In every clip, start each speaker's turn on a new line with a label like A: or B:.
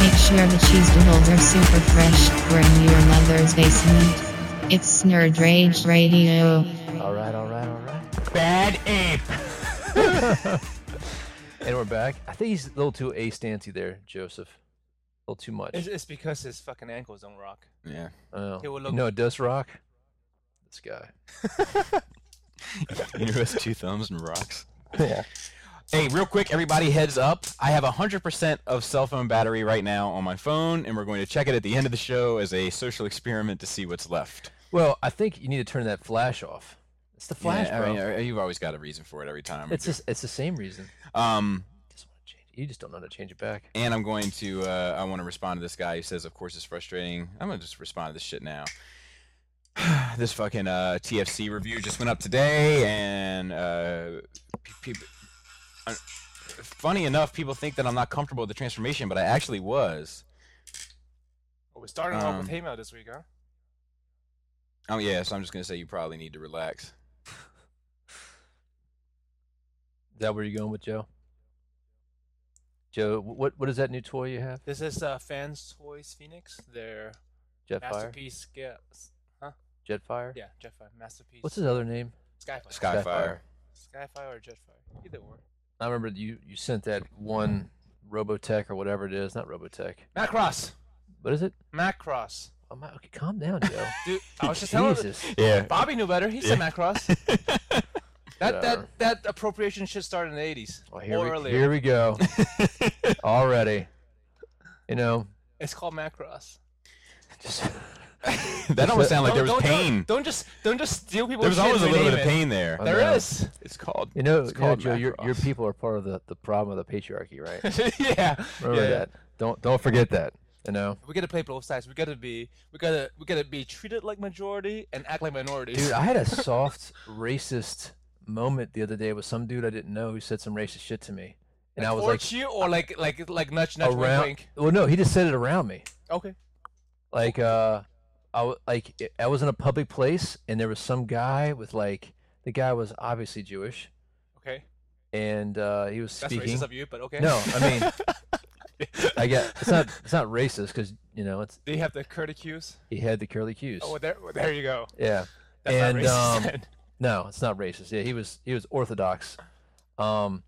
A: Make sure the cheese doodles are super fresh. We're in your mother's basement. It's Nerd Rage Radio.
B: All right, all right, all right.
C: Bad ape.
B: And we're back. I think he's a little too a stancy there, Joseph. A little too much.
D: It's, it's because his fucking ankles don't rock.
C: Yeah.
B: oh.
D: it will
B: You
D: look-
B: know, it does rock. This guy.
C: You know who has two thumbs and rocks?
B: Yeah.
C: Hey, real quick, everybody, heads up. I have 100% of cell phone battery right now on my phone, and we're going to check it at the end of the show as a social experiment to see what's left.
B: Well, I think you need to turn that flash off. It's the flash,
C: yeah, I
B: bro.
C: mean, uh, you've always got a reason for it every time.
B: it's just, it's the same reason.
C: um,
B: You just want to change. it. You just don't know how to change it back.
C: and I'm going to, uh, I want to respond to this guy who says, of course, it's frustrating. I'm going to just respond to this shit now. this fucking uh, TFC review just went up today, and uh, pe- pe- uh, funny enough, people think that I'm not comfortable with the transformation, but I actually was.
D: Oh, we're starting off with
C: Um,
D: Haymail this week, huh?
C: Oh, yeah, so I'm just going to say you probably need to relax.
B: Is that where you're going with Joe? Joe, wh- what what is that new toy you have?
D: This is uh, Fans Toys Phoenix, their
B: Jetfire.
D: masterpiece. Ga- s-
B: Jetfire.
D: yeah, Jetfire masterpiece.
B: What's his other name?
D: Skyfire.
C: Skyfire.
D: Skyfire or Jetfire, either one.
B: I remember you you sent that one Robotech or whatever it is. Not Robotech.
D: Macross.
B: What is it?
D: Macross.
B: Oh, my, okay, calm down, Joe.
D: Dude, I was just telling
B: Jesus.
C: Yeah.
D: Bobby knew better. He said Macross. that
B: Whatever.
D: that that appropriation should start in the 80s
C: Oh,
B: Well, here,
D: or
B: we,
D: earlier.
B: here we go. Already. You know,
D: It's called Macross.
B: just,
C: that almost sounded like there was
D: don't, don't-
C: pain.
D: Don't just don't just steal people's
C: There was
D: shit
C: always a
D: and
C: little bit
D: rename
C: of
D: it.
C: pain there.
B: I know.
D: There is.
C: It's called.
B: you know,
C: It's
B: you know
C: called
B: Joe, your, your
C: Macross.
B: people are part of the, the problem of the patriarchy, right?
D: yeah.
B: Remember
D: yeah.
B: that. Don't don't forget that. You know,
D: We gotta play both sides. We gotta be we gotta we gotta be treated like majority and act like minorities.
B: dude, I had a soft racist moment the other day with some dude I didn't know who said some racist shit to me, and I was like
D: Torch you or like like like nudge nudge
B: around.
D: wink,
B: Well, no, he just said it around me.
D: wink. Okay.
B: like uh I w- like i- I was in a public place and there was some guy with like the guy was obviously Jewish
D: Okay.
B: and uh he was
D: That's
B: speaking
D: racist of you, but okay.
B: No, I mean I get it's not it's not racist cuz you know it's
D: Do you have the curticues?
B: he had the curly cues.
D: Oh well, there well, there you go.
B: yeah.
D: That's
B: and
D: not racist.
B: um
D: then.
B: no, it's not racist. Yeah, he was he was orthodox. Um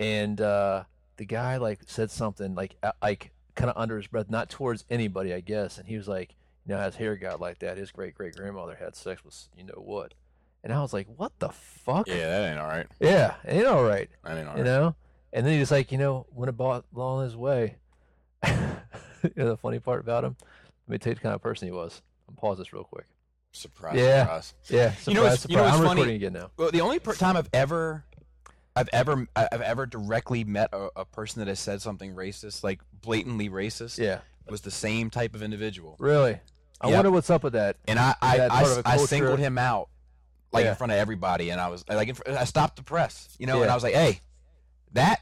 B: and uh the guy like said something like uh, like kind of under his breath not towards anybody, I guess, and he was like, you know, his hair got like that. His great great grandmother had sex with you know what. And I was like, what the fuck?
C: Yeah, that ain't all right.
B: Yeah, it ain't all right,
C: That ain't all
B: you
C: right.
B: know? And then he was like, you know, when it bought along his way, you know, the funny part about him, let me tell you the kind of person he was. I'll pause this real quick.
C: Surprise,
B: Yeah.
C: surprise.
B: Yeah,
C: You know what's-
B: surprise,
C: you
B: surprise.
C: know what's
B: I'm
C: funny?
B: recording again now.
C: Well, the only per- time I've ever, I've ever, I've ever directly met a, a person that has said something racist, like blatantly racist,
B: Yeah,
C: was the same type of individual,
B: really. I
C: Yeah.
B: wonder what's up with that.
C: and I, I,
B: That
C: I,
B: part of a
C: I
B: culture.
C: singled him out, like
B: Yeah.
C: in front of everybody, and I was like, in fr- I stopped the press, you know, and
B: Yeah.
C: I was like, hey, that,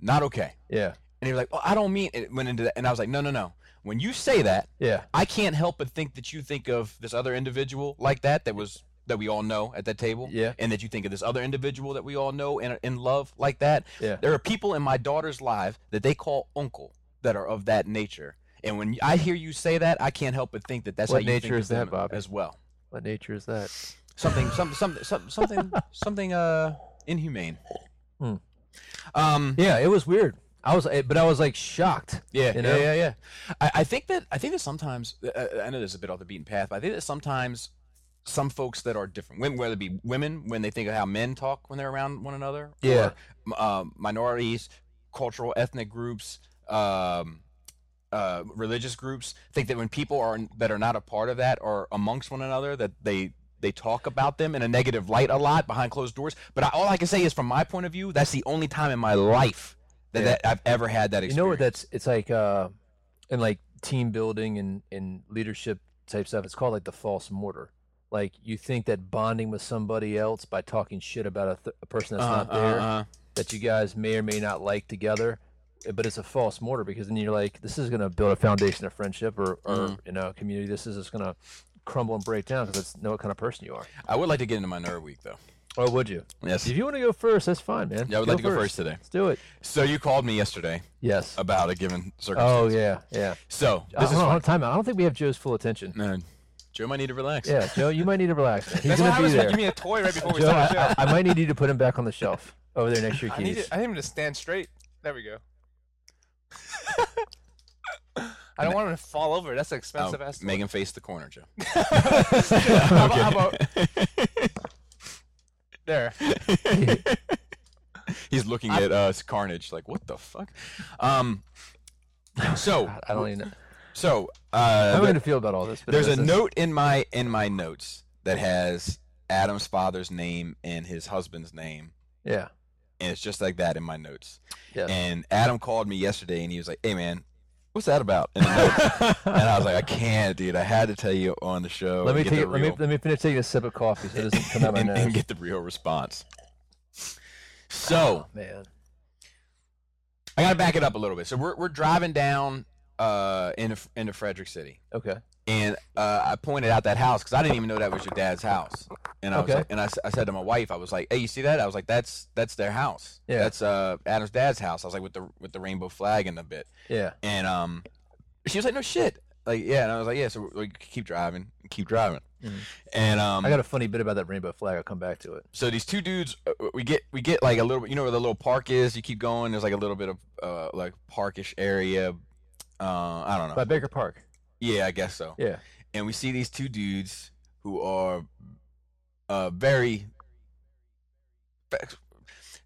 C: not okay,
B: Yeah,
C: and he was like, oh, I don't mean, it went into that, and I was like, no, no, no, when you say that,
B: yeah,
C: I can't help but think that you think of this other individual like that that was that we all know at that table.
B: Yeah.
C: And that you think of this other individual that we all know and are in love like that.
B: Yeah.
C: There are people in my daughter's life that they call uncle that are of that nature. And when I hear you say that, I can't help but think that that's
B: What
C: how you think
B: nature
C: of
B: is that,
C: them
B: Bobby?
C: as well.
B: What nature is that?
C: Something some, some, some, something something uh inhumane.
B: Hmm.
C: Um
B: Yeah, it was weird. I was, eh, but I was like shocked.
C: Yeah,
B: you
C: yeah,
B: know?
C: yeah, yeah. I, I think that I think that sometimes uh, I know there's a bit off the beaten path, but I think that sometimes some folks that are different, women, whether it be women when they think of how men talk when they're around one another,
B: Yeah.
C: or um, minorities, cultural ethnic groups, um, uh, religious groups, think that when people are that are not a part of that or amongst one another, that they they talk about them in a negative light a lot behind closed doors. But I, all I can say is, from my point of view, that's the only time in my life that,
B: Yeah.
C: that I've ever had that
B: You
C: experience.
B: know what? That's it's like, uh, and like team building and, and leadership type stuff. It's called like the false mortar. Like you think that bonding with somebody else by talking shit about a, th- a person that's
C: Uh,
B: not
C: uh,
B: there
C: uh.
B: that you guys may or may not like together, eh, but it's a false mortar because then you're like, this is going to build a foundation of friendship or, or
C: Mm.
B: you know community. This is just going to crumble and break down because it's know what kind of person you are.
C: I would like to get into my nerd week though.
B: Or would you?
C: Yes.
B: If you want to go first, that's fine, man.
C: Yeah, I would like to go first today.
B: Let's do it.
C: So you called me yesterday
B: Yes.
C: about a given circumstance.
B: Oh yeah, yeah.
C: So
B: I
C: this
B: don't
C: is
B: know,
C: fun.
B: hold on, time out. I don't think we have Joe's full attention.
C: No, Joe might need to relax.
B: Yeah, Joe, you might need to relax. man. He's
D: That's what
B: gonna be
D: happens when
B: there.
D: you give me a toy right before we
B: Joe,
D: start the show.
B: I, I, I might need you to put him back on the shelf over there next to your
D: I need,
B: keys.
D: it, I need him to stand straight. There we go. I don't want him to fall over. That's an
C: Oh,
D: expensive ass.
C: Megan faced the corner, Joe.
D: How about- how about- there.
C: He's looking at us, Carnage, like what the fuck. Um, so
B: I don't even. Know.
C: so
B: How
C: uh,
B: am I
C: there-
B: going to feel about all this? But
C: there's a
B: this is-
C: note in my in my notes that has Adam's father's name and his husband's name,
B: Yeah.
C: and it's just like that in my notes.
B: Yeah.
C: And Adam called me yesterday, and he was like, "Hey, man." What's that about? In the note. and I was like, I can't, dude. I had to tell you on the show.
B: let me
C: and get
B: take.
C: the
B: it- Let me
C: real-
B: let me finish taking a sip of coffee so it doesn't come out my
C: and,
B: nose.
C: and get the real response. So
B: Man.
C: I gotta back it up a little bit. So we're we're driving down uh into into Frederick City,
B: Okay.
C: and uh, I pointed out that house because I didn't even know that was your dad's house. And I was
B: Okay.
C: like, and I, s- I said to my wife, I was like, "Hey, you see that?" I was like, "That's that's their house.
B: Yeah.
C: That's uh Adam's dad's house." I was like, with the with the rainbow flag in the bit,
B: Yeah.
C: and um, she was like, "No shit." Like yeah, and I was like, "Yeah." So we keep driving, keep driving,
B: Mhm.
C: and um,
B: I got a funny bit about that rainbow flag. I'll come back to it.
C: so these two dudes uh, we get we get like a little bit you know where the little park is you keep going there's like a little bit of uh like parkish area uh i don't know
B: By Baker Park.
C: yeah i guess so
B: Yeah.
C: and we see these two dudes who are uh very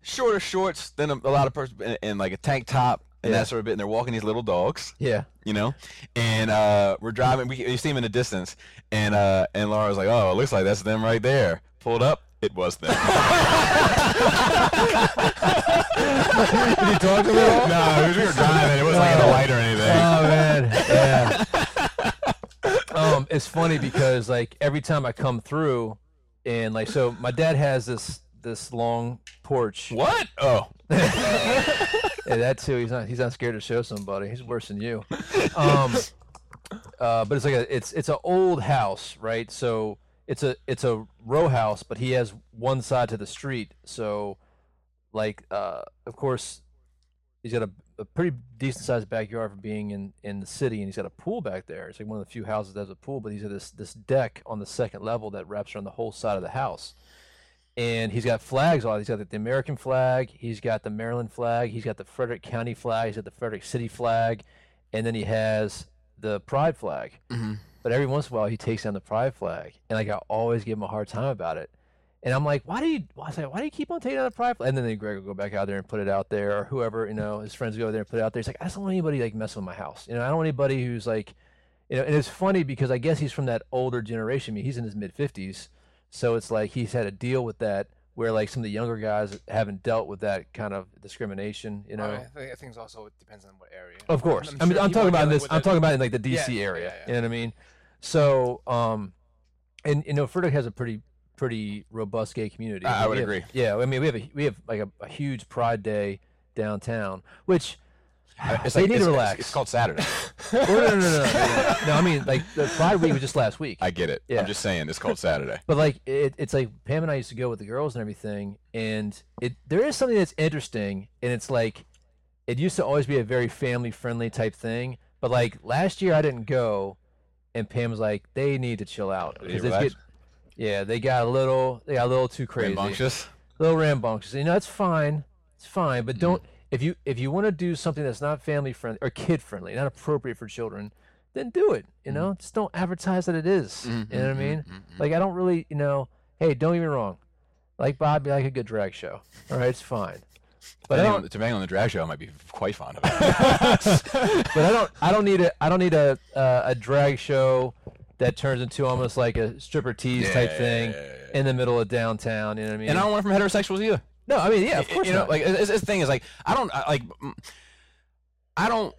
C: shorter shorts than a, a lot of person and, and like a tank top and
B: Yeah.
C: that sort of bit and they're walking these little dogs
B: Yeah.
C: you know and uh we're driving we you see them in the distance and uh and laura was like oh it looks like that's them right there pulled up it was them
B: Did you talk to me? at all?
C: no, we were driving. It wasn't like in the light or anything.
B: Oh man, yeah. um, it's funny because like every time I come through, and like so, my dad has this this long porch.
C: What? Oh,
B: Yeah, that too. He's not. He's not scared to show somebody. He's worse than you. Um, uh, but it's like a. It's it's an old house, right? So it's a it's a row house, but he has one side to the street. So, like, uh, of course, he's got a, a pretty decent sized backyard for being in in the city, and he's got a pool back there. It's like one of the few houses that has a pool, but he's got this this deck on the second level that wraps around the whole side of the house and he's got flags all he's got the, the american flag he's got the maryland flag he's got the frederick county flag he's got the frederick city flag and then he has the pride flag
C: Mhm.
B: but every once in a while he takes down the pride flag and like i always give him a hard time about it and i'm like why do you why, I was like, why do you keep on taking down the pride flag and then greg will go back out there and put it out there or whoever you know his friends go out there and put it out there he's like i just don't want anybody like messing with my house you know i don't want anybody who's like you know and it's funny because i guess he's from that older generation i mean he's in his mid 50s so it's like he's had a deal with that where like some of the younger guys haven't dealt with that kind of discrimination, you know.
D: I think, I think it also depends on what area.
B: Of course.
D: I'm
B: i mean,
D: sure
B: I'm
D: he
B: talking
D: won't
B: about
D: get
B: this.
D: with
B: I'm
D: it.
B: talking about in like the DC
D: Yeah,
B: area.
D: yeah, yeah.
B: You know what I mean? So, um, and you know, Frederick has a pretty pretty robust gay community.
C: I- I
B: We
C: would
B: have-
C: agree.
B: Yeah, I mean, we have a we have like a, a huge Pride Day downtown, which
C: it's
B: They need to
C: it's-
B: relax.
C: It's called Saturday.
B: oh, no, no, no, no, no, no, no. I mean, like the Pride Week was just last week.
C: I get it.
B: Yeah.
C: I'm just saying it's called Saturday.
B: But like it, it's like Pam and I used to go with the girls and everything, and it there is something that's interesting, and it's like it used to always be a very family friendly type thing. But like last year I didn't go, and Pam was like, they need to chill out
C: need to
B: it's
C: relax.
B: get- yeah, they got a little they got a little too crazy,
C: Rambunctious.
B: a little rambunctious. You know, that's fine, it's fine, but
C: Mm.
B: don't if you if you want to do something that's not family friendly or kid friendly, not appropriate for children, then do it. You
C: Mm.
B: know, just don't advertise that it is, Mm-hmm.
C: Mm-hmm,
B: You know what I mean? Like I don't really, you know, hey, don't get me wrong. Like Bobby, I like a good drag show. All right, it's fine. But I
C: Depending
B: don't
C: on, depending on the drag show, I might be quite fond of it.
B: but I don't I don't need a I don't need a uh, a drag show that turns into almost like a stripper tease type thing
C: Yeah, yeah, yeah,
B: in the middle of downtown, you know what I mean?
C: and I don't want it from heterosexuals either.
B: no, I mean, yeah, of course
C: you know,
B: not.
C: like it's, it's the thing is like I don't I, like mm, I don't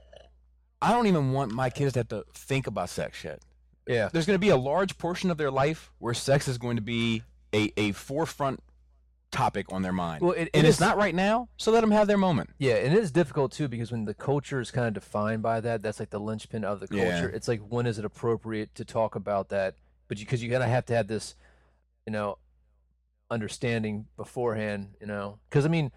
C: I don't even want my kids to have to think about sex yet.
B: Yeah.
C: There's going to be a large portion of their life where sex is going to be a, a forefront topic on their mind.
B: Well, it,
C: and
B: it
C: it's
B: is-
C: not right now, so let them have their moment.
B: Yeah, and it is difficult too because when the culture is kind of defined by that, that's like the linchpin of the culture.
C: Yeah.
B: It's like when is it appropriate to talk about that? But because you, gotta have to have this, you know, understanding beforehand. You know, because I mean,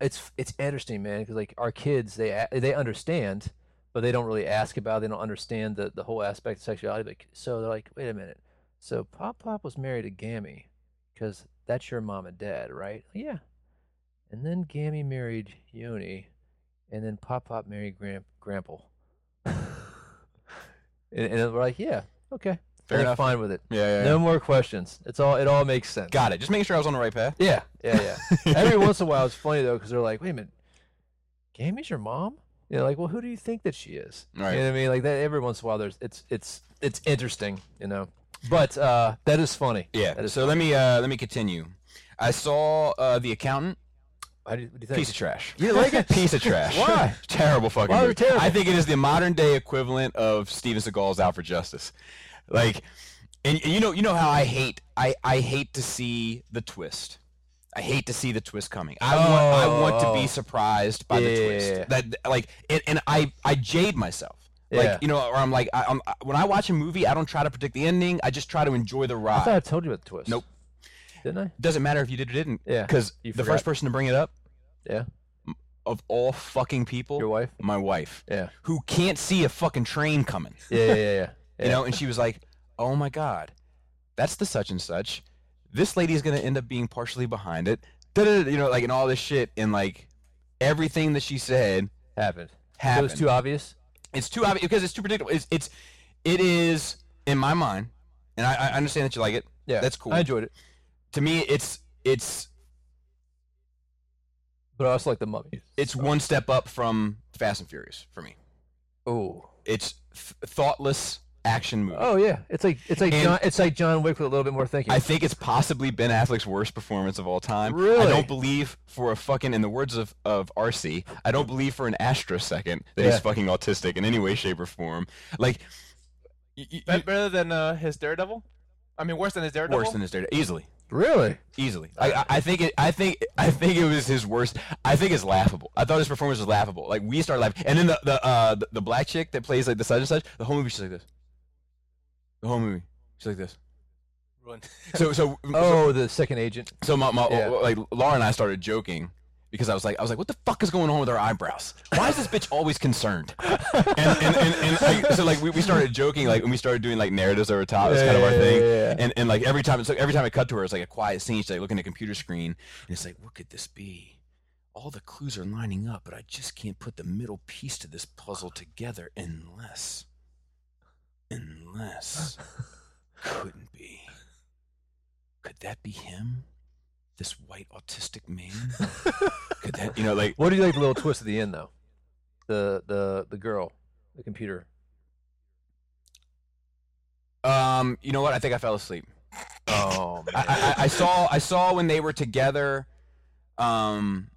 B: it's it's interesting, man. Because like our kids, they a- they understand, but they don't really ask about. It. They don't understand the the whole aspect of sexuality. Like, so they're like, wait a minute. So Pop Pop was married to Gammy, because that's your mom and dad, right? Yeah. And then Gammy married Yoni, and then Pop Pop married Gramp Grample. and, and we're like, yeah, okay,
C: Fair
B: And they're
C: enough.
B: fine with it.
C: Yeah, yeah,
B: No more questions. It's all. It all makes sense.
C: Got it. Just making sure I was on the right path.
B: Yeah, yeah, yeah. Every once in a while, it's funny though because they're like, "Wait a minute, Gammy's your mom?" You know, like, well, who do you think that she is?
C: Right.
B: You know what I mean? Like that. Every once in a while, there's it's it's it's interesting, you know. But uh, that is funny. That
C: Yeah.
B: is,
C: So let me uh, let me continue. I saw uh, the accountant.
B: how do you, what do you think?
C: Piece of trash. You like it? Piece of trash.
B: Why?
C: terrible fucking.
B: Why was
C: movie.
B: it terrible?
C: I think it is the modern day equivalent of Steven Seagal's Out for Justice. Like, and, and you know, you know how I hate. I I hate to see the twist. I hate to see the twist coming. I want I want to
B: Oh.
C: be surprised by the
B: Yeah.
C: twist. That like, and, and I I jade myself. Like
B: Yeah.
C: you know, or I'm like, I, I'm I- when I watch a movie, I don't try to predict the ending. I just try to enjoy the
B: I
C: ride.
B: thought I told you about the twist.
C: Nope.
B: Didn't I?
C: Doesn't matter if you did or didn't.
B: Yeah,
C: Because
B: you
C: the
B: forgot.
C: first person to bring it up,
B: Yeah.
C: of all fucking people,
B: Your wife?
C: my wife,
B: Yeah.
C: who can't see a fucking train coming,
B: Yeah, yeah, yeah. yeah.
C: you know, and she was like, "Oh my god, that's the such and such. This lady is gonna end up being partially behind it." Da-da-da, you know, like and all this shit, and like everything that she said
B: happened. So
C: happened.
B: it's too obvious.
C: it's too obvious because it's too predictable. It's it's it is in my mind, and I, I understand that you like it.
B: Yeah,
C: that's cool.
B: I enjoyed it,
C: to me, it's it's
B: but I also like the mummy.
C: it's one step up from Fast and Furious for me.
B: Oh,
C: It's th- thoughtless action movie.
B: oh yeah. It's like it's like
C: And-
B: John, it's like John Wick with a little bit more thinking.
C: I think it's possibly Ben Affleck's worst performance of all time.
B: Really?
C: I don't believe for a fucking, in the words of, of RC, I don't believe for an astro second that
B: Yeah.
C: he's fucking autistic in any way, shape, or form. Like, y- y-
D: Bet- better than uh, his Daredevil. I mean, worse than his Daredevil.
C: worse than his Daredevil, easily,
B: really.
C: easily. I, I, I think it, I think, I think it was his worst. I think it's laughable. I thought his performance was laughable. Like we started laughing, and then the the uh, the, the black chick that plays like the such and such, the whole movie she's like this. The whole movie she's like this.
D: Ruined.
C: So so
B: Oh, the second agent.
C: So my, my
B: Yeah.
C: like Laura and I started joking because I was like I was like, what the fuck is going on with her eyebrows? Why is this bitch always concerned? And and, and, and like, so like we, we started joking like and we started doing like narratives over top. It's kind of our
B: Yeah,
C: thing.
B: yeah, yeah.
C: And and like every time so every time I cut to her, it's like a quiet scene. She's like looking at a computer screen and it's like, what could this be? All the clues are lining up, but I just can't put the middle piece to this puzzle together unless unless couldn't be. Could that be him? This white autistic man? Could that, you know, like,
B: What do you like the little twist at the end though? The the the girl, the computer.
C: um, you know what? I think I fell asleep.
B: Oh
C: I, I, I- I saw, I saw when they were together, um,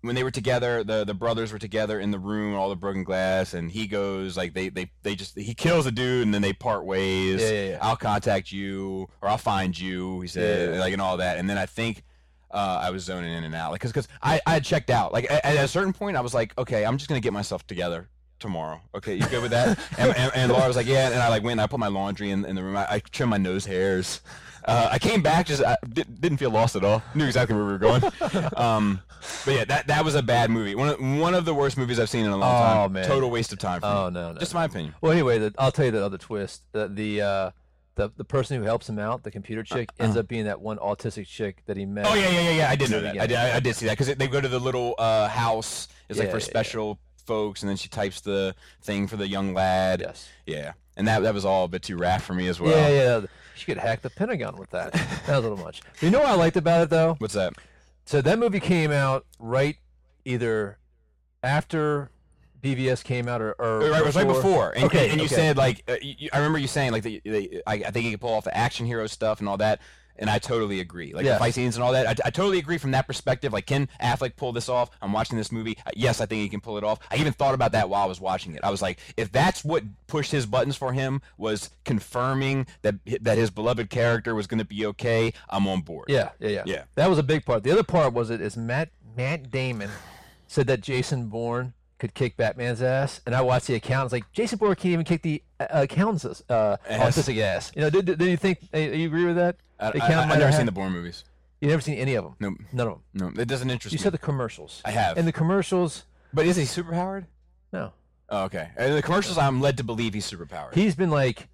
C: when they were together, the, the brothers were together in the room, all the broken glass, and he goes like they, they, they just he kills a dude and then they part ways.
B: Yeah, yeah, yeah.
C: I'll contact you or I'll find you. He said
B: Yeah.
C: like and all that, and then I think uh, I was zoning in and out like because I I had checked out like at, at a certain point I was like okay I'm just gonna get myself together tomorrow okay you good with that and, and, and Laura was like yeah and I like went and I put my laundry in, in the room I, I trimmed my nose hairs uh, I came back just I didn't, didn't feel lost at all knew exactly where we were going um, but yeah that that was a bad movie one of, one of the worst movies I've seen in a long
B: Oh,
C: time
B: man.
C: total waste of time for
B: Oh
C: me
B: no no.
C: just my opinion
B: well, anyway, the, I'll tell you that other twist. The the uh, the the person who helps him out, the computer chick, ends up being that one autistic chick that he met.
C: Uh-huh. Oh yeah, yeah, yeah, yeah. I did know
B: So you
C: that.
B: get
C: I did, I, I did see that because they go to the little uh, house. It's
B: Yeah,
C: like for
B: yeah, yeah.
C: special folks, and then she types the thing for the young lad.
B: Yes.
C: Yeah, and that that was all a bit too raff for me as well.
B: Yeah, yeah. She could hack the Pentagon with that. That was a little much. You know what I liked about it though?
C: What's that?
B: So that movie came out right either after BVS came out or, or
C: Right, it was right before, and,
B: Okay,
C: and you
B: okay.
C: said like uh, you, you- I remember you saying like the, the, I, I think you could pull off the action hero stuff and all that, and I totally agree. Like
B: Yeah.
C: the fight scenes and all that, I, I totally agree from that perspective. Like, can Affleck pull this off? I'm watching this movie. Uh, Yes, I think he can pull it off. I even thought about that while I was watching it. I was like, if that's what pushed his buttons for him was confirming that that his beloved character was going to be okay, I'm on board.
B: Yeah, yeah, yeah.
C: Yeah.
B: That was a big part. The other part was it is Matt Matt Damon said that Jason Bourne could kick Batman's ass, and I watched the account. It's like Jason Bourne can't even kick the uh, accountant's uh,
C: Ass.
B: autistic ass. You know? Did, did, did you think? uh, You agree with that?
C: I,
B: The
C: I,
B: account
C: I,
B: might
C: have never
B: have
C: seen
B: had-
C: the Bourne movies.
B: You never seen any of them?
C: No,
B: None of them.
C: no, it doesn't interest
B: You
C: me.
B: saw the commercials.
C: I have.
B: And the commercials,
C: but is he superpowered?
B: no.
C: Oh, okay. In the commercials, I'm led to believe he's superpowered.
B: He's been like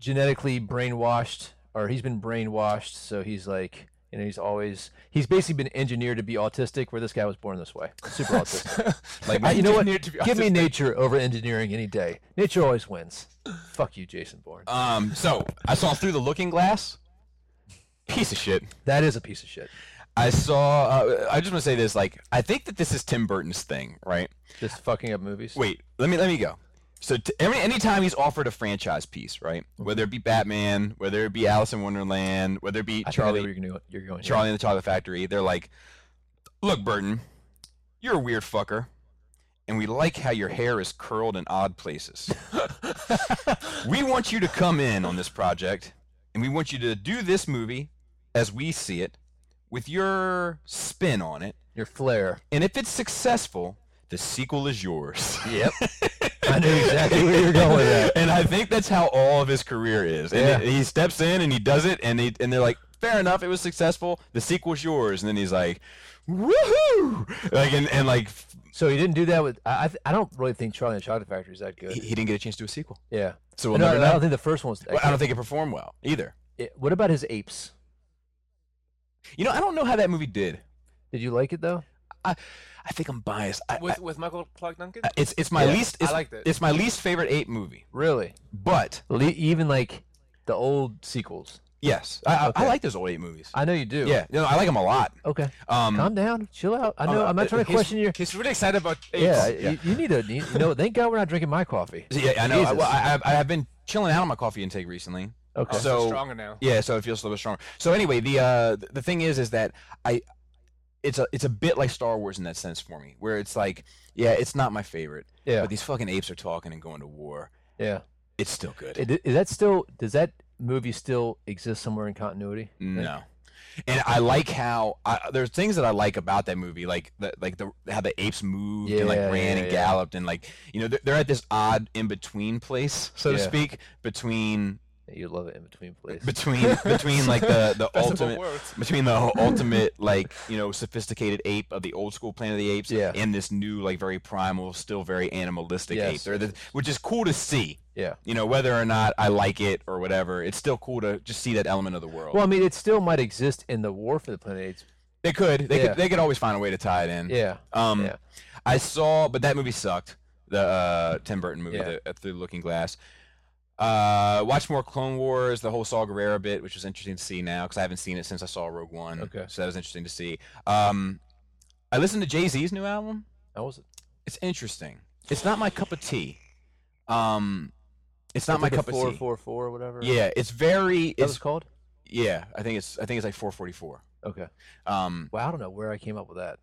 B: genetically brainwashed, or he's been brainwashed, so he's like, you know, he's always he's basically been engineered to be autistic, where this guy was born this way, super autistic.
C: like,
B: I- you know what?
C: engineered to be
B: Give me
C: autistic.
B: nature over engineering any day. Nature always wins. Fuck you, Jason Bourne.
C: Um, so I saw Through the Looking Glass. Piece of shit.
B: That is a piece of shit.
C: I saw. Uh, I just want to say this. Like, I think that this is Tim Burton's thing, right?
B: Just fucking up movies.
C: Wait, let me let me go. So t- every anytime he's offered a franchise piece, right? Whether it be Batman, whether it be Alice in Wonderland, whether it be
B: I think I know
C: Charlie
B: where you're going. You're going. here.
C: Charlie and the Chocolate Factory, they're like, "Look, Burton, you're a weird fucker, and we like how your hair is curled in odd places. we want you to come in on this project, and we want you to do this movie as we see it, with your spin on it.
B: Your flair.
C: And if it's successful, the sequel is yours."
B: Yep. I knew exactly where you were going with that.
C: And I think that's how all of his career is. And
B: Yeah.
C: it- he steps in and he does it, and he, and they're like, "Fair enough, it was successful. The sequel's yours." And then he's like, "Woohoo!" Like and, and like f-
B: So he didn't do that with. I I th- I don't really think Charlie and the Chocolate Factory is that good.
C: he, he didn't get a chance to do a sequel,
B: yeah.
C: so we'll
B: no,
C: never
B: I
C: know.
B: don't think the first one was.
C: Well, I don't think it performed well either.
B: It- what about his apes?
C: You know, I don't know how that movie did.
B: Did you like it though?
C: I I think I'm biased. I,
D: with with Michael Clark Duncan.
C: I- it's it's my
D: Yeah,
C: least.
D: I
C: It's,
D: liked it.
C: It's my least favorite ape movie,
B: Really?
C: but
B: Le- even like the old sequels.
C: yes, I, I, I
B: Okay.
C: like those old ape movies.
B: I know you do.
C: yeah, no, I like them a lot.
B: Okay.
C: Um,
B: Calm down. Chill out. I know.
C: uh,
B: I'm not trying to
C: he's-
B: question your.
D: He's really excited about apes.
B: Yeah,
C: yeah.
B: You, you need to. You, know, thank God we're not drinking my coffee.
C: yeah, I know. I,
B: Jesus.
C: well, I, I, I've been chilling out on my coffee intake recently.
B: Okay.
D: Oh, He's
C: so-
D: stronger now.
C: Yeah, so it feels a little bit stronger. So anyway, the uh, th- the thing is, is that I, it's a it's a bit like Star Wars in that sense for me, where it's like, yeah, it's not my favorite,
B: yeah,
C: but these fucking apes are talking and going to war.
B: yeah.
C: It's still good.
B: I- Is that still? Does that movie still exist somewhere in continuity?
C: no, and I like how I, there's things that I like about that movie, like the, like the how the apes moved and like
B: Yeah,
C: ran
B: yeah,
C: and
B: yeah.
C: galloped and like you know they're, they're at this odd in between place, so to
B: Yeah.
C: speak, between
B: You love it in between places.
C: between between like the the
D: Best of both
C: ultimate
D: worlds.
C: between the ultimate like you know sophisticated ape of the old school Planet of the Apes
B: Yeah.
C: and this new like very primal, still very animalistic
B: Yes,
C: ape, They're the- which is cool to see.
B: yeah.
C: You know whether or not I like it or whatever, it's still cool to just see that element of the world.
B: Well, I mean, it still might exist in the War for the Planet Apes.
C: they could, they
B: yeah.
C: could, they could always find a way to tie it in.
B: Yeah.
C: Um,
B: Yeah.
C: I saw, but that movie sucked. The uh, Tim Burton movie,
B: Yeah.
C: the, uh, Through the Looking Glass. Uh, watch more Clone Wars, the whole Saw Gerrera bit, which was interesting to see now because I haven't seen it since I saw Rogue One.
B: Okay.
C: so that was interesting to see. Um, I listened to Jay Z's new album.
B: That was.
C: It's interesting. It's not my cup of tea. Um, it's not my
B: like a
C: cup of
B: four,
C: tea.
B: four, four, or whatever.
C: Yeah, it's very.
B: That was
C: It's
B: called.
C: yeah. I think it's I think it's like 444.
B: Okay.
C: Um,
B: Well, I don't know where I came up with that.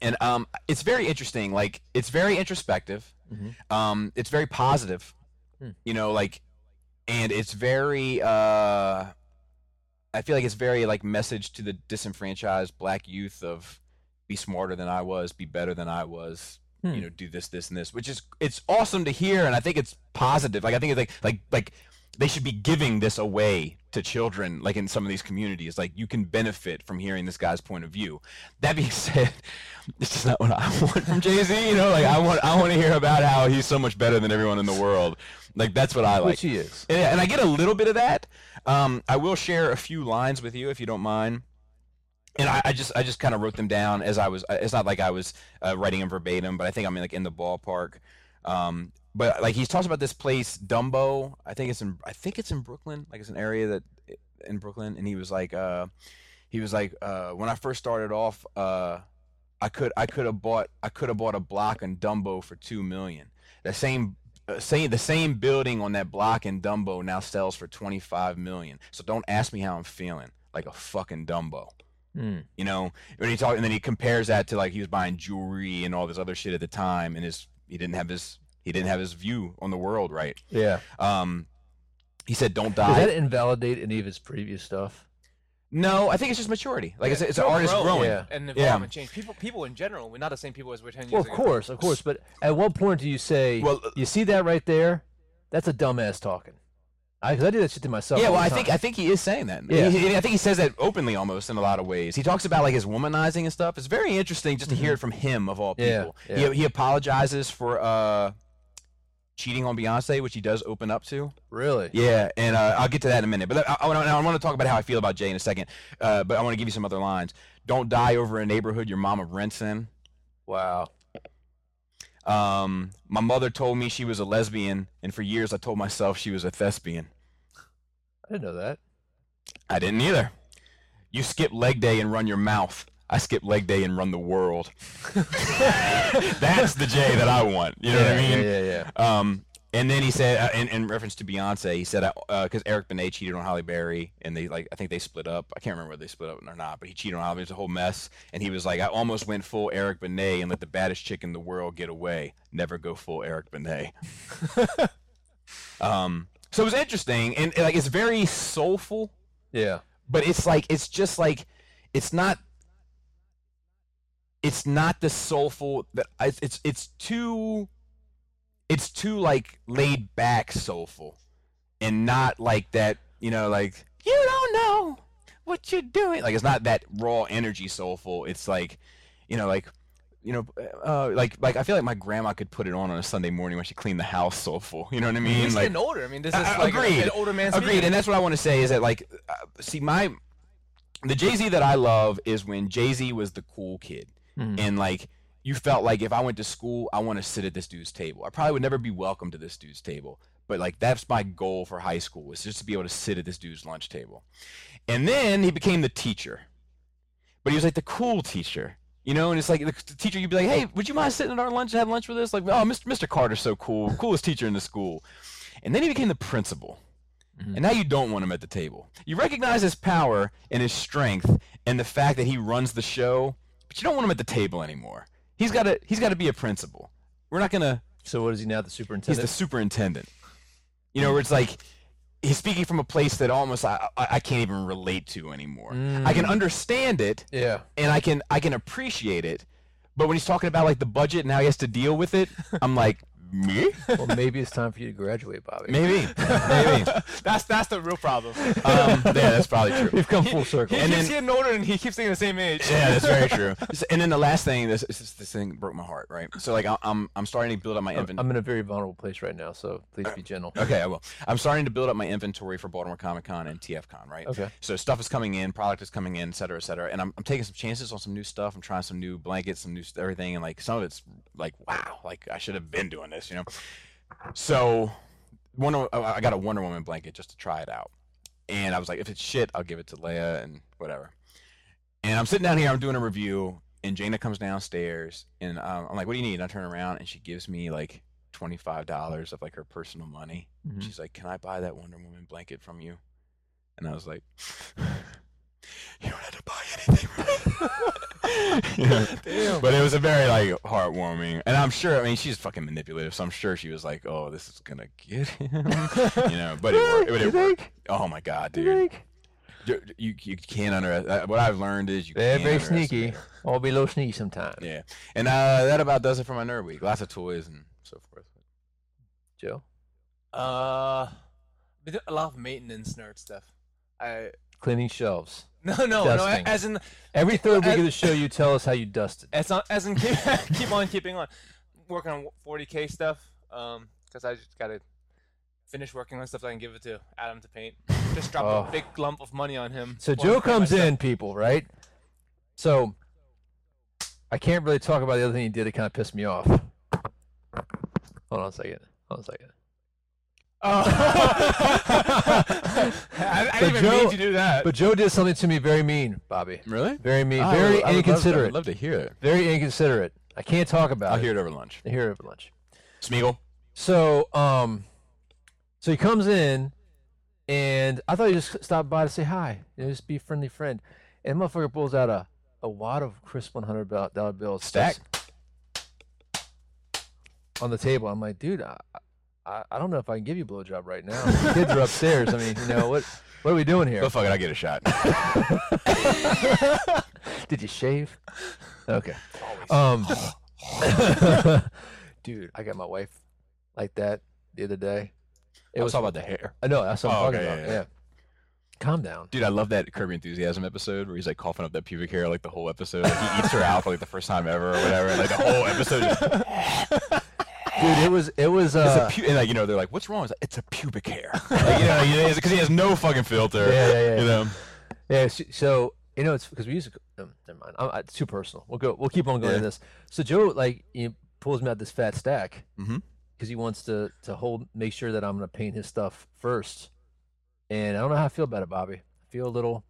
C: and um, it's very interesting. Like it's very introspective.
B: Mhm.
C: Um, it's very positive.
B: Hmm.
C: You know, like, and it's very. Uh, I feel like it's very like message to the disenfranchised black youth of be smarter than I was, be better than I was.
B: Hmm.
C: You know, do this, this, and this, which is it's awesome to hear, and I think it's positive. Like I think it's like like like they should be giving this away to children, like in some of these communities. Like you can benefit from hearing this guy's point of view. That being said, this is not what I want from Jay Z. You know, like I want I want to hear about how he's so much better than everyone in the world. Like that's what I like.
B: Which he is.
C: And, and I get a little bit of that. Um, I will share a few lines with you if you don't mind. And I, I just I just kind of wrote them down as I was. It's not like I was uh, writing them verbatim, but I think I'm in, like in the ballpark. Um, but like he talks about this place Dumbo. I think it's in I think it's in Brooklyn. Like it's an area that in Brooklyn. And he was like uh, he was like uh, when I first started off. Uh, I could I could have bought I could have bought a block in Dumbo for two million. That same uh, same the same building on that block in Dumbo now sells for 25 million. So don't ask me how I'm feeling like a fucking Dumbo.
B: Hmm.
C: You know, when he talk, and then he compares that to like he was buying jewelry and all this other shit at the time, and his he didn't have his he didn't have his view on the world right.
B: Yeah.
C: Um, he said, "Don't
B: Does
C: die."
B: that invalidate any of his previous stuff?
C: no, I think it's just maturity. Like it's, it's an
D: We're
C: artist
D: grown,
C: growing.
B: Yeah.
D: and the
C: Yeah.
D: environment change. People, people in general, we're not the same people as we're ten years
B: Well, of
D: ago.
B: course, of course. But at what point do you say,
C: Well,
B: you see that right there? That's a dumbass talking. I, cause I do that shit to myself.
C: Yeah,
B: all
C: well,
B: the
C: I think
B: time.
C: I think he is saying that.
B: Yeah.
C: He- he- I think he says that openly, almost in a lot of ways. He talks about like his womanizing and stuff. It's very interesting just to hear it from him of all
B: Mm-hmm. Yeah,
C: people.
B: yeah.
C: He, he apologizes for uh, cheating on Beyonce, which he does open up to.
B: really.
C: Yeah, and uh, I'll get to that in a minute. But I, I, I want to talk about how I feel about Jay in a second. Uh, but I want to give you some other lines. Don't die over a neighborhood your mama rents in.
B: Wow.
C: Um, my mother told me she was a lesbian, and for years I told myself she was a thespian.
B: I didn't know that.
C: I didn't either. You skip leg day and run your mouth. I skip leg day and run the world. That's the J that I want. You know
B: yeah,
C: what I mean?
B: Yeah, yeah, yeah.
C: Um, and then he said, uh, in, in reference to Beyonce, he said because Eric Benet cheated on Holly Berry, and they like I think they split up. I can't remember whether they split up or not, but he cheated on Holly. It was a whole mess, and he was like, I almost went full Eric Benet and let the baddest chick in the world get away. Never go full Eric Benet. um, so it was interesting, and like it's very soulful
B: Yeah.
C: but it's like it's just like it's not it's not the soulful that I- it's it's too it's too like laid back soulful and not like that you know like you don't know what you're doing like it's not that raw energy soulful it's like you know like you know uh, like like i feel like my grandma could put it on on a sunday morning when she cleaned the house soulful you know what i mean
D: He's
C: like
D: getting older. I mean, this
C: I-
D: is
C: I-
D: like a-
C: agreed.
D: an older man's
C: Agreed, and that's what I want to say is that like, uh, see, my the Jay Z that I love is when Jay Z was the cool kid,
B: Mhm.
C: and like you felt like if I went to school, I want to sit at this dude's table. I probably would never be welcome to this dude's table, but like that's my goal for high school is just to be able to sit at this dude's lunch table. And then he became the teacher, but he was like the cool teacher. You know, and it's like the the teacher, you'd be like, "Hey, would you mind sitting at our lunch and have lunch with us?" Like, "Oh, Mr. Mr. Carter's so cool, coolest teacher in the school." And then he became the principal. And now you don't want him at the table. You recognize his power and his strength and the fact that he runs the show, but you don't want him at the table anymore. He's got to he's got to be a principal. We're not going to
B: So what is he now? The
C: he's the
B: superintendent.
C: superintendent. You know, where it's like he's speaking from a place that almost I I, I can't even relate to anymore. I
B: Mm.
C: can understand it
B: yeah.
C: and I can I can appreciate it, but when he's talking about like the budget and how he has to deal with it, I'm like, "Me?"
B: Well, maybe it's time for you to graduate, Bobby.
C: Maybe. Maybe.
D: that's that's the real problem.
C: Um, yeah, that's probably true.
B: We've come full circle.
D: He
C: And
D: keeps
C: then-
D: getting older, and he keeps staying the same age.
C: Yeah, that's very true. S- And then the last thing, this this, this thing broke my heart, right? So like I- I'm I'm starting to build up my
B: I'm,
C: inventory.
B: I'm in a very vulnerable place right now, so please be gentle.
C: Okay, I will. I'm starting to build up my inventory for Baltimore Comic Con and TFCon, right?
B: Okay.
C: So stuff is coming in, product is coming in, et cetera, et cetera. And I'm, I'm taking some chances on some new stuff. I'm trying some new blankets, some new st- everything, and like some of it's like, wow, like I should have been doing this, you know. So, Wonder, oh, I got a Wonder Woman blanket just to try it out, and I was like, if it's shit, I'll give it to Leia and whatever. And I'm sitting down here, I'm doing a review, and Jaina comes downstairs, and um, I'm like, what do you need? And I turn around, and she gives me like twenty five dollars of like her personal money.
B: Mhm.
C: She's like, "Can I buy that Wonder Woman blanket from you?" And I was like, "You don't have to buy anything." You know? But it was a very like heartwarming, and I'm sure. I mean, she's fucking manipulative, so I'm sure she was like, "Oh, this is gonna get him," you know. But it worked. But
B: You
C: it worked.
B: think?
C: Oh my god,
B: You
C: dude!
B: think?
C: You you, you can't underestimate. What I've learned is you
B: They're
C: can't
B: very
C: underestimate
B: sneaky.
C: her.
B: I'll be a little sneaky sometimes.
C: Yeah, and uh, that about does it for my nerd week. Lots of toys and so forth.
B: Joe.
D: Uh, we did a lot of maintenance nerd stuff. I
B: Cleaning shelves.
D: no no no.
B: Dusting.
D: As in
B: Every third week
D: I-
B: of the show, you tell us how you dusted.
D: as on, as in keep, keep on keeping on. Working on 40k stuff. Um, because I just gotta finish working on stuff that I can give it to Adam to paint. Just dropped
B: Oh.
D: a big lump of money on him.
B: So
D: Well,
B: Joe
D: I'm pretty
B: comes
D: much done.
B: in, people, right? So I can't really talk about the other thing he did. It kind of pissed me off. Hold on a second. Hold on a second.
D: I, I
B: So
D: didn't even
B: Joe-
D: mean to do that.
B: But Joe did something to me very mean, Bobby.
C: Really? Oh,
B: Very mean.
C: I would-
B: very
C: I would love to-
B: inconsiderate.
C: I'd love to hear it.
B: Very inconsiderate. I can't talk about
C: I'll
B: it.
C: hear it over lunch.
B: I hear it at lunch.
C: Smeagol.
B: So, um, so he comes in, and I thought he just stopped by to say hi, you know, just be a friendly friend. And motherfucker pulls out a, a wad of crisp one hundred dollar bills,
C: Stack.
B: on the table. I'm like, dude, I, I, I don't know if I can give you a blowjob right now. The kids are upstairs. I mean, you know what? What are we doing here?
C: But fuck it, I get a shot.
B: Did you shave? Okay. Um, dude, I got my wife like that the other day. It
C: Let's
B: was
C: talk about the hair.
B: I know. That's what I'm
C: Oh,
B: talking
C: okay,
B: about.
C: yeah,
B: Yeah,
C: yeah.
B: Calm down.
C: Dude, I love that Kirby Enthusiasm episode where he's like coughing up that pubic hair like the whole episode. Like, he eats her out for like the first time ever or whatever. And, like the whole episode. Just, it's
B: Dude, it was it was
C: a
B: uh
C: pu- and like you know they're like, what's wrong? He's like, it's a pubic hair. Like, you know, because he has no fucking filter.
B: Yeah, yeah, yeah.
C: You know.
B: yeah, so, so you know it's because we used to um, never mind. I'm, I, it's too personal. We'll go we'll keep on going
C: Yeah.
B: in this. So Joe like he pulls me out this fat stack
C: Mhm.
B: cuz he wants to to hold make sure that I'm going to paint his stuff first. And I don't know how I feel about it, Bobby. I feel a little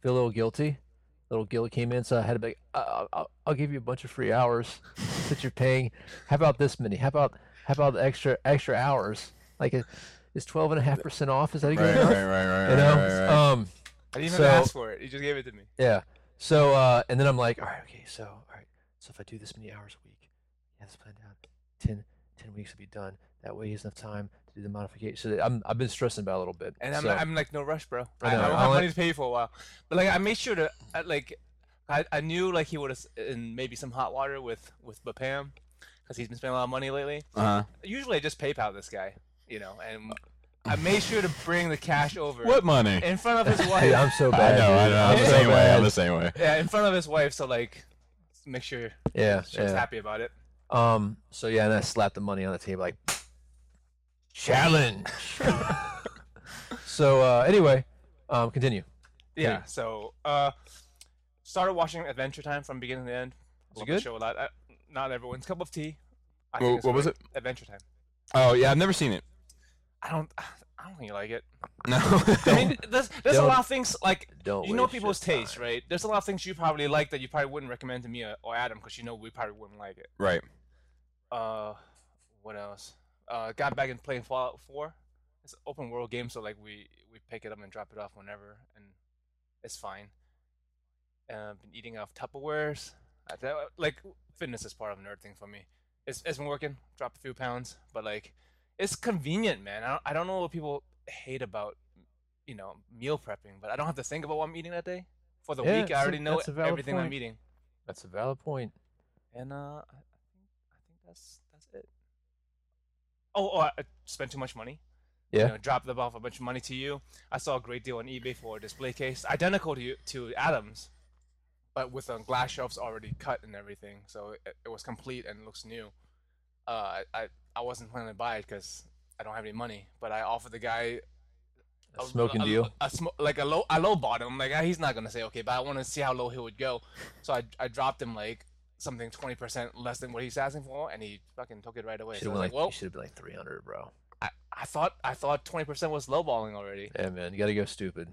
B: feel a little guilty. Little guilt came in, so I had to be like, I'll, I'll, I'll give you a bunch of free hours that you're paying. How about this many? How about how about extra extra hours? Like, is twelve and a half percent off? Is that a good
C: Right, right,
B: enough?
C: right, right,
B: you know
C: right, right, right.
B: um
D: I didn't
B: So-
D: even ask for it. You just gave it to me.
B: yeah so uh and then i'm like all right okay so all right so if i do this many hours a week yeah let's plan down 10 10 weeks to be done that way he has enough time to do the modification so that- I'm, i've been stressing about it a little bit
D: And I'm,
B: so-
D: I'm like, no rush, bro.
B: I
D: I,
B: know.
D: I
B: I'll
D: don't have
B: let-
D: money to pay you for a while. But like, I made sure to, I, like, I, I knew like he would have in maybe some hot water with with Bapam, because he's been spending a lot of money lately.
C: Uh-huh.
D: Usually, I just PayPal this guy, you know, and I made sure to bring the cash over
C: What money?
D: in front of his
B: Dude,
D: wife.
B: i'm so
C: I
B: bad
C: know, I
B: dude.
C: know. I'm
B: I'm so
C: the same way. I'm
B: bad.
C: the same way.
D: yeah, in front of his wife. So like, make sure
B: yeah
D: she was
B: yeah
D: happy about it.
B: um so yeah and i slapped the money on the table like challenge so uh anyway um continue
D: Yeah. So uh, started watching Adventure Time from beginning to end.
B: Was it
D: Love
B: good?
D: The show a lot. I, not everyone's cup of tea. I
C: Wha-
D: think it's
C: what was
D: great. Adventure Time.
C: Oh yeah, I've never seen it.
D: I don't. I don't think you like it.
C: No.
D: I mean, there's there's a
B: don't-
D: lot of things like
B: don't
D: you know
B: waste your
D: people's tastes,
B: time.
D: right? There's a lot of things you probably like that you probably wouldn't recommend to me or, or Adam because you know we probably wouldn't like it.
C: right.
D: Uh, what else? Uh, got back and playing Fallout 4. It's an open world game, so like we we pick it up and drop it off whenever, and it's fine. Uh, been eating off Tupperwares. I th- like fitness is part of a nerd thing for me. It's it's been working. Dropped a few pounds, but like it's convenient, man. I don't, I don't know what people hate about you know meal prepping, but I don't have to think about what I'm eating that day for the
B: Yeah,
D: week.
B: that's
D: I
B: a-
D: already know
B: that's a valid
D: everything
B: point.
D: I'm eating,
B: that's a valid point
D: and uh, I I think I think that's that's it. Oh, oh I I spent too much money.
B: Yeah.
D: you know, dropped them off a bunch of money to you. I saw a great deal on eBay for a display case, identical to you, to Adam's, but with um, glass shelves already cut and everything, so it, it was complete and looks new. Uh, I I- I wasn't planning to buy it because I don't have any money, but I offered the guy
B: a smoking
D: a,
B: deal
D: a smo- like a low, I low bought him. Like ah, he's not gonna say okay, but I want to see how low he would go. So I, I dropped him like something twenty percent less than what he's asking for, and he fucking took it right away.
B: Should
D: So I
B: have
D: was
B: like,
D: like, well,
B: should have been like 300, bro.
D: I, I thought I thought twenty percent was lowballing already.
B: Yeah, man, you gotta go stupid.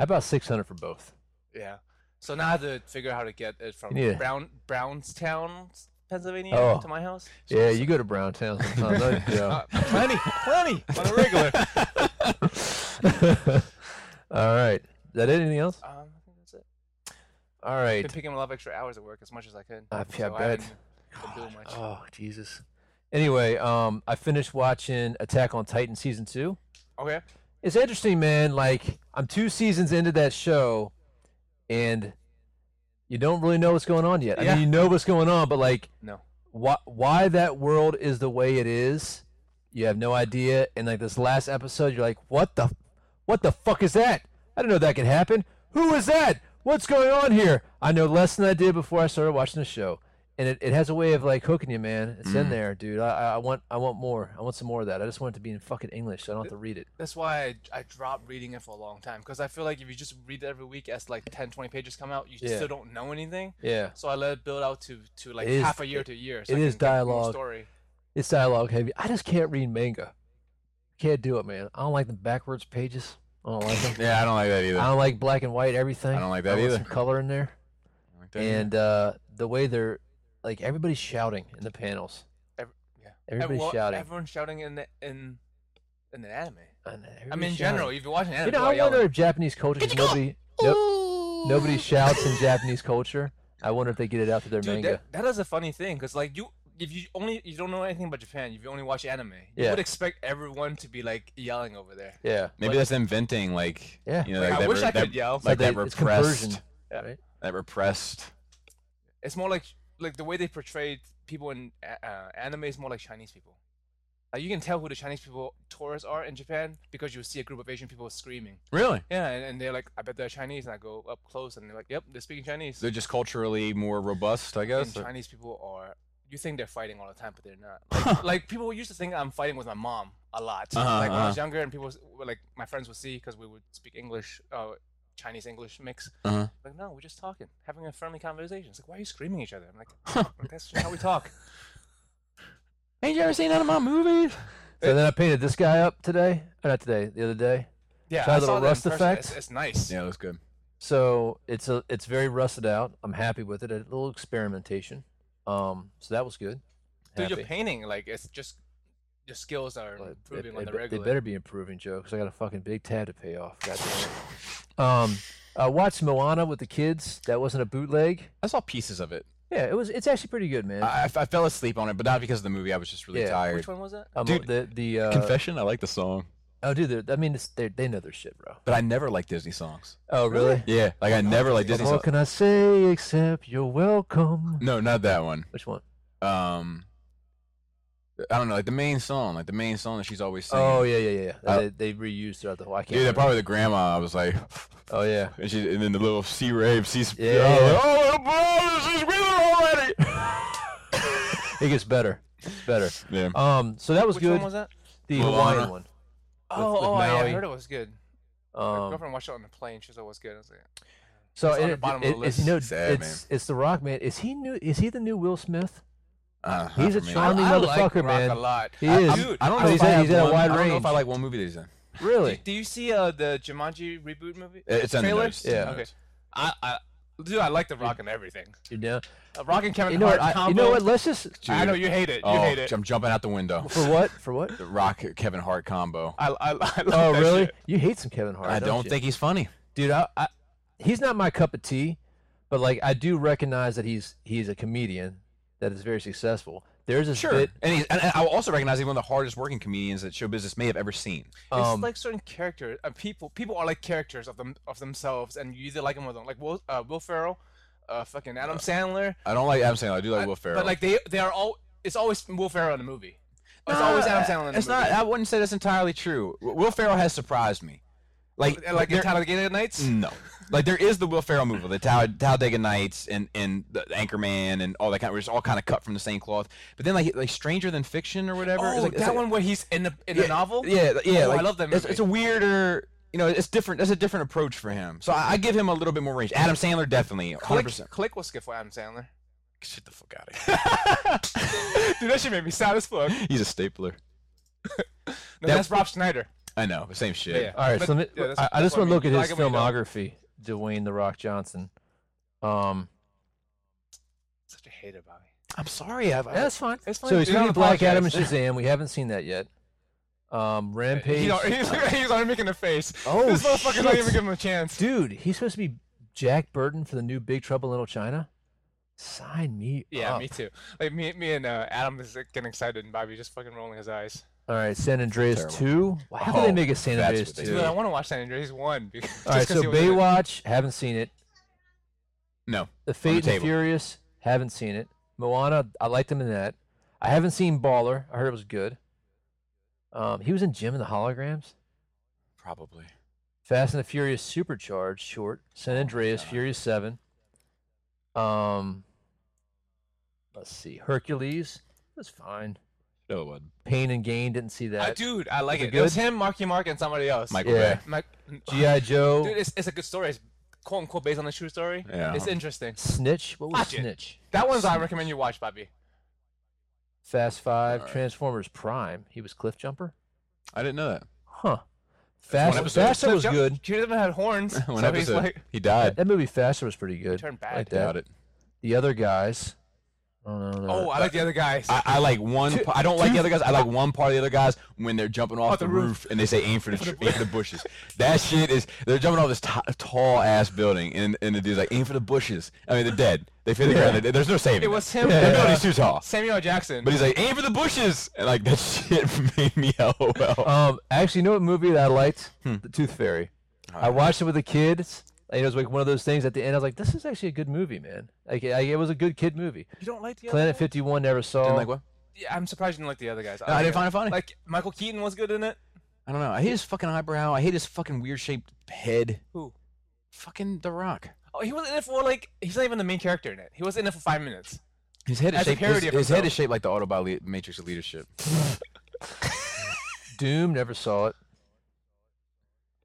B: How about 600 for both?
D: Yeah. So now I have to figure out how to get it from
B: Yeah.
D: Brown Brownstown, Pennsylvania,
B: Oh.
D: to my house.
B: yeah, you go to Browntown sometimes. don't you?
D: Uh, plenty, plenty on a regular. um,
B: All right, is that it? Anything else?
D: Um, I think that's it.
B: All
D: Been
B: right.
D: picking a lot of extra hours at work as much as I could.
B: I- I bet.
D: haven't been doing much.
B: Oh Jesus. Anyway, um, I finished watching Attack on Titan season two.
D: Okay.
B: It's interesting, man. Like I'm two seasons into that show, and you don't really know what's going on yet. I
D: Yeah.
B: mean, you know what's going on, but like
D: No.
B: why why that world is the way it is you have no idea and like this last episode you're like what the what the fuck is that i didn't know that could happen who is that what's going on here i know less than i did before i started watching the show and it, it has a way of like hooking you man it's
D: Mm.
B: in there dude I, I- I want i want more i want some more of that i just want it to be in fucking english so i don't have to read it
D: That's why I, I dropped reading it for a long time because I feel like if you just read it every week as like 10, 20 pages come out, you
B: Yeah.
D: still don't know anything.
B: yeah
D: So I let it build out to, to like
B: It is-
D: half a year to a year. So
B: it
D: I
B: is
D: can get more
B: dialogue.
D: Story.
B: it's dialogue heavy i just can't read manga can't do it man i don't like the backwards pages i don't like them
C: Yeah, I don't like that either.
B: i don't like black and white everything
C: I don't like that
B: want
C: either.
B: some color in there
C: I don't like that either.
B: and uh, the way they're like everybody's shouting in the panels
D: Every- yeah.
B: Everybody's
D: Everyone-
B: shouting.
D: Everyone's shouting in the, in in an anime.
B: And
D: I mean, in
B: everybody's
D: general,
B: shouting.
D: if you're watching anime,
B: you know,
D: people
B: I
D: are yelling.
B: wonder if Japanese culture 'cause nobody, no, nobody shouts in Japanese culture. I wonder if they get it out to their
D: Dude,
B: manga.
D: that, that is a funny thing because like you, if you only you don't know anything about Japan, if you only watch anime, you
B: Yeah.
D: would expect everyone to be like yelling over there.
B: yeah,
C: Maybe
D: Like-
C: that's them venting, like
B: Yeah.
C: you know,
D: Like,
C: like,
D: I
C: that
D: wish
C: re-
D: I
C: that-
D: could yell.
C: like that
B: they- it's conversion,
C: repressed,
D: Yeah.
B: right?
C: that repressed.
D: It's more like like the way they portray people in a- uh, anime is more like Chinese people. Like you can tell who the Chinese people tourists are in Japan because you see a group of Asian people screaming.
C: Really,
D: Yeah, and, and they're like, I bet they're Chinese. And I go up close and they're like, Yep, they're speaking Chinese.
C: they're just culturally more robust, I guess.
D: and
C: or-
D: Chinese people are. You think they're fighting all the time, but they're not. Like, like, people used to think I'm fighting with my mom a lot.
C: Uh-huh,
D: like when I was
C: uh-huh.
D: younger, and people s- were like my friends would see because we would speak English, uh, Chinese English mix.
C: Uh-huh.
D: Like no, we're just talking, having a friendly conversation. It's like why are you screaming at each other? I'm like, "Like, that's just how we talk.
C: Ain't you ever seen none of my movies?
B: So then I painted this guy up today, or not today, the other day.
D: Yeah,
B: Try
D: I
B: the
D: saw that in
B: rust
D: person.
B: effect?
D: It's, it's nice.
C: Yeah, that's good.
B: So it's a it's very rusted out. I'm happy with it. A little experimentation. Um, so that was good.
D: Dude, your
B: Happy.
D: painting, like it's just your skills are
B: Well, it-
D: improving
B: it-
D: on
B: it
D: the
B: be-
D: regular.
B: They better be improving, Joe, because I got a fucking big tab to pay off. God damn it. Um, I watched Moana with the kids. That wasn't a bootleg.
C: I saw pieces of it.
B: Yeah, it was. It's actually pretty good, man.
C: I, I- I fell asleep on it, but not because of the movie. I was just really
B: Yeah.
C: tired.
D: Which one was that?
B: Um,
C: dude,
B: the the uh,
C: Confession, I like the song,
B: oh, dude, they're- I mean, it's, they they know their shit, bro.
C: but I never like Disney songs.
B: Oh, really?
C: Yeah, like I never like Disney
B: What
C: songs.
B: can I say except you're welcome?
C: No, not that one.
B: Which one?
C: Um, I don't know, like the main song, like the main song that she's always singing.
B: Oh yeah, yeah, yeah. yeah.
C: Uh,
B: they, they reused throughout the whole. I can't
C: yeah,
B: remember.
C: probably the grandma. I was like,
B: Oh yeah.
C: and she, and then the little sea rave, sea. sp-
B: Yeah.
C: I was like, oh, little brother, she's with her
B: It gets better. It's better.
C: already. yeah.
B: Um, so that was
D: Which
B: good.
D: one was that?
B: the
C: Moana.
B: Hawaiian one.
D: Oh,
B: with
D: oh, I- I
B: Maui.
D: heard it was good. My
B: Um,
D: girlfriend watched it on the plane. She was always good. I was like,
B: so
D: It's on
B: it,
D: the bottom of the
B: it- it's, you know,
C: Sad,
B: it's it's the Rock man. Is he new? Is he the new Will Smith?
C: Uh,
B: He's a
D: I,
B: charming
D: I like
B: motherfucker,
D: Rock
B: man.
D: a lot.
B: He
D: I-
B: is.
D: Dude,
C: I don't
B: But
C: know.
B: he's
C: if I
B: at-
C: have
B: he's at a
C: one-
B: wide
C: I don't know if
B: range.
C: I like one movie that he's in.
D: do,
B: Really?
D: do you see uh, the Jumanji reboot movie?
C: It's in the
D: Trailer?
C: notes.
B: Yeah.
D: Okay. I, I, dude, I like The Rock and everything.
B: You know,
D: Uh, Rock and Kevin
B: you know what?
D: Hart
B: I, you
D: combo.
B: know what? Let's just
D: I know
C: Dude.
D: you hate it. You
C: Oh,
D: hate it.
C: I'm jumping out the window.
B: for what for what?
C: The Rock Kevin Hart combo.
D: I, I, I love
B: Oh,
D: that
B: really?
D: shit.
B: You hate some Kevin Hart?
C: I don't
B: you?
C: think he's funny.
B: dude. I, I he's not my cup of tea, but like I do recognize that he's he's a comedian that is very successul. There's this
C: Sure,
B: bit.
C: and, he's, and, and I will also recognize he's one of the hardest working comedians that show business may have ever seen.
D: It's
B: Um,
D: like certain characters. Uh, people, people are like characters of them of themselves, and you either like them or don't. Like Will, uh, Will Ferrell, uh, fucking Adam Sandler.
C: I don't like. I'm saying I do like
D: I-
C: Will Ferrell,
D: But like they, they are all. It's always Will Ferrell in the movie. It's
C: No,
D: always Adam Sandler in the
C: It's
D: movie.
C: not. I wouldn't say that's entirely true. W- Will Ferrell has surprised me. Like,
D: like
C: there-
D: the Talladega Nights.
C: no, like there is the Will Ferrell movie, the Tal- Talladega Nights and and the Anchorman and all that kind. of, It's all kind of cut from the same cloth. But then like like Stranger Than Fiction or whatever.
D: Oh,
C: it's like, it's
D: that
C: like-
D: one where he's in the in
C: yeah,
D: the novel.
C: Yeah, yeah.
D: Oh,
C: like,
D: I love that
C: It's,
D: movie.
C: it's a weirder. You know, it's different. That's a different approach for him. So I, I give him a little bit more range. Adam Sandler definitely. 100%.
D: Click, Click was good for Adam Sandler.
C: Get the fuck out of here.
D: Dude, that shit made me sad as fuck. No,
C: He's a stapler.
D: that's Rob Schneider.
C: I know. Same shit.
D: Yeah.
B: all right,
D: but-
B: so let me,
D: yeah, that's-
B: I, I
D: that's
B: just
D: what
B: want
D: I
B: to look at
D: mean.
B: his
D: Like, I mean, you know-
B: filmography. Dwayne the Rock Johnson. Um,
D: Such a hater, Bobby.
C: I'm sorry. I've,
B: that's fine.
D: It's fine.
B: So he's
D: You don't
B: doing Black Adam and
D: apologize.
B: Shazam. We haven't seen that yet. Um, Rampage.
D: He's, al- he's, he's already making a face.
B: Oh,
D: this motherfucker's not
B: shit.
D: even giving him a chance.
B: Dude, he's supposed to be Jack Burton for the new Big Trouble in Little China. Sign me
D: Yeah,
B: up.
D: me too. Like me, me and uh, Adam is like, getting excited, and Bobby just fucking rolling his eyes.
B: All right, San Andreas
C: Terrible.
B: 2. Why- How can
C: Oh,
B: they make a San
C: that's
B: Andreas
C: what they
B: 2?
D: Dude,
C: Dude.
D: I want to watch San Andreas one. Because,
B: All right,
D: just 'cause
B: so
D: he was in it.
B: Baywatch, haven't seen it.
C: No.
B: The Fate and
C: table.
B: Furious, haven't seen it. Moana, I liked him in that. I haven't seen Baller. I heard it was good. Um, he was in Jim and the Holograms.
C: Probably.
B: Fast and the Furious Supercharged, short.
D: Oh,
B: San Andreas,
C: God.
B: Furious 7. Um, let's see. Hercules, it was fine.
C: No, it wasn't.
B: Pain and Gain, didn't see
D: Uh,
B: that.
D: dude, I like
B: Was
D: it.
B: it
D: It was
B: good?
D: him, Marky Mark, and somebody else.
C: Michael
B: Yeah.
C: Bay.
D: Mike, uh,
B: G.I. Joe,
D: dude, it's, it's a good story. It's quote unquote based on a true story.
C: Yeah.
D: It's interesting.
B: Snitch. What was
D: Watch it.
B: Snitch?
D: That one's I recommend you watch, Bobby.
B: Fast Five,
C: Alright.
B: Transformers Prime. He was Cliff Jumper.
C: I didn't know that.
B: Huh.
C: one
B: Fast,
C: episode.
B: Faster was
D: Jump-
B: good.
D: He doesn't even have horns.
C: One
D: so he's
C: episode.
D: like,
C: he died.
B: That movie Faster was pretty good.
D: Turned
B: I like
D: bad.
B: that.
C: Doubt it.
B: The other guys. I don't know.
D: Oh,
B: uh,
D: I like the other guys.
C: I, I like one.
D: Two-
C: pa- I don't like
D: two-
C: the other guys. I like one part of the other guys when they're jumping off the,
D: the
C: roof.
D: roof.
C: and they say aim for the, tr- aim for the bushes. That shit is they're jumping off this t- tall ass building and, and the dude's like aim for the bushes. I mean they're dead. They fit the ground. They're dead. There's no saving.
D: It
C: them.
D: was him
C: The
D: and, uh,
C: building's too tall.
D: Samuel L. Jackson.
C: But he's like aim for the bushes and like that shit made me oh, LOL.
B: Um, actually, you know what movie that I liked?
C: Hmm.
B: The Tooth Fairy.
C: All
B: I watched it with the kids. and It was like one of those things at the end. I was like, "This is actually a good movie, man. Like, I, it was a good kid movie."
D: you don't like the other
B: Planet
D: guys?
B: Fifty One never saw.
C: Didn't like what?
D: Yeah, I'm surprised you didn't like the other guys.
C: No, I
D: like
C: didn't find it funny.
D: Like Michael Keaton was good in it.
C: I don't know. I hate his fucking eyebrow. I hate his fucking weird shaped head.
D: Who?
C: Fucking The Rock.
D: Oh, he was in it for like he's not even the main character in it. He was in it for five minutes.
C: His head is
D: As a
C: shaped. His,
D: parody of
C: his head
D: himself.
C: is shaped like the Autobot le- Matrix of Leadership.
B: Doom never saw it.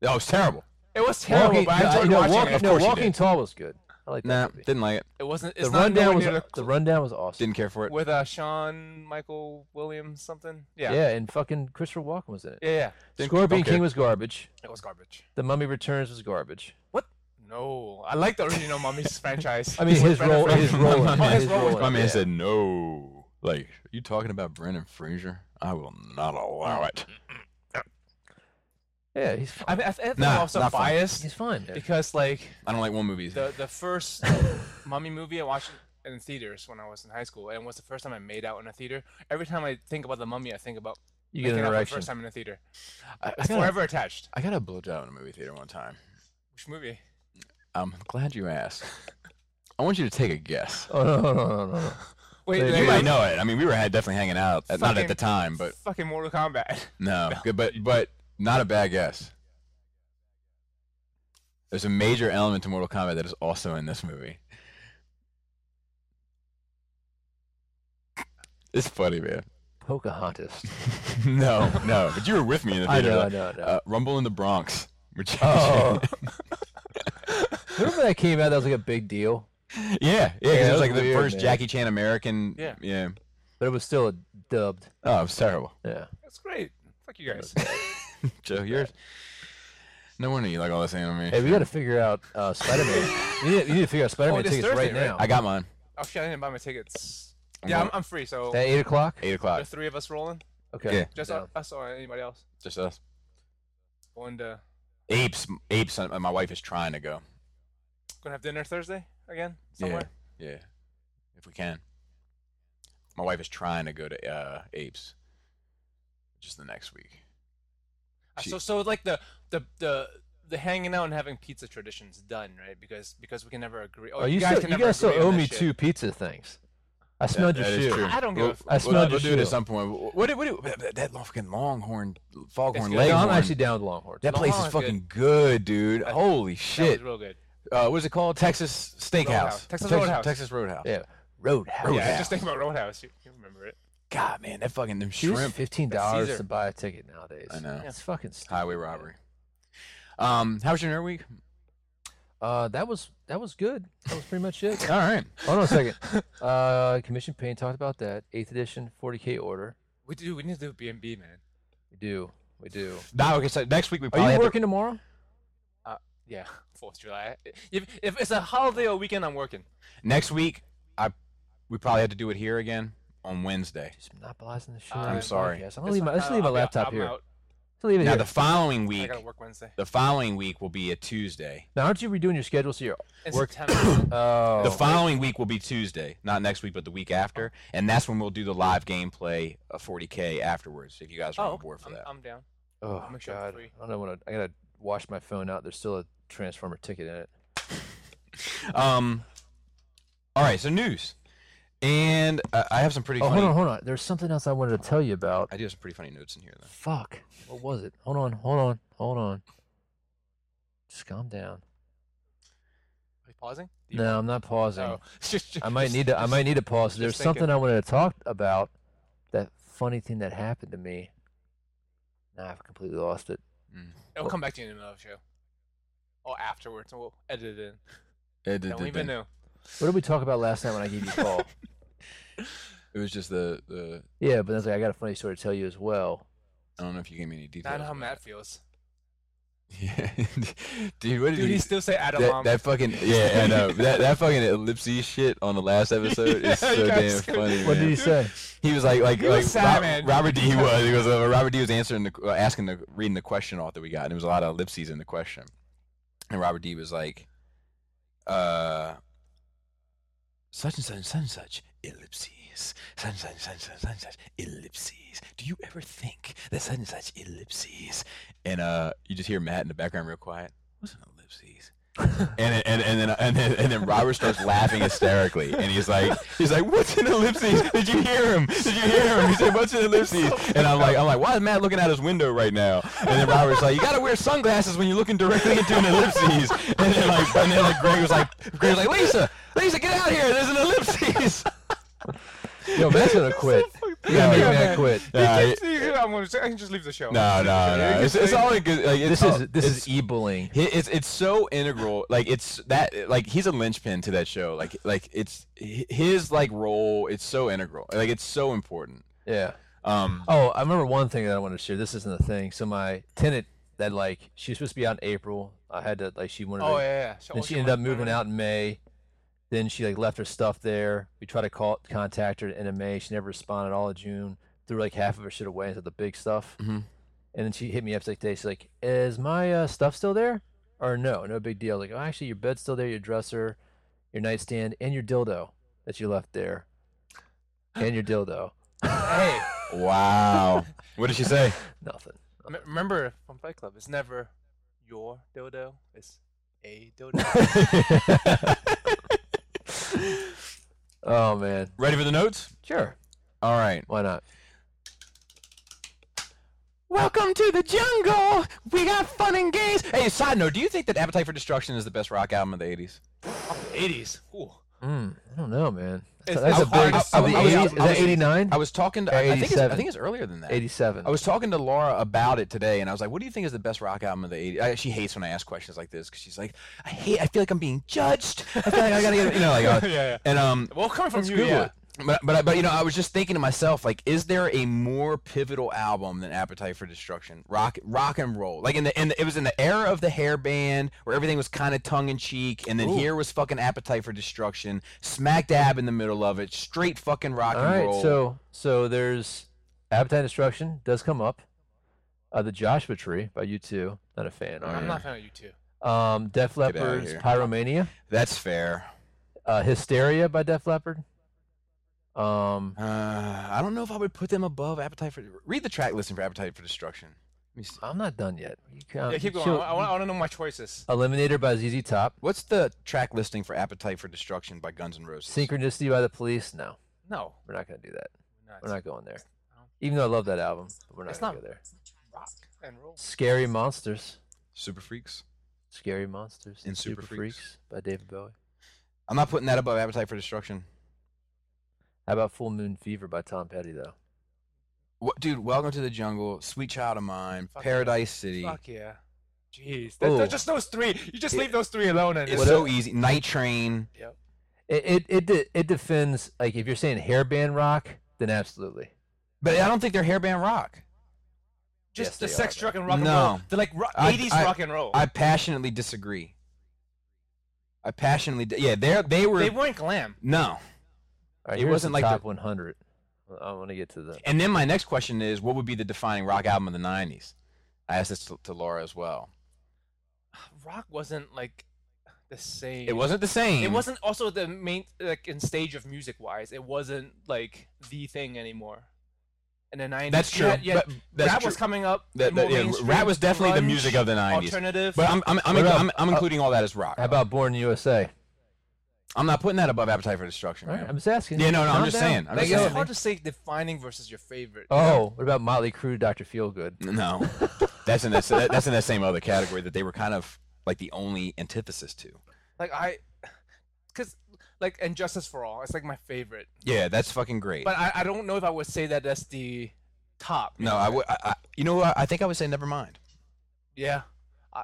C: That was Oh, terrible.
D: It was terrible,
B: Walking,
D: but I enjoyed
B: no,
D: watching
B: walking,
D: it.
B: no,
C: course you
B: Walking
C: did.
B: Tall was good. I like
C: Nah,
B: that movie.
C: didn't like it.
D: It wasn't. It's
B: The
D: not nowhere
B: rundown was
D: near
B: the,
D: the,
B: rundown was awesome.
C: Didn't care for it.
D: with uh, Sean Michael Williams something.
B: Yeah.
D: Yeah. yeah,
B: and fucking Christopher Walken was in it.
D: yeah,
C: Didn't-
B: Scorpion
C: okay.
B: King was garbage.
D: It was garbage.
B: The Mummy Returns was garbage.
D: What? No, I like the original Mummies franchise.
B: I mean, his
D: Brandon
B: role,
D: Fra-
B: his role, in
C: My
B: it,
C: man-
B: his role. in
C: My
B: it,
C: man
B: yeah.
C: said no. Like, are you talking about Brendan Fraser? I will not allow it.
B: "Yeah, he's
D: I
B: fine.
D: mean, I think
C: Nah,
D: I'm also
C: not fun.
D: biased
B: He's fine." man.
D: because like
C: I don't like one movie.
D: the the first Mummy movie I watched in theaters when I was in high school, and it was the first time I made out in a theater. Every time I think about the Mummy, I think about
B: You get an
D: making out for the
B: erection.
D: first time in a theater.
C: I, I
D: It's
C: got a,
D: forever attached.
C: I got a blowjob in a movie theater one time.
D: Which movie?
C: I'm glad you asked. I want you to take a guess.
B: Oh no, no, no, no, no. Wait,
D: Wait, wait,
B: you
C: You
B: might-
C: might know it. I mean, we were had- definitely hanging out, at, not at
D: Fucking-
C: the time, but
D: fucking Mortal Kombat.
C: no, good, but but not a bad guess. There's a major element to Mortal Kombat that is also in this movie. It's funny, man.
B: Pocahontas.
C: no, no. But you were with me in the
B: I
C: theater.
B: know, I
C: like,
B: know, I know.
C: Uh, Rumble in the Bronx. Which
B: Oh. Remember when that came out? That was like a big deal,
C: yeah, yeah. 'cause
B: that
C: it
B: was
C: was like the
B: weird,
C: first
B: man.
C: Jackie Chan American.
D: Yeah.
C: yeah.
B: but it was still dubbed.
C: Oh, it was terrible.
B: Yeah.
D: That's great. Fuck you guys.
C: Joe, yours. No wonder you like all this anime.
B: Hey, we got to figure out uh, Spider-Man. you, need, you need to figure out Spider-Man
D: Oh, this
B: tickets right
D: Thursday, right?
B: now.
C: I got mine.
D: oh shit, I didn't buy my tickets.
C: I'm
D: Yeah, I'm,
C: going-
D: I'm free, so
B: At eight o'clock.
C: Eight
D: the
C: o'clock.
D: three of us rolling.
B: Okay.
C: Yeah.
D: Just
B: Yeah.
D: us or anybody else
C: Just us.
D: going to
C: Apes. Apes. uh, My wife is trying to go.
D: gonna have dinner Thursday again somewhere.
C: Yeah. Yeah. If we can. My wife is trying to go to uh, Apes. Just the next week.
D: Uh,
C: She-
D: So so like the the the the hanging out and having pizza tradition's done, right? Because because we can never agree. Oh,
B: Oh, you,
D: guys
B: still,
D: can
B: you
D: never
B: guys still
D: agree on
B: owe
D: that
B: me
D: shit.
B: two pizza things. I smelled
C: that
B: your
C: is
B: shoe.
C: true.
D: I don't give
C: We'll-
D: a fuck.
B: I
C: We'll,
B: smelled
C: we'll
B: your
C: do it at
B: shoe.
C: some point. What, what, do- what, do- that- that long fucking longhorn, foghorn
D: good.
C: leg.
B: No, I'm actually down with Longhorn.
C: That place is
D: Longhorn's
C: fucking good, dude. Holy
D: That was
C: shit.
D: real good.
C: Uh, what is it called? Texas Steakhouse.
D: Roadhouse. Texas Roadhouse.
C: Texas Roadhouse.
B: Yeah. Roadhouse.
C: Roadhouse.
D: Yeah, just think about Roadhouse. You, you remember it?
C: God, man, that fucking them
B: Dude, it's
C: shrimp.
B: fifteen dollars
D: Caesar.
B: to buy a ticket nowadays.
C: I know.
B: It's fucking stupid.
C: Highway
B: man.
C: robbery. Um, how was your nerd week?
B: Uh, that was that was good. That was pretty much it.
C: All right.
B: Hold on a second. Uh, Commission Pain talked about that. Eighth edition, 40k order.
D: We do. We need to do B and B, man.
B: We do. We do.
C: Now, okay, so next week we
B: Are
C: probably
B: you
C: have to-
B: working tomorrow?
D: Yeah, Fourth of July. If, if it's a holiday or weekend, I'm working.
C: next week. I we probably have to do it here again on Wednesday.
B: Just monopolizing the shit.
D: I'm
B: out of the
C: sorry.
B: podcast. I'm gonna
D: It's
B: leave my.
D: fine.
B: Let's
D: I'll-
B: leave my
D: I'll be-
B: laptop
D: I'm
B: here.
D: out.
B: Let's leave it
C: Now
B: here.
C: the following
D: I
C: week,
D: gotta work Wednesday.
C: the following week will be a Tuesday.
B: now, aren't you redoing your schedule so you're?
D: In
B: Work-
D: September.
B: Oh.
C: The following week will be Tuesday, not next week, but the week after, and that's when we'll do the live gameplay of 40k afterwards. If you guys are
D: oh,
C: on board for
D: I'm,
C: that,
D: I'm down.
B: oh
D: I'll make sure I'm
B: God.
D: free.
B: I don't want to. I gotta wash my phone out. There's still a transformer ticket in it.
C: um, all right. So news, and uh, I have some pretty.
B: Oh,
C: funny,
B: hold on, hold on. There's something else I wanted to tell you about.
C: I do have some pretty funny notes in here though.
B: Fuck. What was it? Hold on, hold on, hold on. Just calm down.
D: Are you pausing? Do you-
B: No, I'm not pausing.
D: Oh. Just- just-
B: I might need to. I
D: just-
B: might need to pause.
D: just
B: There's
D: thinking.
B: something I wanted to talk about. That funny thing that happened to me. Now I've completely lost it.
C: Mm.
B: Oh.
D: It'll come back to you in another show, or afterwards, and we'll edit it in.
C: It, it-
D: Don't
C: it-
D: even
C: it-
D: know.
B: What did we talk about last night when I gave you a call?
C: it was just the, the
B: yeah, but that's like I got a funny story to tell you as well.
C: I don't know if you gave me any
D: I
C: details.
D: know how
C: about
D: Matt
C: it.
D: feels.
C: Yeah. dude, what did
D: Dude,
C: he?
D: he still say Adam.
C: That, that fucking yeah, I know that that fucking ellipses shit on the last episode
D: Yeah,
C: is so
D: you
C: damn
D: guys-
C: funny.
B: What did
C: man.
B: he say?
C: He was like, like,
D: He
C: like
D: was sad,
C: Rob-
D: man.
C: Robert D. He was. He was uh, Robert D. was answering the, uh, asking the, reading the question off that we got, and there was a lot of ellipses in the question. And Robert D. was like, uh, such and such and such and such ellipses, such and such and such and such and such ellipses. Do you ever think that such and such ellipses? And uh, you just hear Matt in the background, real quiet. What's an ellipses? and, and and then and then and then Robert starts laughing hysterically, and he's like, he's like, "What's an ellipses? Did you hear him? Did you hear him?" He said, "What's an ellipses?" And I'm like, I'm like, "Why is Matt looking out his window right now?" And then Robert's like, "You gotta wear sunglasses when you're looking directly into an ellipses." And then like, and then like, Greg was like, Greg was like, "Lisa, Lisa, get out here! There's an ellipses."
B: Yo, Matt's gonna quit. You gotta make
C: Yeah,
B: Matt
D: man.
B: quit.
C: Nah,
D: He
C: it-
D: keeps- he- I'm gonna, I can just leave the show.
C: no, no, no. It's, it's all good. Like, it's
B: This
C: all-
B: is this
C: Oh,
B: is
C: it's-
B: e-bullying.
C: He- It's it's so integral. Like it's that like he's a linchpin to that show. Like like it's hi- his like role. It's so integral. Like it's so important.
B: Yeah.
C: Um.
B: Oh, I remember one thing that I wanted to share. This isn't a thing. So my tenant that like she was supposed to be out in April. I had to like she wanted
D: Oh
B: to
D: yeah, yeah. So-
B: Then
D: oh,
B: she ended up
D: went-
B: moving out in May. Then she like left her stuff there. We tried to call contact her in May. She never responded all of June. Threw like half of her shit away into the big stuff.
C: Mhm.
B: And then she hit me up like day. She's like, "Is my uh, stuff still there?" Or no, no big deal. Like, oh, actually, your bed's still there, your dresser, your nightstand, and your dildo that you left there, and your dildo.
D: Hey,
C: Wow. what did she say?
B: Nothing.
D: m- remember from Fight Club? It's never your dildo. It's a dildo.
B: Oh man.
C: Ready for the notes?
B: Sure.
C: All right.
B: Why not?
C: Welcome to the jungle. We got fun and games. Hey, side note: Do you think that Appetite for Destruction is the best rock album of the '80s?
D: Eighties. Ooh.
B: Mm, I don't know, man. That's,
D: It's-
B: that's a
D: it's
B: big.
D: hard to
B: Of the
D: sort. I was-
B: 80s,
D: I
B: is
C: was-
B: that 89?
C: I was talking to. I, I think it's, I
B: 87.
C: think it's earlier than that.
B: 87.
C: I was talking to Laura about it today, and I was like, "What do you think is the best rock album of the '80s?" I, she hates when I ask questions like this because she's like, "I hate. I feel like I'm being judged. I feel like I gotta get you know like." Uh,
D: yeah, yeah.
C: and um,
D: Well, coming from
B: Let's
D: you,
B: Google
D: yeah.
B: it.
C: but but I- but you know, I was just thinking to myself, like, is there a more pivotal album than Appetite for Destruction? Rock rock and roll, like in the in the, it was in the era of the hair band where everything was kind of tongue in cheek, and then
B: Ooh.
C: here was fucking Appetite for Destruction, smack dab in the middle of it, straight fucking rock
B: All
C: and
B: right,
C: roll.
B: so so there's Appetite Destruction does come up. Uh, the Joshua Tree by U2. Not a fan.
C: Oh,
B: are
D: I'm
B: you?
D: not a fan of you two.
B: Um, Def
C: outta
B: Leppard's
C: here.
B: Pyromania.
C: that's fair.
B: Uh, Hysteria by Def Leppard. Um,
C: Uh, I don't know if I would put them above Appetite for. Read the track listing for Appetite for Destruction. Let me see.
B: I'm not done yet. You
C: Uh,
B: can-
D: Yeah, keep going.
B: chill.
D: I, want, I want to know my choices.
B: Eliminator by ZZ Top.
C: What's the track listing for Appetite for Destruction by Guns N' Roses?
B: Synchronicity by The Police. No,
D: No,
B: we're not going to do that.
D: nuts.
B: We're not going there. Even though I love that album, but we're not
D: It's
B: going to
D: not-
B: go there.
D: rock and roll.
B: Scary Monsters.
C: Super Freaks.
B: Scary Monsters
C: And Super Freaks.
B: by David Bowie.
C: I'm not putting that above Appetite for Destruction.
B: How about Full Moon Fever by Tom Petty though?
C: What, dude, Welcome to the Jungle, Sweet Child of Mine,
D: Fuck yeah.
C: Paradise City.
D: Fuck yeah. Jeez, that,
B: Ooh.
D: that, just those three. You just leave those three alone, and
C: It's
D: it's-
C: so easy. Night Train.
D: Yep.
B: It it it, de- it defends like if you're saying hairband rock, then absolutely.
C: But I don't think they're hairband rock.
D: just
B: Yes,
D: the
B: they are,
D: sex,
B: though.
D: drug, and rock and
C: No.
D: roll. They're like ro-
C: I-
D: 80s
C: I-
D: rock and roll.
C: I passionately disagree. I passionately, di- yeah, they they were
D: they weren't glam.
C: no.
B: All right,
C: It
B: here's
C: wasn't
B: the
C: like the-
B: top 100. I want to get to the.
C: And then my next question is, what would be the defining rock album of the '90s? I asked this to, to Laura as well.
D: Rock wasn't like the same.
C: It wasn't the same.
D: It wasn't also the main like in stage of music wise. It wasn't like the thing anymore. In the 90s,
C: That's
D: you
C: true.
D: had- you had-
C: but that's
D: rap
C: true.
D: was coming up.
C: That-
D: more
C: that- yeah,
D: mainstream,
C: rap was definitely the
D: grunge,
C: music of the 90s.
D: Alternative.
C: But I'm I'm I'm,
B: What about-
C: I'm, I'm including all that as rock.
B: How about Born in USA?
C: I'm not putting that above Appetite for Destruction.
B: All right,
C: man.
B: I'm just asking.
C: Yeah, no, no, I'm
B: Calm
C: just
B: down.
C: saying. I'm just
D: like,
B: Let
D: it's
B: go.
C: saying.
D: hard to say defining versus your favorite. you know?
B: Oh, what about Motley Crue, Dr. Feelgood?
C: No, that's in that, that- that's in that same other category that they were kind of like the only antithesis to.
D: like I, because like and Justice for All, it's like my favorite.
C: Yeah, that's fucking great.
D: But I, I don't know if I would say that that's the top. you
C: no,
D: know?
C: I would. I, I, you know, what? I think I would say never mind.
D: Yeah. I,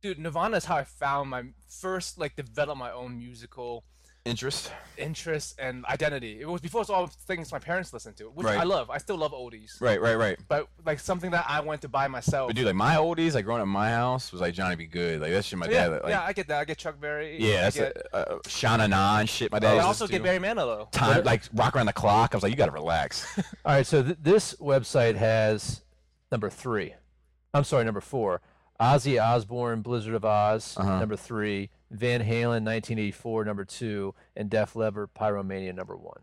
D: dude, Nirvana is how I found my first like develop my own musical
C: interest.
D: interest and identity. It was before it's all things my parents listened to, which I
C: Right.
D: love. I still love oldies,
C: Right, right, right.
D: but like something that I went to buy myself.
C: But dude, like my oldies, like growing up in my house was like Johnny B. Good. Like that shit my
D: So, yeah,
C: dad. Like,
D: yeah, I get that. I get Chuck Berry.
C: yeah,
D: I
C: that's
D: get,
C: uh, uh, Shana Nan shit. My
D: I
C: dad. used to
D: also get
C: do.
D: Barry Manilow.
C: time like rock around the clock. I was like, you gotta relax.
B: All right, so th- this website has number three. I'm sorry, number four. Ozzy Osbourne, Blizzard of Oz,
C: Uh-huh.
B: number three. Van Halen, 1984, number two, and Def Leppard, Pyromania, number one.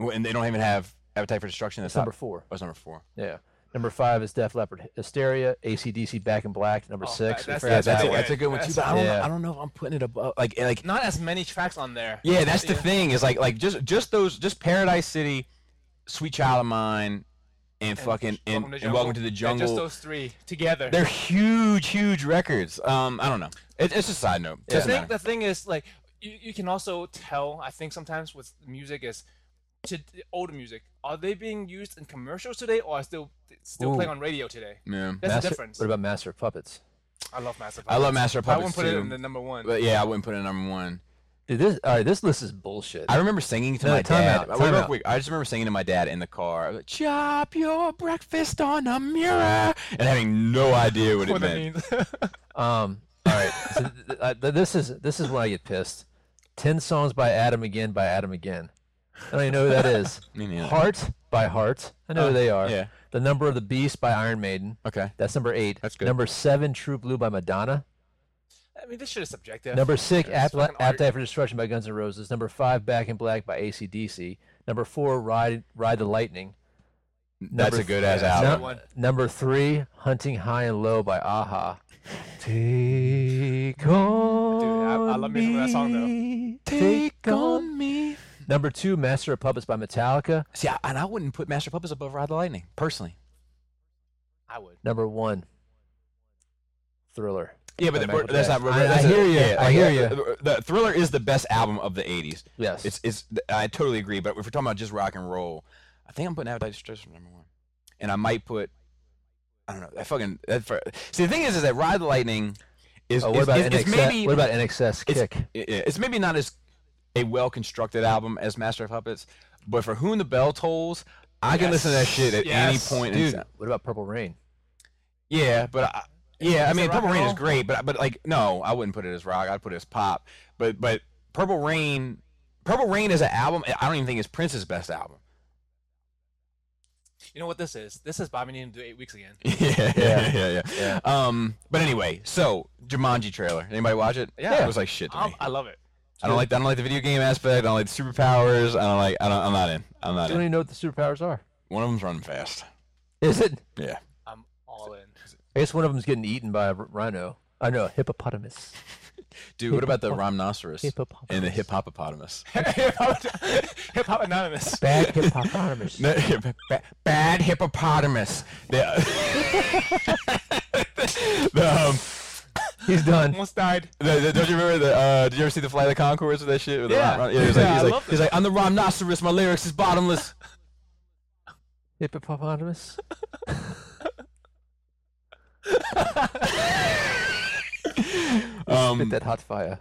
C: and they don't even have Appetite for Destruction. That's
B: That's number
C: number.
B: four.
C: That's number four.
B: Yeah. Number five is Def Leppard, Hysteria, AC/DC, Back in Black, number
D: Oh,
B: six.
D: that- that's-
B: We
C: Yeah,
B: forgot
D: That's
C: that's,
B: that
C: a,
B: one.
D: okay.
C: that's a good one too.
D: That's
C: But I don't, know,
B: Yeah.
C: I don't know if I'm putting it above like eh, like
D: Not as many tracks on there.
C: yeah. That's the
D: Yeah.
C: thing is like like just just those just Paradise City, Sweet Child of Mine, and, fucking and, and welcome to the
D: And
C: jungle.
D: just those three together.
C: They're huge, huge records. Um, I don't know. It, it's just a side note.
D: the
C: Doesn't
D: thing,
C: matter.
D: the thing is, like, you, you can also tell. I think sometimes with music is to older music. Are they being used in commercials today, or are still still playing
B: Ooh.
D: on radio today?
C: Yeah.
D: That's
B: Master-
D: the difference.
B: What about Master of Puppets?
D: I love Master.
C: I love Master of
D: I
C: Puppets
D: wouldn't put
C: too.
D: it in the number one.
C: but yeah, I wouldn't put it in number one.
B: Dude, this all right. This list is bullshit.
C: I remember singing to
B: No,
C: my
B: time
C: dad.
B: out,
C: Wait,
B: time
C: real
B: out.
C: quick, I just remember singing to my dad in the car. I was like, Chop your breakfast on a mirror, and having no idea what it
D: What that
C: meant.
D: means.
B: Um, all right. So th- th- I- th- this is this is when I get pissed. Ten songs by Adam again by Adam again. I don't even know who that is.
C: Me neither.
B: Heart by Heart. I know
C: Oh,
B: who they are.
C: yeah.
B: The Number of the Beast by Iron Maiden.
C: Okay.
B: That's number eight.
C: That's good.
B: Number seven, True Blue by Madonna.
D: I mean, this shit is subjective.
B: Number six,
D: Yeah, it's
B: Appla-
D: fucking art.
B: Appetite for Destruction by Guns N' Roses. Number five, Back in Black by AC/DC. Number four, Ride Ride the Lightning.
C: That's
B: Number
C: a good
B: th-
C: ass
D: yeah,
C: album.
D: good
B: Num-
D: one.
B: number three, Hunting High and Low by Aha. Take on
D: I love me some of that song, though.
B: me, Take on.
C: me.
B: Number two, Master of Puppets by Metallica.
C: See, I, and I wouldn't put Master of Puppets above Ride the Lightning personally.
D: I would.
B: Number one, Thriller.
C: Yeah,
B: By
C: but the-
B: Michael
C: that's not.
B: Jackson.
C: really-
B: I- I
C: that's a-
B: hear ya,
C: yeah,
B: I
C: like,
B: hear
C: uh, The Thriller is the best album of the '80s.
B: Yes.
C: It's it's. I totally agree. But if we're talking about just rock and roll, I think I'm putting Appetite for Destruction number one, and I might put. I don't know. That fucking. That, for, see, the thing is, is that Ride the Lightning is.
B: oh,
C: is-
B: what about
C: is- is
B: NXS?
C: maybe,
B: what about NXS
C: it's,
B: Kick?
C: yeah, It's maybe not as a well constructed album as Master of Puppets, but for Whom the Bell Tolls, I can listen to that shit at
D: Yes.
C: any point. in
B: Dude,
C: time.
B: what about Purple Rain?
C: Yeah, but I, yeah, I
D: Is it
C: mean,
D: rock
C: Purple
D: and
C: Rain is
D: roll?
C: great, but but like no, I wouldn't put it as rock. I'd put it as pop. But but Purple Rain, Purple Rain is an album. I don't even think it's Prince's best album.
D: You know what this is? This is Bobby needing to do eight weeks again.
C: yeah,
B: Yeah.
C: yeah,
B: Yeah.
C: Um, but anyway, so Jumanji trailer. Anybody watch it?
D: Yeah.
C: it was like shit to
D: i
C: me.
D: Um, I love it.
C: I don't like I don't like the video game aspect. I don't like the superpowers. I don't like I don't. I'm not in. I'm
B: I
C: not
B: don't
C: in.
B: even know what the superpowers are.
C: One of them's running fast.
B: Is it?
C: Yeah.
D: I'm all in.
B: I guess one of them's getting eaten by a r- rhino. I know, hippopotamus.
C: Dude, what about the rhinoceros
B: Hippopotamus.
C: and the hip hippopotamus?
D: Hip Hop Anonymous.
B: Bad hippopotamus.
C: No, ba- bad hippopotamus. The, the, um,
B: He's done.
D: Almost died.
C: the, the- don't you remember the? Uh, did you ever see the Flight of the Concords with that shit? With
D: Yeah.
C: The, rhin- yeah, he's like,
D: Yeah,
C: he's,
D: I
C: like,
D: love
C: he's like, I'm the rhinoceros. My lyrics is bottomless.
B: Hippopotamus. Spit
C: Um,
B: that hot fire.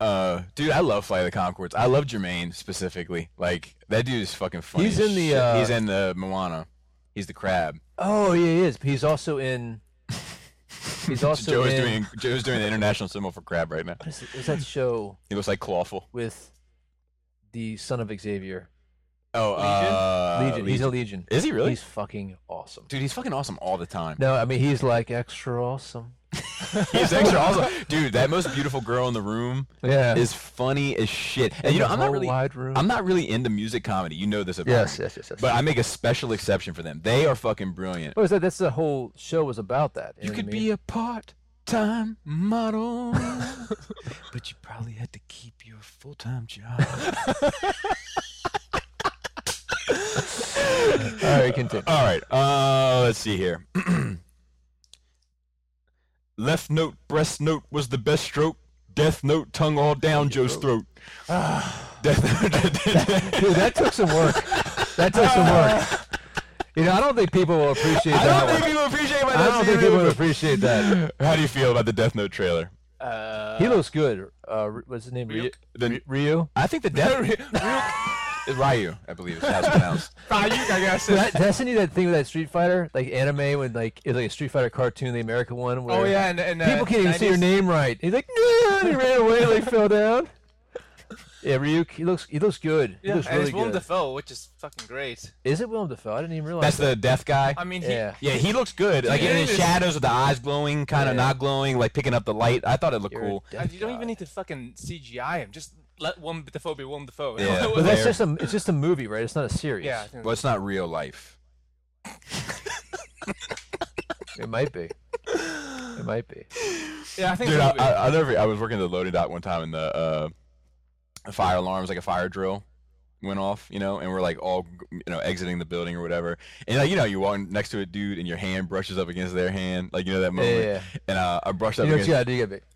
C: uh, dude, I love Flight of the Concords. I love Jermaine specifically. Like that dude is fucking funny.
B: He's
C: as
B: in the,
C: shit.
B: uh,
C: he's in the Moana. He's the crab.
B: Oh, yeah, he is. He's also in. He's also
C: Joe is
B: in.
C: doing Joe is doing the international symbol for crab right now.
B: what is, it- what's that show
C: He looks like Clawful.
B: with the son of Xavier?
C: Oh, uh,
B: Legion. He's a Legion.
C: Is he really?
B: He's fucking awesome.
C: dude, he's fucking awesome all the time.
B: No, I mean he's like extra awesome.
C: He's extra awesome, dude. That most beautiful girl in the room
B: Yeah.
C: is funny as shit. And you know,
B: the
C: I'm not
B: whole
C: really,
B: wide room.
C: I'm not really into music comedy. You know this about
B: yes,
C: me.
B: yes, yes, yes.
C: But I make a special exception for them. They are fucking brilliant.
B: what was Oh, that? That's the whole show was about that.
C: You could be a part-time model, but you probably had to keep your full-time job.
B: be. All right, continue.
C: All right. Uh, let's see here. Left note, breast note was the best stroke. Death note, tongue all down Joe's throat. Death
B: Dude, that took some work. That took some work. You know, I don't think people will appreciate
C: I
B: that
C: don't
B: one.
C: think people appreciate my
B: I don't think people would appreciate that.
C: How do you feel about the Death Note trailer?
D: Uh,
B: He looks good. uh, R- what's his name? Ryu.
C: The,
B: Ryu?
C: I think the death. Ryu, I believe is how it's pronounced.
D: Ryuk, I guess.
B: Did I, did I send you that thing with that Street Fighter, like anime, when like it's like a Street Fighter cartoon, the American one? Where
D: oh yeah, and, and uh,
B: people can't even say your
D: 90s
B: name right. He's like, no, and he ran away, like fell down. Yeah, Ryuk, he looks he looks good. He
D: Yeah,
B: looks
D: and
B: really
D: it's Willem
B: good.
D: Dafoe, which is fucking great.
B: Is it Willem Dafoe? I didn't even realize.
C: That's the death guy.
D: I mean, he,
B: yeah,
C: Yeah, he looks good. Like
D: Dude,
C: in
D: it
C: his
D: is-
C: shadows with the eyes glowing, kind of
B: Yeah.
C: not glowing, like picking up the light. I thought it looked
B: You're a
C: cool.
D: uh,
B: death
D: you don't
B: god.
D: even need to fucking CGI him. Just let Willem Dafoe be Willem Dafoe.
C: Yeah.
B: But that's
C: there.
B: just a it's just a movie, right? It's not a series.
D: yeah. I think-
C: Well, it's not real life.
B: it might be. It might be.
D: yeah, I think.
C: Dude,
D: it's a
C: I,
D: movie.
C: I, I never. I was working at the loading dock one time, and the uh, a fire alarm was like a fire drill went off, you know, and we're like all you know exiting the building or whatever. And like you know, you walk next to a dude, and your hand brushes up against their hand, like you know that
B: Yeah,
C: moment.
B: yeah, yeah.
C: And uh, I brushed
B: You
C: up
B: know what
C: against.
B: you gotta do? You gotta be-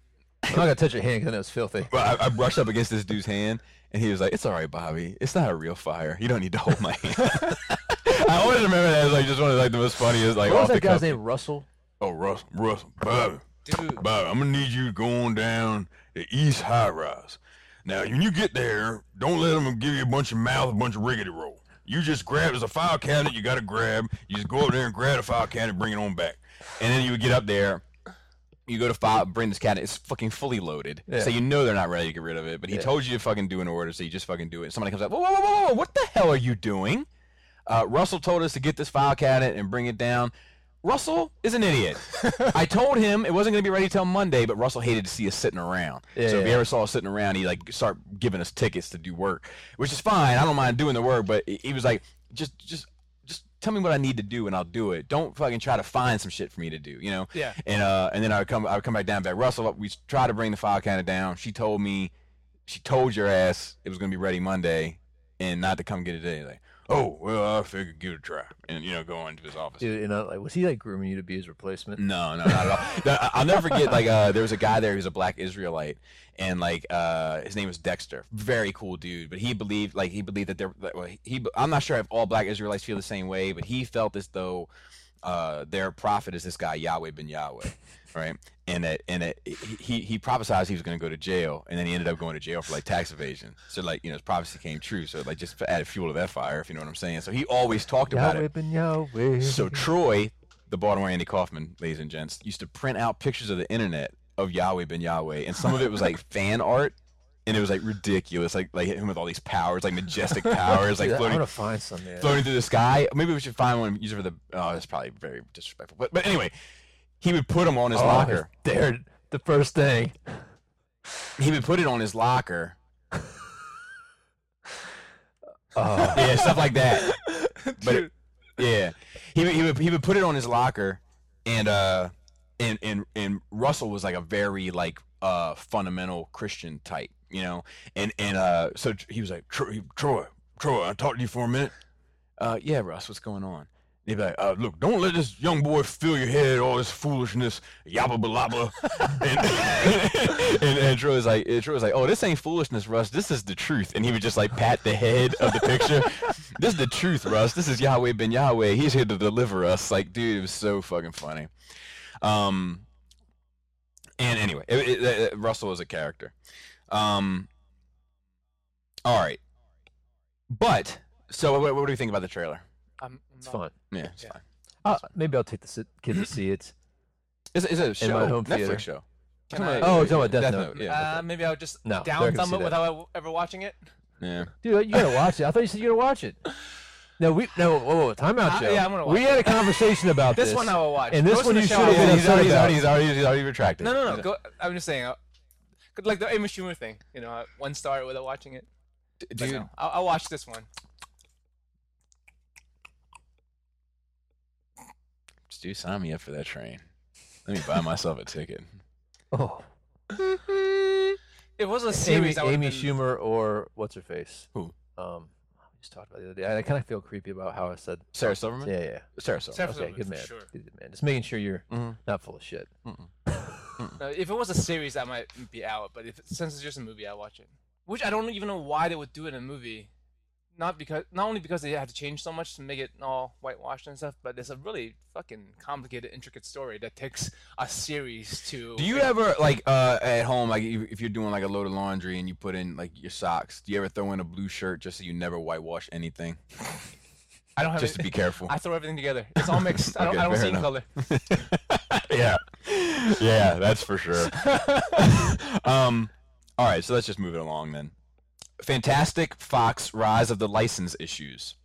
B: I'm not gonna touch your hand because I know it's filthy.
C: But I, I brushed up against this dude's hand, and he was like, "It's all right, Bobby. It's not a real fire. You don't need to hold my hand." I always remember that as like just one of like the most funniest like
B: what was
C: off the
B: that guy's
C: cuff.
B: name? Russell.
C: Oh, Russ, Russ, Bobby,
D: Dude,
C: Bobby, I'm gonna need you going down the East High Rise. Now, when you get there, don't let them give you a bunch of mouth, a bunch of riggedy roll. You just grab. There's a file cabinet you gotta grab. You just go up there and grab the file cabinet, bring it on back, and then you would get up there. You go to file, bring this cabinet. It's fucking fully loaded,
B: Yeah.
C: so you know they're not ready to get rid of it. But he
B: Yeah.
C: told you to fucking do an order, so you just fucking do it. And somebody comes up, whoa, whoa, whoa, whoa, whoa, what the hell are you doing? Uh, Russell told us to get this file cabinet and bring it down. Russell is an idiot. I told him it wasn't going to be ready till Monday, but Russell hated to see us sitting around.
B: Yeah,
C: so if
B: yeah.
C: he ever saw us sitting around, he like start giving us tickets to do work, which is fine. I don't mind doing the work, but he he was like, just, just, just tell me what I need to do and I'll do it. Don't fucking try to find some shit for me to do, you know?
D: yeah.
C: And uh, and then I would come, I would come back down. Back Russell, we tried to bring the file cabinet down. She told me, she told your ass it was gonna be ready Monday, and not to come get it today. Like, oh well, I figured give it a try, and you know, go into his office.
B: Dude, you know, like was he like grooming you to be his
D: Mm,
B: replacement?
C: No, no, not at all. No, I- I'll never forget. Like, uh, there was a guy there who's a black Israelite, and like, uh, his name was Dexter. Very cool dude, but he believed, like, he believed that there. That, well, he, I'm not sure if all black Israelites feel the same way, but he felt as though, uh, their prophet is this guy Yahweh ben Yahweh, right? And that, and that he he prophesied he was going to go to jail, and then he ended up going to jail for like tax evasion. So like, you know, his prophecy came true. So like, just added fuel to that fire, if you know what I'm saying. So he always talked about it.
B: Yahweh ben Yahweh.
C: So Troy, the Baltimore Andy Kaufman, ladies and gents, used to print out pictures of the internet of Yahweh Ben Yahweh, and some of it was like fan art, and it was like ridiculous, like like him with all these powers, like majestic powers, like
B: Dude, I'm
C: floating
B: gonna find some. Yeah.
C: floating through the sky. Maybe we should find one use it for the. Oh, that's probably very disrespectful. But but anyway, he would put them on his
B: Oh,
C: locker.
B: There, the first thing.
C: He would put it on his locker.
B: Oh,
C: Yeah, stuff like that. But
D: Dude,
C: Yeah, he would, he would he would put it on his locker, and uh, and and and Russell was like a very like uh fundamental Christian type, you know, and and uh, so tr- he was like Troy, Troy, Troy, I talk to you for a minute. Uh, yeah, Russ, what's going on? They'd be like, uh, look, don't let this young boy fill your head all this foolishness, yabba balabba. and, and, and Troy was like, and Troy was like, oh, this ain't foolishness, Russ. This is the truth. And he would just like pat the head of the picture. this is the truth, Russ. This is Yahweh Ben Yahweh. He's here to deliver us. Like, dude, it was so fucking funny. Um, and anyway, it, it, it- Russell was a character. Um, all right, but so what, what do we think about the trailer?
D: I'm, I'm
B: it's
D: not-
B: fun.
C: Yeah, it's
D: Yeah.
C: fine.
B: Uh, maybe I'll take the si- kid to see it.
C: It's, it's a show,
B: my home
C: Netflix
B: theater.
C: show.
D: Can
C: Somebody-
D: I-
B: Oh, it's about Death,
C: Death
B: Note.
C: Note, yeah.
D: Uh, maybe I would just
B: No, they're
D: down
B: gonna
D: thumb
B: see
D: it
B: that.
D: without ever watching it.
C: Yeah.
B: Dude, you gotta watch it. I thought you said you gotta watch it. No, we no. Whoa, whoa, whoa time out,
D: Uh,
B: Joe.
D: yeah, I'm gonna
B: we had a conversation about
D: This,
B: this.
D: one I will watch.
B: And this
D: Ghost
B: one
D: in
B: you
D: the
B: should've
D: Shell,
B: been
D: I will
B: upset
D: watch.
B: about.
C: already, he's already retracted.
D: No, no, no. Go, I'm just saying. Uh, like the Amy Schumer thing, you know, uh, one star without watching it. But
C: dude.
D: no, I'll, I'll watch this one.
C: Just do sign me up for that train. Let me buy myself a ticket.
B: Oh,
D: It was a
B: Amy,
D: series. I would've
B: Amy
D: been-
B: Schumer or what's her face?
C: Who?
B: Um, we just talked about the other day. I, I kind of feel creepy about how I said.
C: Sarah Silverman.
B: Yeah, yeah.
C: Sarah Silverman.
D: Sarah
B: Okay,
D: Silverman,
B: good
D: for
B: man.
D: sure.
B: Good man. Just making sure you're
C: Mhm.
B: not full of shit.
D: No, if it was a series, I might be out. But if since it's just a movie, I will watch it. Which I don't even know why they would do it in a movie. not because not only because they had to change so much to make it all whitewashed and stuff, but it's a really fucking complicated, intricate story that takes a series to.
C: Do you ever like uh, at home, like if if you're doing like a load of laundry and you put in like your socks? Do you ever throw in a blue shirt just so you never whitewash anything?
D: I don't have
C: Just to
D: any-
C: be careful.
D: I throw everything together. It's all mixed. I don't,
C: Okay,
D: I don't
C: fair
D: see
C: enough.
D: color.
C: yeah, yeah, that's for sure. um, all right, so let's just move it along then. Fantastic Fox: Rise of the License Issues.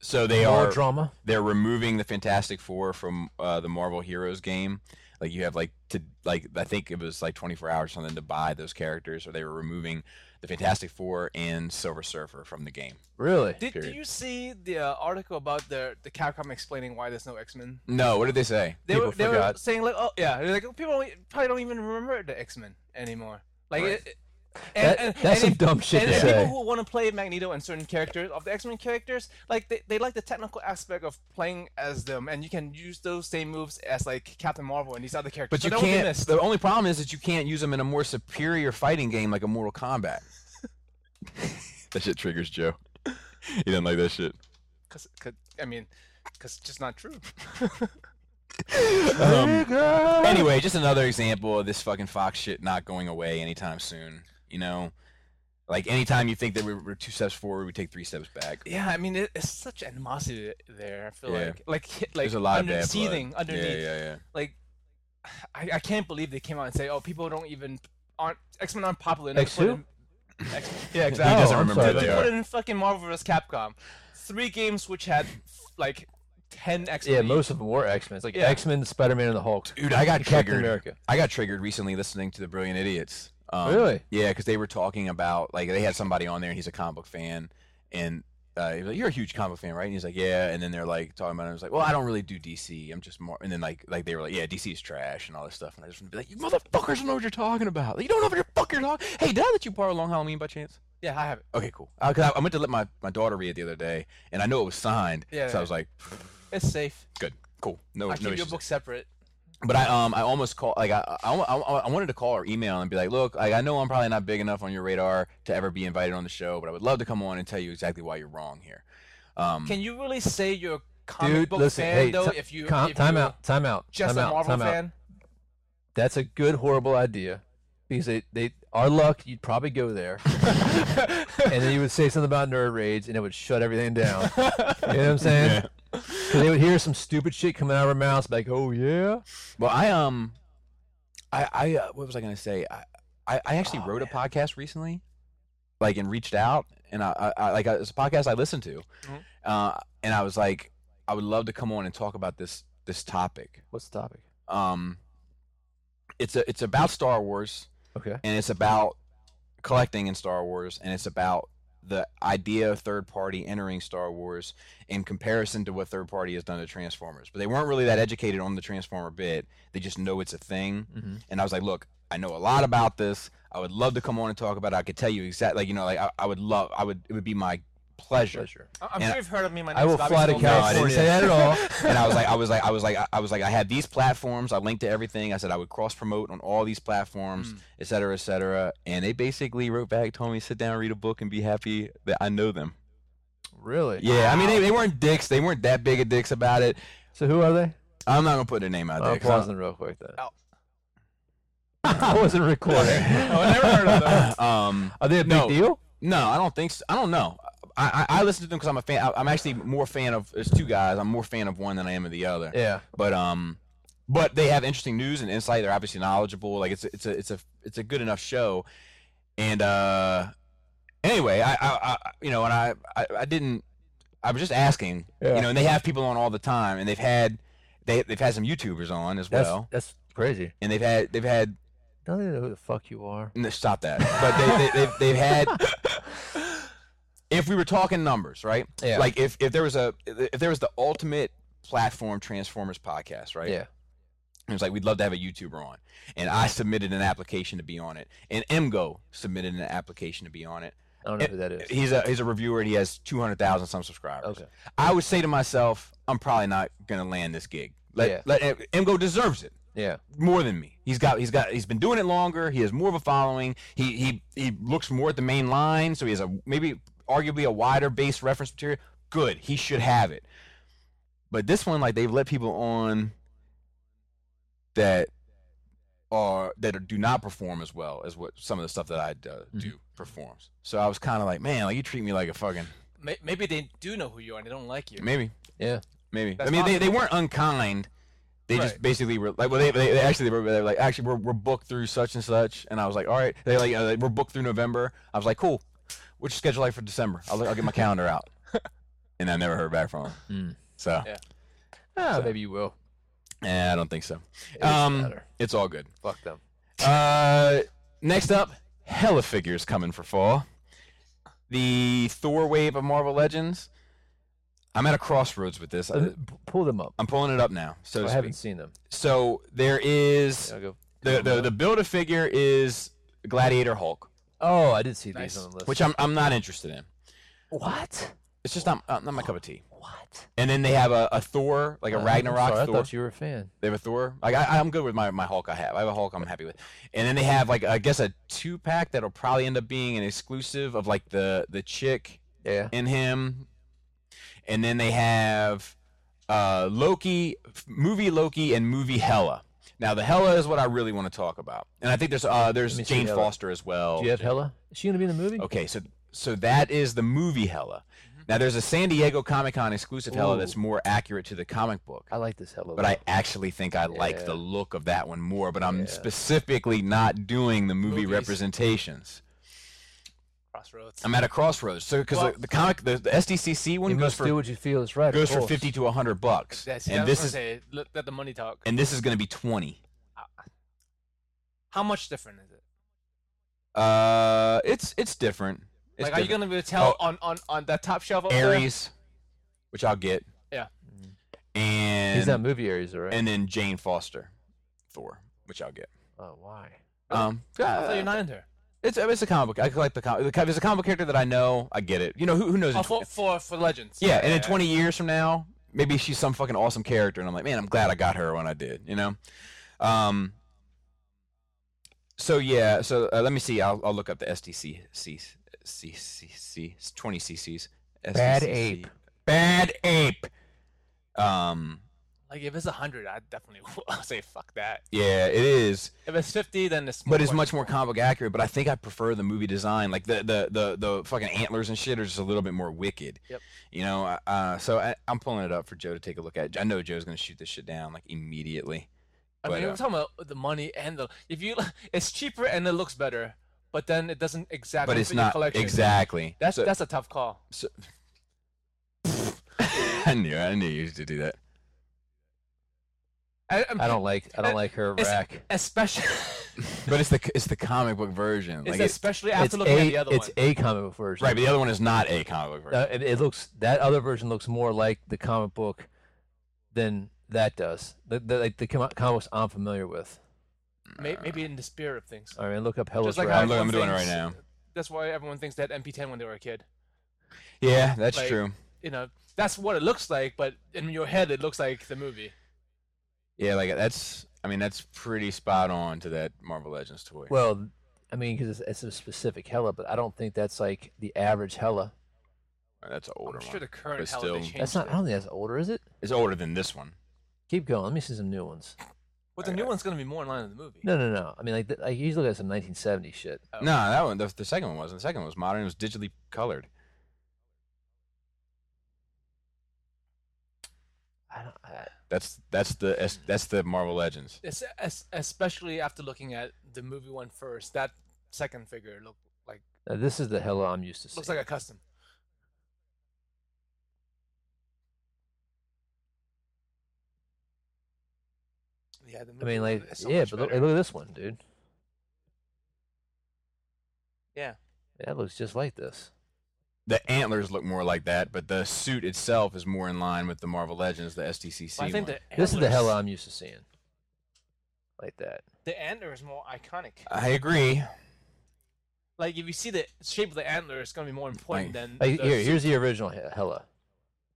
C: So they
B: More
C: are
B: drama.
C: they're removing the Fantastic Four from uh, the Marvel Heroes game. Like you have like to like I think it was like 24 hours or something to buy those characters, or they were removing the Fantastic Four and Silver Surfer from the game.
B: Really?
D: Did, did
C: Period.
D: you see the uh, article about the the Capcom explaining why there's no X Men?
C: No, what did they say?
D: They
B: People
D: were they were
B: forgot.
D: saying like, oh yeah, they're like people don't- probably don't even remember the X Men anymore. Like
C: Right.
D: it, it-
B: That- that's some
D: if-
B: dumb shit
D: And
B: to
D: the
B: say.
D: people who want to play Magneto and certain characters of the X Men characters, like they, they like the technical aspect of playing as them, and you can use those same moves as like Captain Marvel and these other characters.
C: But you
D: so that won't be
C: can't.
D: missed.
C: The only problem is that you can't use them in a more superior fighting game like a Mortal Kombat. that shit triggers Joe. He didn't like that shit.
D: Cause, 'cause- I mean, because it's just not true.
C: Um, anyway, just another example of this fucking Fox shit not going away anytime soon. You know, like anytime you think that we're, we're two steps forward, we take three steps back.
D: Yeah, I mean, it, it's such animosity there. I feel
C: Yeah.
D: like like hit- like
C: There's a lot of
D: under,
C: bad blood.
D: seething underneath.
C: Yeah, yeah, yeah.
D: Like, I, I can't believe they came out and say, oh, people don't even aren't X Men aren't popular. enough to put
B: X2?
D: in- X- yeah,
C: He
D: exactly. Oh,
C: doesn't
B: I'm
C: remember
B: sorry,
C: what they
D: They
C: are.
D: put it in fucking Marvel vs. Capcom. Three games which had like ten X Men.
B: Yeah, most of them were X Men. It's like
D: Yeah.
B: X Men, Spider Man, and the Hulk.
C: Dude, I got
B: Captain
C: triggered.
B: America.
C: I got triggered recently listening to the Brilliant Idiots. Um,
B: Really?
C: Yeah, because they were talking about like they had somebody on there and he's a comic book fan, and uh, he was like, "You're a huge comic book fan, right?" And he's like, "Yeah." And then they're like talking about it. I was like, "Well, I don't really do DC. I'm just more." And then like like they were like, "Yeah, DC is trash and all this stuff." And I just want to be like, "You motherfuckers don't know what you're talking about. Like, you don't know what you're fucking talking." Hey, did I let you borrow Long Halloween by chance?
D: Yeah, I have it.
C: Okay, cool. Uh, 'cause I, I went to let my, my daughter read it the other day, and I know it was signed.
D: Yeah,
C: So I was like,
D: It's safe.
C: "Good, cool, no, Oh,
D: I
C: no
D: keep your
C: issues."
D: book separate.
C: But I um I almost call like I I, I, I wanted to call or email and be like, look, I, I know I'm probably not big enough on your radar to ever be invited on the show, but I would love to come on and tell you exactly why you're wrong here. Um,
D: Can you really say you're a comic
B: Dude,
D: book
B: listen.
D: fan
B: hey,
D: though?
B: ti-
D: if you
B: com-
D: if
B: time
D: you're
B: out, time out,
D: just
B: time
D: a
B: out,
D: Marvel
B: time out.
D: fan.
B: That's a good horrible idea, because they, they our luck you'd probably go there, and then you would say something about nerd raids, and it would shut everything down. you know what I'm saying?
C: Yeah.
B: 'Cause they would hear some stupid shit coming out of our mouths, like, "Oh yeah."
C: well, I um, I I uh, what was I gonna say? I I, I actually wrote a podcast recently, like and reached out and I, I, I like it's a podcast I listened to,
D: Mhm.
C: uh, and I was like, I would love to come on and talk about this this topic.
B: What's the topic?
C: Um, it's a it's about Star Wars.
B: Okay.
C: and it's about collecting in Star Wars, and it's about the idea of third party entering Star Wars in comparison to what third party has done to Transformers. But they weren't really that educated on the Transformer bit. They just know it's a thing.
B: Mm-hmm.
C: And I was like, look, I know a lot about this. I would love to come on and talk about it. I could tell you exactly, like, you know, like I, I would love, I would, it would be my pleasure.
D: I- I'm
C: And
D: sure you've heard of me. My
B: I will
D: name's Bobby
B: fly to
D: Stone.
C: No, I didn't
B: California.
C: say that at all. And I was like, I was like, I was like, I- I was like, I had these platforms. I linked to everything. I said I would cross promote on all these platforms,
D: Mm.
C: et cetera, et cetera. And they basically wrote back, told me, sit down, read a book, and be happy that I know them.
B: Really?
C: Yeah, I mean, they, they weren't dicks. They weren't that big of dicks about it.
B: So who are they?
C: I'm not gonna put their name out
B: I'm
C: there. 'cause I-
B: pausing real quick then.
D: Ow.
B: I wasn't recording.
D: Oh, I never heard of them.
C: um,
B: Are they a big
C: No.
B: deal?
C: no, I don't think. So. I don't know. I, I, I listen to them because I'm a fan. I, I'm actually more fan of. There's two guys. I'm more fan of one than I am of the other.
B: Yeah.
C: but um but they have interesting news and insight they're obviously knowledgeable like it's a, it's a it's a it's a good enough show and uh anyway i i, I you know and I, I i didn't i was just asking
B: Yeah.
C: you know and they have people on all the time and they've had they, they've had some youtubers on as
B: That's
C: well
B: that's crazy.
C: and they've had they've had
B: Don't even know who the fuck you are.
C: no, stop that but they, they they've, they've had if we were talking numbers right
B: Yeah.
C: like if if there was a if there was the ultimate platform transformers podcast right
B: Yeah.
C: It was like, we'd love to have a YouTuber on. And I submitted an application to be on it. And MGO submitted an application to be on it.
B: I don't know who that is.
C: He's a he's a reviewer and he has 200,000 some subscribers.
B: Okay.
C: I would say to myself, I'm probably not going to land this gig. Let,
B: Yeah.
C: let MGO deserves it
B: Yeah.
C: more than me. He's got he's got he's been doing it longer. He has more of a following. He he he looks more at the main line, so he has a maybe arguably a wider base reference material, good. He should have it. But this one, like they've let people on that are that do not perform as well as what some of the stuff that I do, do performs. So I was kind of like, man, like you treat me like a fucking
D: May- Maybe they do know who you are and they don't like you.
C: maybe.
B: Yeah.
C: Maybe.
D: That's
C: I mean, they, they
D: possible.
C: weren't unkind. They just
D: Right.
C: basically were like, well, they, they, they actually were, they were like, actually, we're, we're booked through such and such. And I was like, all right. They're like, uh, we're booked through November. I was like, cool. What's your schedule like for December? I'll, I'll get my calendar out. And I never heard back from them.
B: Mm.
C: So,
D: Yeah.
B: Ah,
C: So-
B: maybe you will.
C: eh, I don't think so.
B: It doesn't
C: Um,
B: matter.
C: it's all good.
B: Fuck them.
C: Uh, next up, hella figures coming for fall. The Thor wave of Marvel Legends. I'm at a crossroads with this. I-
B: Uh, p- pull them up.
C: I'm pulling it up now. So
B: I
C: to
B: haven't
C: speak.
B: seen them.
C: So there is
B: Yeah, I'll go.
C: the the, the build a figure is Gladiator Hulk,
B: Oh, I did see
D: Nice.
B: these on the list.
C: which I'm I'm not interested in.
B: what?
C: It's just not uh, not my cup of tea.
B: What?
C: And then they have a, a Thor, like a
B: Uh, I'm
C: Ragnarok
B: sorry, I
C: Thor.
B: thought you were a fan.
C: They have a Thor. Like I, I'm good with my, my Hulk. I have. I have a Hulk. I'm happy with. And then they have like I guess a two pack that'll probably end up being an exclusive of like the the chick
B: Yeah.
C: and him. And then they have uh, Loki, movie Loki, and movie Hella. Now the Hella is what I really want to talk about, and I think there's uh, there's
B: me see
C: Jane
B: Hela.
C: Foster as well.
B: Do you have Hella? Is she gonna be in the movie?
C: Okay, so so that is the movie Hella. Now there's a San Diego Comic Con exclusive Hella
B: Mm-hmm. Ooh.
C: that's more accurate to the comic book.
B: I like this Hella.
C: But I actually think I like
B: Yeah.
C: the look of that one more. But I'm
B: Yeah.
C: specifically not doing the movie
D: Movies.
C: representations.
D: Crossroads.
C: I'm at a crossroads. So because
D: Well-
C: the, the comic, the, the SDCC one
B: you
C: goes
B: must
C: for
B: do what you feel is right. of
C: goes for
B: course.
C: fifty to hundred bucks,
D: That's,
C: and this is
D: say, let, let the money talk.
C: and this is going to be twenty.
D: How much different is it?
C: Uh, it's it's different. It's
D: like, are you
C: different. Oh.
D: gonna be able to tell on, on on that top shelf? up there?
C: Aries, which I'll get. Mm-hmm.
D: Yeah.
C: and
B: He's not movie areas, all right?
C: and then Jane Foster, Thor, which I'll get.
B: oh, why?
D: Really?
C: Um,
D: I thought
C: uh,
D: you're not into her.
C: It's it's a comic book. I collect the comic. It's a comic book character that I know. I get it. You know who who knows? in
D: Oh,
C: tw-
D: for, for for legends.
C: Uh, yeah, and in 20 years from now, maybe she's some fucking awesome character, and I'm like, man, I'm glad I got her when I did. You know. Um. So yeah, so uh, let me see. I'll I'll look up the SDC C C C C 20 CCs.
B: Bad
C: SDCC.
B: Ape.
C: Bad ape. Um.
D: Like if it's hundred, I definitely will say fuck that.
C: Yeah, it is.
D: If it's fifty, then it's.
C: but it's
D: question.
C: much more comic book accurate. But I think I prefer the movie design, like the the the, the fucking antlers and shit are just a little bit more wicked.
D: Yep.
C: You know, I- uh, so I, I'm pulling it up for Joe to take a look at. I know Joe's gonna shoot this shit down like immediately.
D: I
C: but,
D: mean,
C: uh,
D: we're talking about the money and the if you it's cheaper and it looks better, but then it doesn't exactly.
C: But it's
D: fit your
C: not
D: collection.
C: exactly.
D: That's
C: So-
D: that's a tough call.
C: I knew I knew you used to do that.
D: I, I'm-
B: I don't like I don't like her
D: It's-
B: rack.
D: especially
C: But it's the it's the comic book version.
D: it's
C: Like it,
D: especially
B: It's
D: after
B: a,
D: looking at the other
B: it's
D: one.
B: a comic book version.
C: right, but the other one is not a comic book
B: No,
C: version.
B: it, it looks that other version looks more like the comic book than that does. The, the, like the com- comics I'm familiar with.
D: May- maybe in the spirit of things.
B: All right, man, look up Hella's
D: Just like
B: rack.
C: I'm, looking, I'm
D: everyone
C: doing it right
D: thinks-
C: now.
D: That's why everyone thinks that MP10 when they were a kid.
C: Yeah, that's
D: like-
C: true.
D: You know, that's what it looks like, but in your head it looks like the movie.
C: Yeah, like that's. I mean, that's pretty spot on to that Marvel Legends toy.
B: well, I mean, because it's, it's a specific Hella, but I don't think that's like the average Hella.
C: that's an older
D: I'm
C: one.
D: sure the current
C: but
D: hell
C: still-
D: they changed.
B: That's not.
D: it.
B: I don't think that's older, is it?
C: It's older than this one.
B: Keep going. Let me see some new ones.
D: But the new one's gonna be more in line with the movie.
B: No, no, no. I mean, like, th- like you look at some 1970 shit.
D: Oh.
C: No, that one. The, the second one wasn't. The second one was modern. It was digitally colored.
B: I don't. I,
C: That's that's the es- that's the Marvel Legends.
D: It's, es- especially after looking at the movie one first, that second figure look like
B: now, this is the Hella I'm used to seeing.
D: looks like a custom. Yeah, the
B: I
D: movie
B: mean,
D: one
B: like,
D: is so
B: yeah,
D: much
B: but look,
D: better.
B: look at this one, dude.
D: yeah,
B: That looks just like this.
C: The antlers look more like that, but the suit itself is more in line with the Marvel Legends, the SDCC
D: But I think
C: one.
D: the
B: This is the Hella
D: antlers-
B: I'm used to seeing. Like that.
D: The antler is more iconic.
C: I agree.
D: Like if you see the shape of the antler, it's gonna be more
C: Like-
D: important than.
B: Like
D: the
B: here,
D: suit.
B: here's the original He- Hella.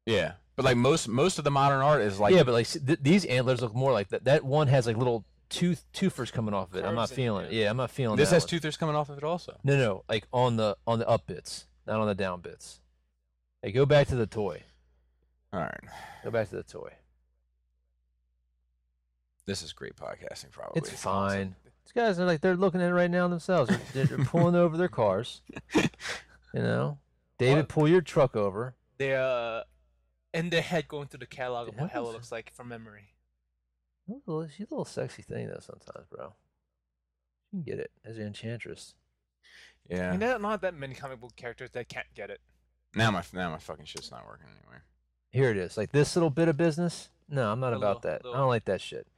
C: Yeah, but like most most of the modern art is like
B: yeah, but like s- th- these antlers look more like that. That one has like little two twofers coming off of it. I'm
D: Curves
B: not
D: in it,
B: feeling. it.
D: yeah.
B: Yeah, I'm not feeling.
C: this
B: that
C: has
B: one.
C: toothers coming off of it also.
B: No, no, like on the on the up bits. not on the down bits. Hey, go back to the toy.
C: All right.
B: Go back to the toy.
C: This is great podcasting, probably.
B: It's fine. These guys are like they're looking at it right now themselves. They're, they're pulling over their cars. You know, David,
D: What?
B: pull your truck over.
D: They're uh, in their head going through the catalog of
B: Yeah,
D: what hell
B: that's-
D: it looks like from memory.
B: She's a little- she's a little sexy thing though sometimes, bro. You can get it as an enchantress.
D: I
C: Yeah.
D: mean, there are not that many comic book characters that can't get it.
C: Now my now my fucking shit's not working anywhere.
B: Here it is, like this little bit of business. No, I'm not
D: A
B: about
D: little-
B: that. I
D: little-
B: don't like that shit.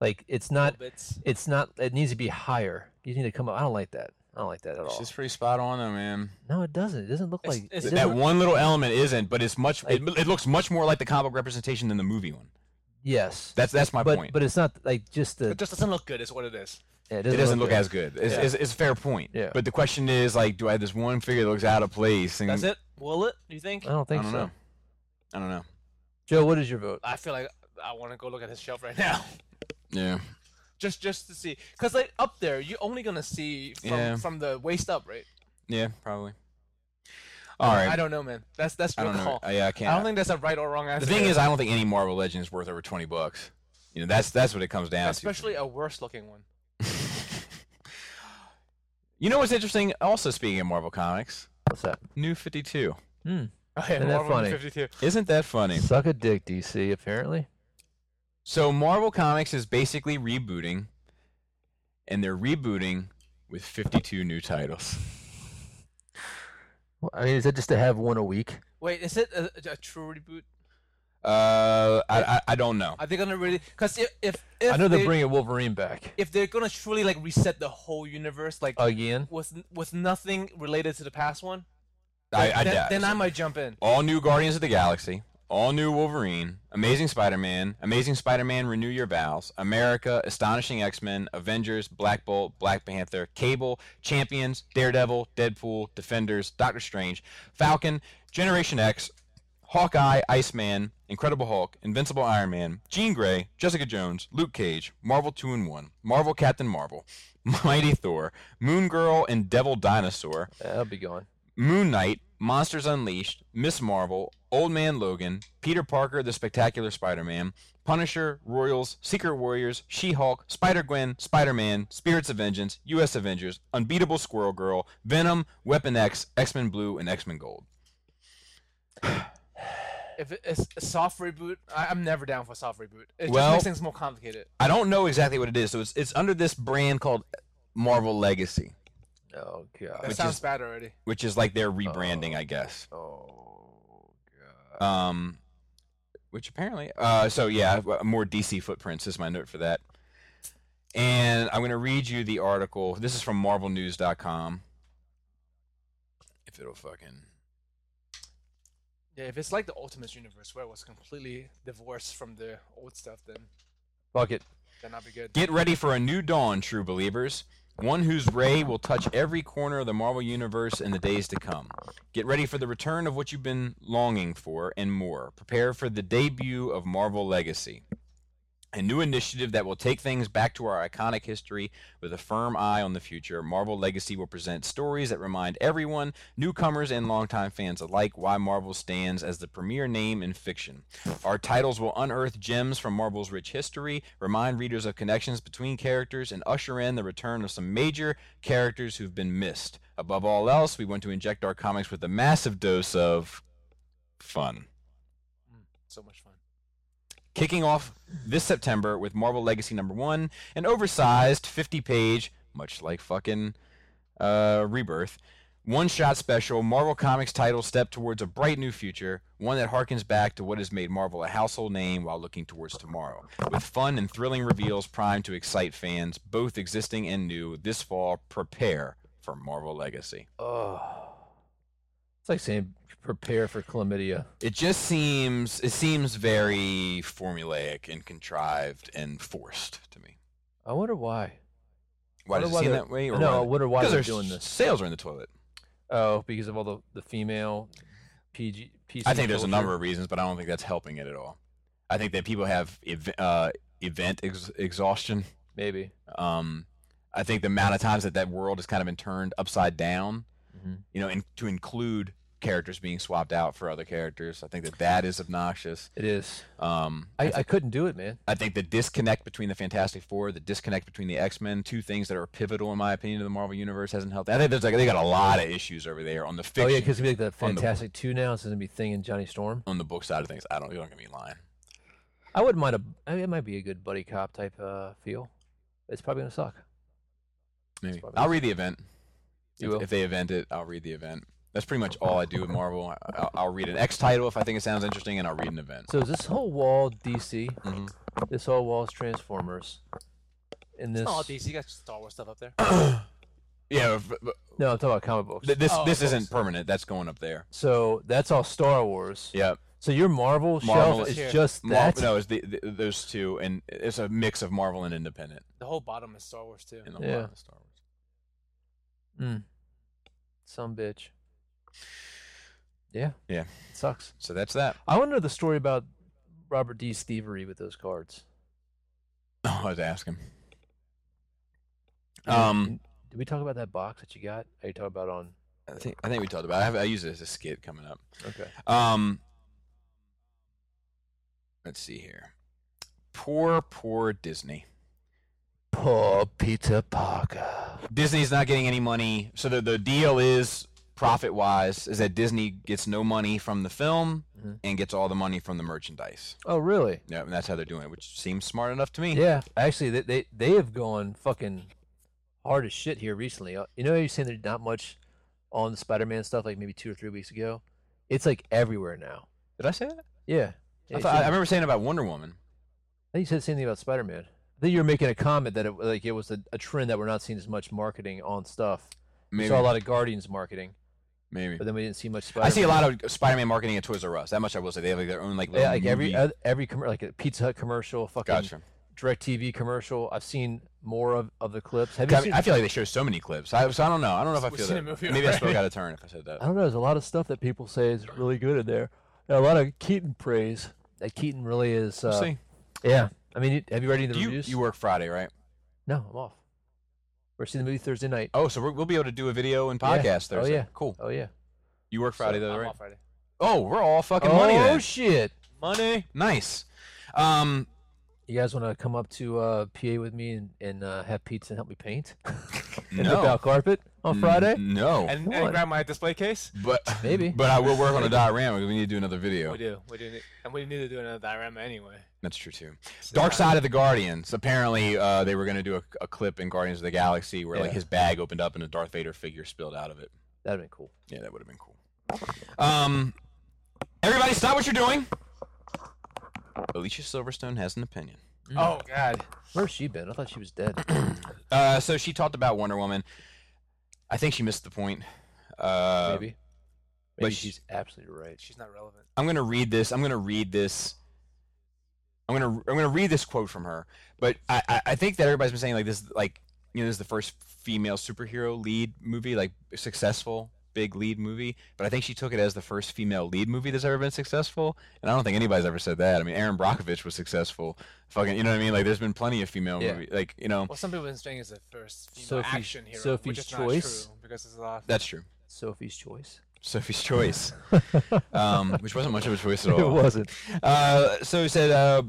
B: Like it's
D: Little
B: not.
D: bits.
B: It's not. It needs to be higher. You need to come up. I don't like that. I don't like that at all.
C: She's pretty spot on though, man.
B: No, it doesn't. It doesn't look
D: It's-
B: like
D: it's-
B: it
C: that
B: doesn't-
C: one little element isn't, but it's much. It, it looks much more like the comic book representation than the movie one.
B: Yes,
C: That's that's my
B: but
C: point.
B: but it's not like just the.
D: It just doesn't look good, is what it is.
B: yeah,
C: it doesn't look,
B: good.
C: as good. It's,
B: Yeah.
C: it's, it's a fair point.
B: Yeah.
C: But the question is, like, do I have this one figure that looks out of place? And
D: That's it? Will it? Do you think?
B: I don't
C: I
B: think
C: don't
B: so.
C: know. I don't know.
B: Joe, what is your vote?
D: I feel like I want to go look at his shelf right now.
C: Yeah.
D: just just to see because like up there you're only gonna see from,
C: Yeah.
D: from the waist up right
C: Yeah. Probably. All right.
D: i don't know man that's that's
C: I
D: your
C: don't know.
D: call
C: Uh, yeah, I can't.
D: i don't think that's a right or wrong answer
C: the thing is, I don't think any Marvel Legend is worth over twenty bucks. You know, that's that's what it comes down to.
D: especially a worse looking one
C: You know what's interesting? Also, speaking of Marvel comics,
B: What's that?
C: New Fifty Two.
D: okay
B: Isn't that
D: Marvel
B: funny?
D: 52.
C: Isn't that funny?
B: Suck a dick, DC. Apparently,
C: So Marvel Comics is basically rebooting, and they're rebooting with 52 new titles.
B: Well, I mean, is it just to have one a week?
D: wait is it a, a true reboot
C: Uh, I, I I don't know.
D: are they gonna really because if if, if
B: I know
D: they,
B: they're bringing Wolverine back
D: if they're gonna truly like reset the whole universe like
C: Uh,
B: again.
D: with with nothing related to the past one
C: I, I
D: then,
C: doubt.
D: then
C: it.
D: i might jump in
C: all new Guardians of the Galaxy, all new Wolverine, Amazing Spider-Man, Amazing Spider-Man: Renew Your Vows, America, Astonishing X-Men, Avengers, Black Bolt, Black Panther, Cable, Champions, Daredevil, Deadpool, Defenders, Doctor Strange, Falcon, Generation X, Hawkeye, Iceman, Incredible Hulk, Invincible Iron Man, Jean Grey, Jessica Jones, Luke Cage, Marvel 2 and 1, Marvel Captain Marvel, Mighty Thor, Moon Girl and Devil Dinosaur,
B: Yeah, I'll be gone.
C: Moon Knight, Monsters Unleashed, Miss Marvel, Old Man Logan, Peter Parker, The Spectacular Spider Man, Punisher, Royals, Secret Warriors, She Hulk, Spider Gwen, Spider Man, Spirits of Vengeance, U.S. Avengers, Unbeatable Squirrel Girl, Venom, Weapon X, X Men Blue, and X Men Gold.
D: if it- it's a soft reboot I, i'm never down for a soft reboot it
C: Well-
D: just makes things more complicated
C: I don't know exactly what it is, so it's, it's under this brand called Marvel Legacy,
B: Oh
D: that
B: god.
C: Which
D: sounds
C: is-
D: bad already
C: which is like their rebranding, I guess.
B: Oh god.
C: Um, which apparently, uh, so yeah, w- more DC footprints is my note for that. And I'm going to read you the article. This is from MarvelNews.com. If it'll fucking.
D: Yeah, if it's like the Ultimate Universe where it was completely divorced from the old stuff, then
B: Fuck it.
D: then that'd be good.
C: Get ready for a new dawn, true believers. One whose ray will touch every corner of the Marvel Universe in the days to come. Get ready for the return of what you've been longing for and more. Prepare for the debut of Marvel Legacy, a new initiative that will take things back to our iconic history with a firm eye on the future. Marvel Legacy will present stories that remind everyone, newcomers and longtime fans alike, why Marvel stands as the premier name in fiction. Our titles will unearth gems from Marvel's rich history, remind readers of connections between characters, and usher in the return of some major characters who've been missed. Above all else, we want to inject our comics with a massive dose of fun.
D: So much fun.
C: Kicking off this September with Marvel Legacy number one, an oversized 50 page, much like fucking uh, Rebirth, one shot special, Marvel Comics title step towards a bright new future, one that harkens back to what has made Marvel a household name while looking towards tomorrow. With fun and thrilling reveals primed to excite fans, both existing and new, this fall, prepare for Marvel Legacy.
B: Oh. It's like saying prepare for chlamydia.
C: It just seems it seems very formulaic and contrived and forced to me.
B: I wonder why.
C: Why
B: Wonder
C: does it
B: why
C: seem
B: they're-
C: that way? Or
B: No, I wonder why
C: because
B: they're
C: their
B: doing
C: s-
B: this.
C: Sales are in the toilet.
B: Oh, because of all the, the female PG. PC
C: I think there's a
B: culture.
C: number of reasons, but I don't think that's helping it at all. I think that people have ev- uh, event ex- exhaustion.
B: Maybe.
C: Um, I think the amount of times that that world has kind of been turned upside down
B: Mhm.
C: you know, and to include characters being swapped out for other characters. I think that that is obnoxious.
B: It is.
C: Um,
B: I, I couldn't do it, man.
C: I think the disconnect between the Fantastic Four, the disconnect between the X Men, two things that are pivotal in my opinion to the Marvel Universe hasn't helped. I think there's like they got a lot of issues over there on the fiction,
B: Oh yeah, because we like the
C: on the-
B: Fantastic Two now. So it's gonna be Thing and Johnny Storm.
C: on the book side of things. I don't, you're not gonna be lying.
B: I wouldn't mind a. I mean, it might be a good buddy cop type uh, feel. It's probably gonna suck.
C: Maybe
B: probably-
C: I'll read the event.
B: You
C: if,
B: will?
C: if they event it, I'll read the event. That's pretty much all I do with Marvel. I- I'll, I'll read an X title if I think it sounds interesting, and I'll read an event.
B: So is this whole wall DC?
C: Mhm.
B: This whole wall is Transformers. And this.
D: Oh, DC got Star Wars stuff up there.
C: Yeah, but- but
B: No, I'm talking about comic books.
C: th- this
D: Oh,
C: this
D: of
C: isn't
D: course.
C: permanent. That's going up there.
B: so that's all Star Wars.
C: Yeah,
B: So your Marvel,
C: Marvel
B: shelf
C: is
B: is
D: here.
B: just
C: Mar-
B: that.
C: no, it's the, the, those two, and it's a mix of Marvel and independent.
D: The whole bottom is Star Wars too.
C: In the
B: Yeah.
C: yeah. Star Wars.
B: Mm. Some bitch. Yeah.
C: Yeah.
B: sucks.
C: So that's that.
B: I wonder the story about Robert D's thievery with those cards.
C: Oh, I was asking. Um,
B: Did we talk about that box that you got? Are you talking about on?
C: I think I think we talked about. It. I have I use it as a skit coming up.
B: Okay.
C: Um, let's see here. Poor, poor Disney.
B: Poor Peter Parker.
C: Disney's not getting any money. So the the deal is profit wise is that Disney gets no money from the film
B: Mhm.
C: and gets all the money from the merchandise.
B: Oh, really?
C: Yeah, and that's how they're doing it, which seems smart enough to me.
B: Yeah. Actually, they they, they have gone fucking hard as shit here recently. Uh, You know, how you're saying there's not much on the Spider-Man stuff, like maybe two or three weeks ago. It's like everywhere now.
C: Did I say that?
B: Yeah.
C: I,
B: Yeah,
C: thought, I, I
B: I,
C: remember saying about Wonder Woman.
B: think you said the same thing about Spider-Man. I think you were making a comment that it like it was a, a trend that we're not seeing as much marketing on stuff. We
C: Maybe.
B: saw a lot of Guardians marketing,
C: maybe.
B: but then we didn't see much Spider-Man.
C: I see a lot of Spider-Man marketing at Toys R Us. That much I will say. They have like, their own like little
B: Yeah, like every
C: movie-
B: oth- every commer like a Pizza Hut commercial, fucking
C: Gotcha.
B: Direct TV commercial. I've seen more of, of the clips. Have you
C: I,
B: seen?
C: I feel like they show so many clips. I, so I don't know. I don't know if I
D: We've
C: feel
D: seen
C: that.
D: a movie
C: Maybe I spoke
D: already.
C: out of turn if I said that.
B: I don't know. There's a lot of stuff that people say is really good in there. And a lot of Keaton praise. That Keaton really is. Uh,
C: We'll see.
B: Yeah. I mean, you- have you read any of the
C: You,
B: reviews?
C: you work Friday, right?
B: no, I'm off. We're seeing the movie Thursday night.
C: Oh, so we're, we'll be able to do a video and
B: Yeah.
C: podcast
B: Oh,
C: Thursday.
B: yeah.
C: Cool.
B: Oh yeah.
C: You work Friday though,
D: I'm
C: right?
D: off Friday.
C: Oh, we're all fucking
B: oh
C: money then.
B: shit!
C: money. Nice. Um,
B: You guys want to come up to uh, PA with me and, and uh, have pizza and help me paint? and
C: No. Mm-hmm.
B: rip out carpet on
C: n-
B: Friday?
C: No.
D: And,
B: Come on.
D: and grab my display case.
C: but
B: Maybe.
C: But I will work on a diorama because we need to do another video.
D: We do. We do. Need, and we need to do another diorama anyway.
C: That's true too.
D: So-
C: Dark Side of the Guardians. Apparently, uh, they were going to do a, a clip in Guardians of the Galaxy where like
B: Yeah.
C: his bag opened up and a Darth Vader figure spilled out of it.
B: That'd be cool.
C: Yeah, that would have been cool. Um, everybody, stop what you're doing. Alicia Silverstone has an opinion.
D: Oh God.
B: Where's she been? I thought she was dead.
C: Uh, so she talked about Wonder Woman. I think she missed the point. Uh,
B: Maybe. Maybe
C: but sh-
B: she's absolutely right.
D: She's not relevant.
C: I'm gonna read this. I'm gonna read this. I'm gonna I'm gonna read this quote from her. But I, I, I think that everybody's been saying like this like you know this is the first female superhero lead movie like successful big lead movie. But I think she took it as the first female lead movie that's ever been successful. And I don't think anybody's ever said that. I mean, Aaron Brockovich was successful. Fucking you know what I mean? Like there's been plenty of female
B: Yeah.
C: movie like you know
D: Well, some people have been saying it's the first female
B: Sophie's-
D: action hero,
B: Sophie's
D: which is
B: Choice.
D: not true because there's a lot. Of,
C: that's true.
B: Sophie's choice.
C: Sophie's Choice, um, which wasn't much of a choice at all.
B: It wasn't.
C: Uh, so he said, uh,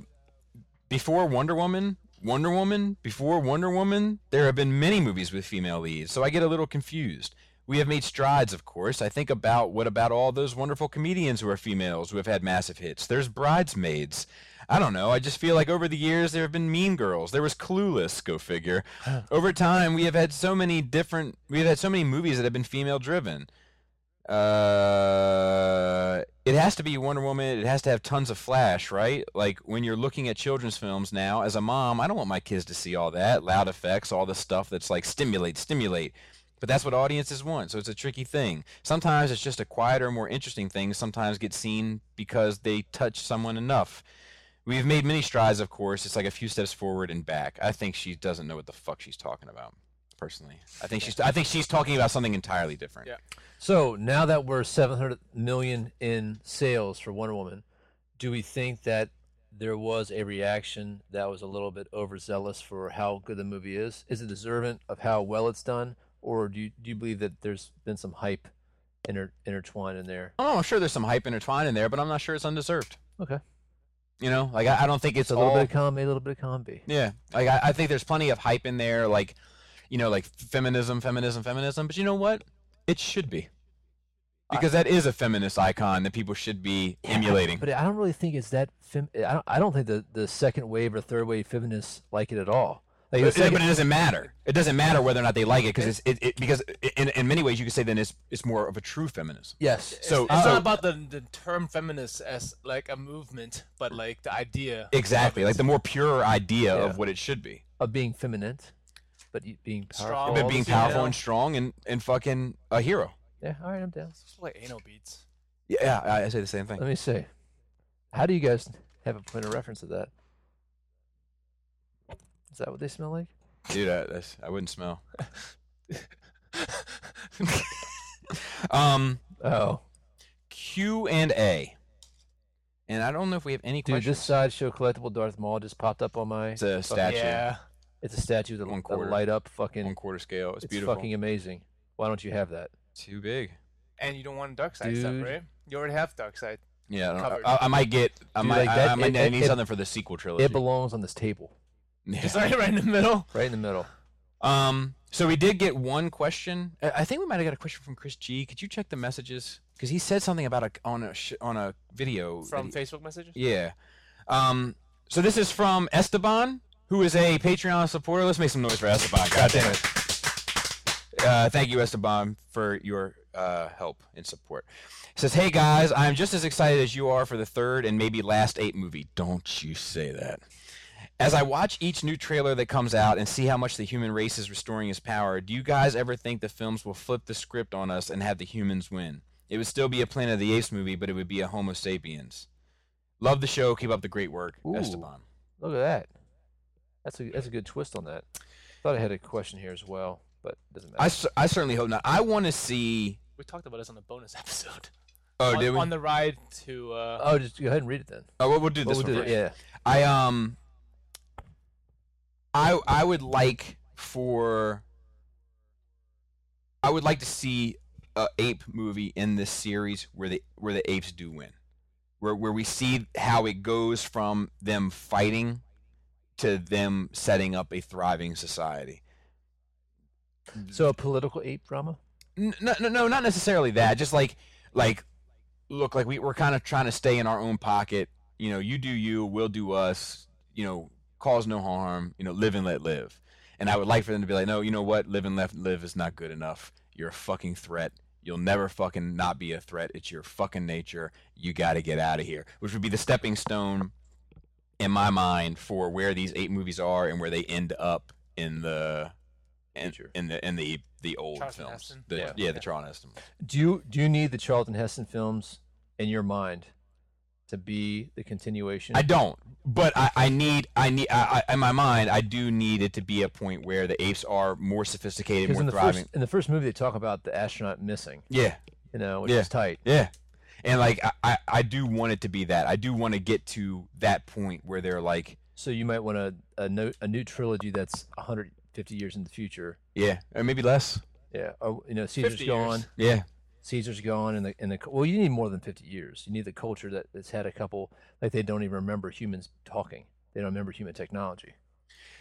C: before Wonder Woman, Wonder Woman, before Wonder Woman, there have been many movies with female leads, so I get a little confused. We have made strides, of course. I think about what about all those wonderful comedians who are females who have had massive hits. There's Bridesmaids. I don't know. I just feel like over the years there have been Mean Girls. There was Clueless. Go figure. Over time, we have had so many different. We have had so many movies that have been female driven. Uh, it has to be Wonder Woman. It has to have tons of flash, right? Like when you're looking at children's films now, as a mom, I don't want my kids to see all that loud effects, all the stuff that's like stimulate, stimulate. But that's what audiences want, so it's a tricky thing. Sometimes it's just a quieter, more interesting thing. Sometimes gets seen because they touch someone enough. We've made many strides, of course. It's like a few steps forward and back. I think she doesn't know what the fuck she's talking about. Personally, I think she's I think she's talking about something entirely different.
D: Yeah.
B: So now that we're 700 million in sales for Wonder Woman, do we think that there was a reaction that was a little bit overzealous for how good the movie is? Is it deserving of how well it's done, or do you do you believe that there's been some hype inter, intertwined in there?
C: Oh, I'm sure there's some hype intertwined in there, but I'm not sure it's undeserved.
B: Okay.
C: You know, like I, I don't think it's
B: It's a little
C: all-
B: bit of comedy, a little bit of comedy.
C: Yeah, like I, I think there's plenty of hype in there, like you know, like feminism, feminism, feminism. But you know what? It should be because that is a feminist icon that people should be emulating.
B: But I don't really think it's that. Fem- I don't. I don't think the the second wave or third wave feminists like it at all. Like the
C: But,
B: second-
C: but it doesn't matter. It doesn't matter whether or not they like it because it's it, it because in, in many ways you could say then it's it's more of a true feminism.
B: yes.
C: So-
D: it's
C: so-
D: not about the, the term feminist as like a movement, but like the idea.
C: Exactly, like the more pure idea
B: Yeah.
C: of what it should be,
B: Of being feminine, but you- being powerful.
D: Strong.
B: all
C: but
B: the
C: being
B: same.
C: powerful
D: female.
C: and strong and and fucking a hero.
B: Yeah. All right, I'm down.
D: It's just like anal beats.
C: Yeah, yeah, I, I say the same thing.
B: Let me see. How do you guys have a point of reference of that? Is that what they smell like?
C: Dude, I, that's, I wouldn't smell. um,
B: Oh,
C: Q and A, and I don't know if we have any
B: dude,
C: questions.
B: this sideshow collectible Darth Maul just popped up on my.
C: It's a statue,
D: Yeah.
B: It's a statue that
C: One
B: that
C: quarter.
B: light up.
C: one
B: Fucking,
C: quarter scale. It's,
B: it's
C: beautiful.
B: fucking amazing. Why don't you have that?
C: Too big.
D: And you don't want dark side
B: Dude.
D: stuff, right? You already have dark side.
C: Yeah, I, don't,
D: Covered.
C: I, I- I might get. I
B: Dude,
C: might.
B: like
C: I-
B: that-
C: I, might
B: it- it-
C: need
B: it-
C: something for the sequel trilogy.
B: It belongs on this table,
C: Yeah.
D: It's right, right in the middle.
B: right in the middle.
C: Um. So we did get one question. I I think we might have got a question from Chris G. Could you check the messages? Because he said something about a on a sh- on a video that
D: From
C: he-
D: Facebook messages?
C: Yeah. Um, so this is from Esteban, who is a Patreon supporter. Let's make some noise for Esteban. God damn it. Uh, thank you, Esteban, for your uh, help and support. It says, "Hey guys, I'm just as excited as you are for the third and maybe last ape movie. Don't you say that." As I watch each new trailer that comes out and see how much the human race is restoring its power, do you guys ever think the films will flip the script on us and have the humans win? It would still be a Planet of the Apes movie, but it would be a Homo sapiens. Love the show. Keep up the great work,
B: Ooh.
C: Esteban.
B: Look at that. That's a that's a good twist on that. Thought I had a question here as well, but doesn't matter.
C: I, cer- I certainly hope not. I want to see.
D: We talked about this on the bonus episode.
C: Oh,
D: on,
C: did we?
D: on the ride to uh,
B: oh, just go ahead and read it then.
C: oh, we'll, we'll do this
B: Well,
C: one.
B: we'll do
C: first.
B: it, Yeah.
C: I um I I would like for I would like to see a ape movie in this series where the where the apes do win. Where where we see how it goes from them fighting to them setting up a thriving society.
B: So a political ape drama.
C: N- no, no, no, not necessarily that. Just like, like, look, like we we're kind of trying to stay in our own pocket. You know, you do you, we'll do us. You know, cause no harm. You know, live and let live. And I would like for them to be like, no, you know what? Live and let live is not good enough. You're a fucking threat. You'll never fucking not be a threat. It's your fucking nature. You got to get out of here. Which would be the stepping stone, in my mind, for where these eight movies are and where they end up in the, in,
B: Future.
C: in the in the the old
D: Charlton
C: films.
D: Heston?
C: The-
B: Yeah.
C: yeah, the
D: Yeah.
C: Charlton Heston.
B: Do you do you need the Charlton Heston films in your mind to be the continuation?
C: I don't, but I, I need I need I, I, in my mind I do need it to be a point where the apes are more sophisticated,
B: Because
C: more
B: in the
C: thriving.
B: first in the first movie they talk about the astronaut missing,
C: Yeah,
B: you know, which
C: Yeah.
B: is tight.
C: yeah, and like I, I I do want it to be that. I do want to get to that point where they're like,
B: So you might want a a, no, a new trilogy that's 150 years in the future.
C: yeah, or maybe less.
B: Yeah, or, you know, Caesar's
D: 50 years.
B: gone.
C: Yeah,
B: Caesar's gone, and the and the cu- well, you need more than fifty years. You need the culture that, that's had a couple like they don't even remember humans talking. They don't remember human technology.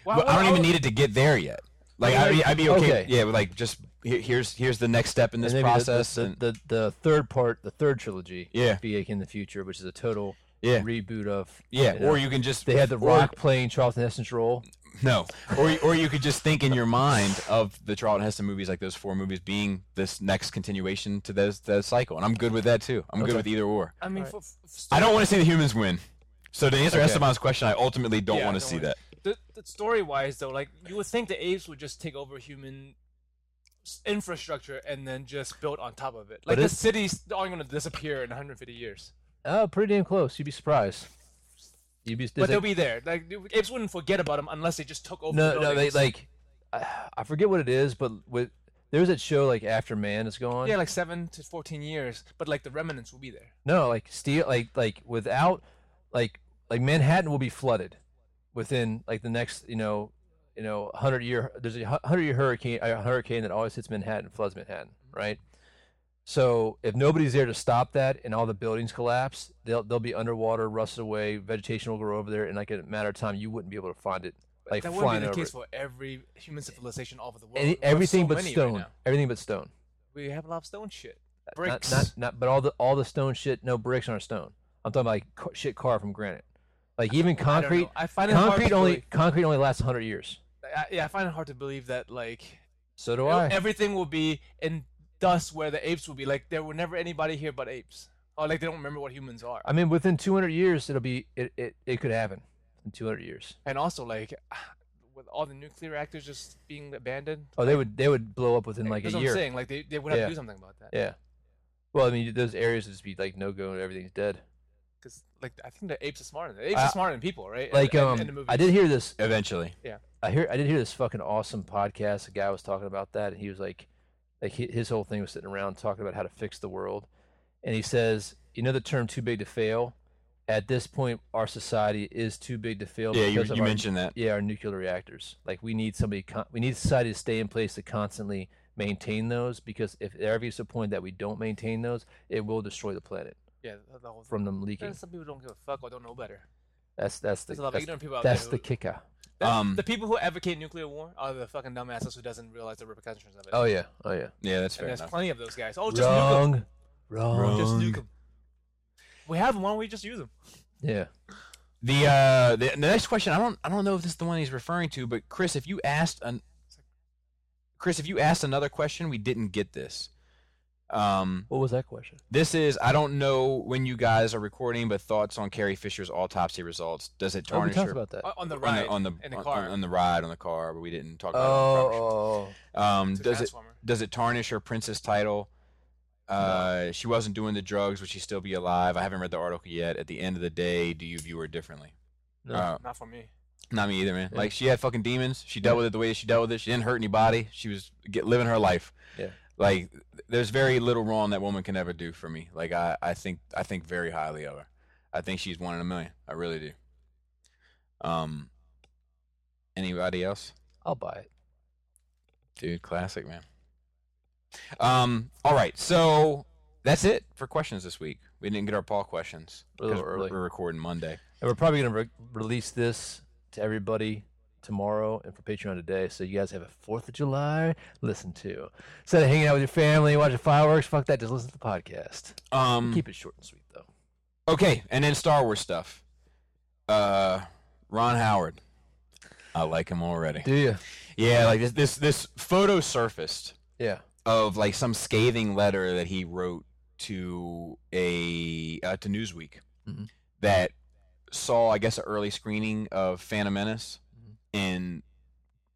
D: Well,
C: but I don't
D: well,
C: even need it to get there yet. Like I, I'd be okay.
B: Okay.
C: Yeah, with like just here, here's here's the next step in this
B: and maybe the-
C: process.
B: the, the,
C: and,
B: the, the third part, the third trilogy,
C: Yeah.
B: be like in the future, which is a total
C: Yeah.
B: reboot of
C: yeah,
B: know,
C: or you can just
B: they had the
C: or-
B: Rock playing Charlton Heston's role.
C: No, or you- or you could just think in your mind of the Charlton Heston movies, like those four movies, being this next continuation to those that cycle, and I'm good with that too. I'm good
B: Okay.
C: with either or.
D: I mean,
B: Alright.
D: for, for
C: I don't want to see the humans win. So to answer
B: Okay.
C: Esteban's question, I ultimately don't
D: Yeah,
C: want to
D: don't
C: see
D: wanna-
C: that.
D: the, the story-wise, though, like you would think the apes would just take over human s- infrastructure and then just build on top of it. Like the
B: it's-
D: cities aren't going to disappear in 150 years,
B: Oh, pretty damn close. You'd be surprised. You'd be.
D: but
B: there's
D: they'll
B: a-
D: be there. Like the apes wouldn't forget about them unless they just took over.
B: no,
D: the
B: no, they
D: buildings.
B: like. I, I forget what it is, but with there's that show like After Man is gone.
D: yeah, like seven to 14 years, but like the remnants will be there.
B: No, like steel, like like without, like like Manhattan will be flooded within like the next you know you know, hundred year there's a hundred year hurricane a hurricane that always hits Manhattan, floods Manhattan, right? So if nobody's there to stop that and all the buildings collapse, they'll they'll be underwater, rust away, vegetation will grow over there, and like in a matter of time, you wouldn't be able to find it. Like
D: that would be
B: flying
D: the
B: over
D: case
B: it.
D: for every human civilization all over the world.
B: Any,
D: We have
B: everything
D: so
B: but
D: many right
B: stone.
D: now.
B: everything but stone.
D: we have a lot of stone shit.
B: Not-
D: Bricks.
B: Not, not, but all the all the stone shit. No bricks aren't stone. I'm talking about like ca- shit carved from granite. Like even
D: I don't know.
B: concrete.
D: I find it hard
B: Concrete
D: to
B: only
D: believe-
B: concrete only lasts 100 years.
D: I, yeah, I find it hard to believe that like
B: So do
D: you know,
B: I.
D: everything will be in dust where the apes will be. Like there were never anybody here but apes. Or like they don't remember what humans are.
B: I mean, within 200 years, it'll be it it, it could happen in 200 years.
D: and also like with all the nuclear reactors just being abandoned.
B: Oh, they would they would blow up within like a
D: that's what
B: year.
D: I'm saying. Like they, they would have
B: Yeah.
D: to do something about that.
B: Yeah. Well, I mean, those areas would just be like no go and everything's dead.
D: Because like I think the apes are smarter. than- The apes
B: Uh,
D: are smarter than people, right? In-
B: Like
D: in-
B: um,
D: in the movies.
B: I did hear this.
C: Eventually.
B: I hear I did hear this fucking awesome podcast. A guy was talking about that, and he was like, like hi- his whole thing was sitting around talking about how to fix the world, and he says, you know, the term "too big to fail." At this point, our society is too big to fail.
C: Yeah, you,
B: because of
C: you
B: our-
C: mentioned that.
B: yeah, our nuclear reactors. Like we need somebody. Con- we need society to stay in place to constantly maintain those because if there ever is a point that we don't maintain those, it will destroy the planet
D: Yeah, the- the whole thing.
B: from them
D: And
B: leaking.
D: some people don't give a fuck or don't know better.
B: That's that's the
D: There's a lot of
B: that's,
D: ignorant people out
B: that's
D: there.
B: the
D: who-
B: kicker.
D: that's-
C: Um,
D: the people who advocate nuclear war are the fucking dumbasses who doesn't realize the repercussions of it.
B: Oh yeah, oh yeah.
C: Yeah, that's
D: and
C: fair
D: there's
C: enough.
D: plenty of those guys. Oh, just nuke
B: wrong,
D: them.
B: wrong,
D: Just
C: Wrong.
D: nuke them. We have them. Why don't we just use them?
B: Yeah.
C: The uh, the, the next question, I don't I don't know if this is the one he's referring to, but Chris, if you asked an Chris, if you asked another question, we didn't get this. Um,
B: What was that question?
C: this is I don't know when you guys are recording, but thoughts on Carrie Fisher's autopsy results? Does it
B: Oh, we
C: tarnish
B: talked
C: your
B: about that.
D: O- On
C: Uh,
D: the
C: on
D: ride.
C: the on the,
D: in the
C: on-
D: car.
C: On, the ride on the car, but we didn't talk about it. on the proper
B: Oh,
C: show. um,
D: to
C: does it
D: Transformer.
C: does it tarnish her princess title? Uh, she wasn't doing the drugs. Would she still be alive? I haven't read the article yet. At the end of the day, do you view her differently?
B: No.
C: Uh,
D: Not for me.
C: Not me either, man.
B: Yeah.
C: Like she had fucking demons. She dealt with it the way she dealt with it. She didn't hurt anybody. She was get, living her life.
B: Yeah.
C: Like th- there's very little wrong that woman can ever do for me. Like I, I think I think very highly of her. I think she's one in a million. I really do. Um. Anybody else?
B: I'll buy it.
C: Dude, classic man. Um. All right. So that's it for questions this week. We didn't get our Paul questions
B: A little
C: because we're,
B: early.
C: we're recording Monday.
B: And we're probably gonna re- release this to everybody tomorrow and for Patreon today, so you guys have a Fourth of July listen to. Instead of hanging out with your family, watching fireworks, fuck that. Just listen to the podcast.
C: Um.
B: Keep it short and sweet though.
C: Okay, and then Star Wars stuff. Uh, Ron Howard. I like him already.
B: Do you?
C: Yeah, like this this this photo surfaced
B: Yeah.
C: of like some scathing letter that he wrote to a uh, to Newsweek
B: Mhm.
C: that saw I guess an early screening of Phantom Menace
B: Mhm.
C: and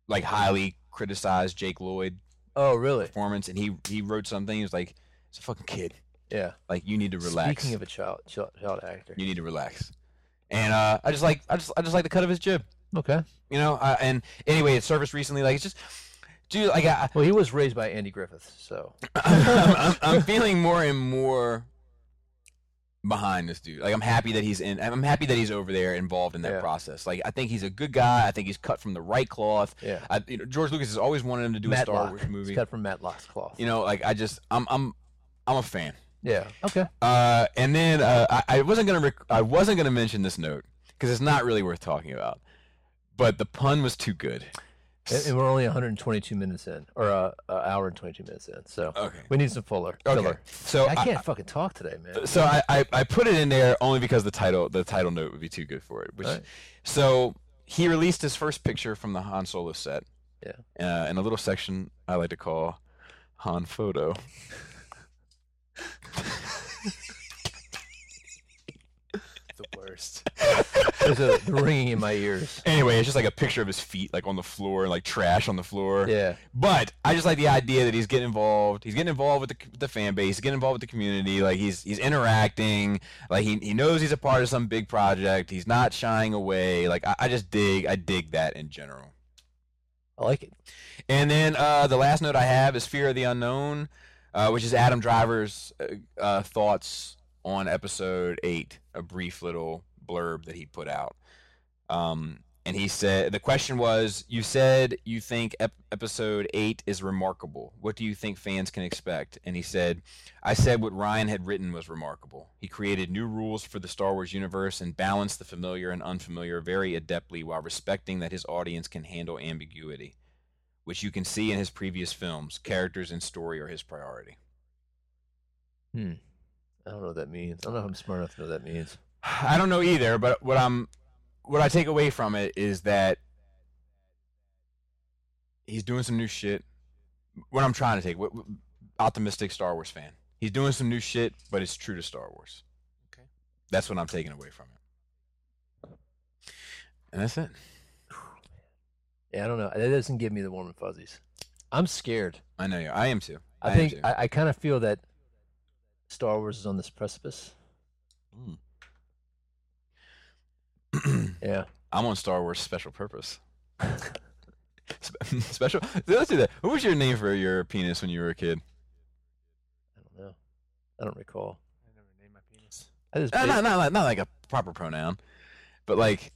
C: like highly criticized Jake Lloyd
B: Oh, really?
C: performance, and he he wrote something. He was like, "It's a fucking kid.
B: Yeah.
C: Like you need to relax."
B: Speaking of a child, child, child actor.
C: you need to relax. And uh, I just like I just I just like the cut of his jib,
B: Okay.
C: you know. I, and anyway, it surfaced recently. Like it's just, dude. Like I,
B: Well, he was raised by Andy Griffith, so
C: I'm, I'm, I'm feeling more and more behind this dude. Like I'm happy that he's in. I'm happy that he's over there involved in that
B: Yeah.
C: process. Like I think he's a good guy. I think he's cut from the right cloth.
B: yeah.
C: I, you know, George Lucas has always wanted him to do a Star
B: Matlock.
C: Wars movie.
B: It's cut from Matlock's cloth.
C: you know, like I just I'm I'm I'm a fan.
B: Yeah. Okay.
C: Uh, and then uh, I, I wasn't gonna rec- I wasn't gonna mention this note because it's not really worth talking about, but the pun was too good.
B: And, and we're only 122 minutes in, or uh, an hour and 22 minutes in. So
C: Okay.
B: we need some fuller.
C: Okay.
B: filler.
C: So
B: I can't fucking talk today, man.
C: so I, I, I put it in there only because the title the title note would be too good for it. Which
B: Right.
C: so he released his first picture from the Han Solo set.
B: Yeah.
C: Uh, in a little section I like to call Han photo.
D: The worst.
B: There's a the ringing in my ears.
C: Anyway, it's just like a picture of his feet like on the floor, like trash on the floor.
B: Yeah.
C: But I just like the idea that he's getting involved. He's getting involved with the, c- the fan base. He's getting involved with the community. Like he's he's interacting. Like he, he knows he's a part of some big project. He's not shying away. Like I, I just dig I dig that in general.
B: I like it.
C: And then uh, the last note I have is fear of the unknown, uh, which is Adam Driver's uh, uh, thoughts on episode eight. A brief little blurb that he put out. Um, and he said the question was you said you think ep- episode 8 is remarkable what do you think fans can expect and he said i said what ryan had written was remarkable he created new rules for the star wars universe and balanced the familiar and unfamiliar very adeptly while respecting that his audience can handle ambiguity which you can see in his previous films characters and story are his priority
B: I don't know what that means. I don't know if I'm smart enough to know what that means.
C: I don't know either, but what I'm what I take away from it is that he's doing some new shit. What I'm trying to take, what, what- optimistic Star Wars fan. He's doing some new shit, but it's true to Star Wars.
D: Okay.
C: That's what I'm taking away from it. And that's it.
B: Yeah, I don't know. That doesn't give me the warm and fuzzies. I'm scared.
C: I know you. I am too.
B: I,
C: am
B: think
C: too.
B: I, I kind of feel that Star Wars is on this precipice. Yeah.
C: I'm on Star Wars Special Purpose. Spe- special. Let's do that. What was your name for your penis when you were a kid?
B: I don't know. I don't recall.
D: I never named my penis.
B: I just
C: Uh,
B: ba-
C: not, not, like- not like a proper pronoun, but like,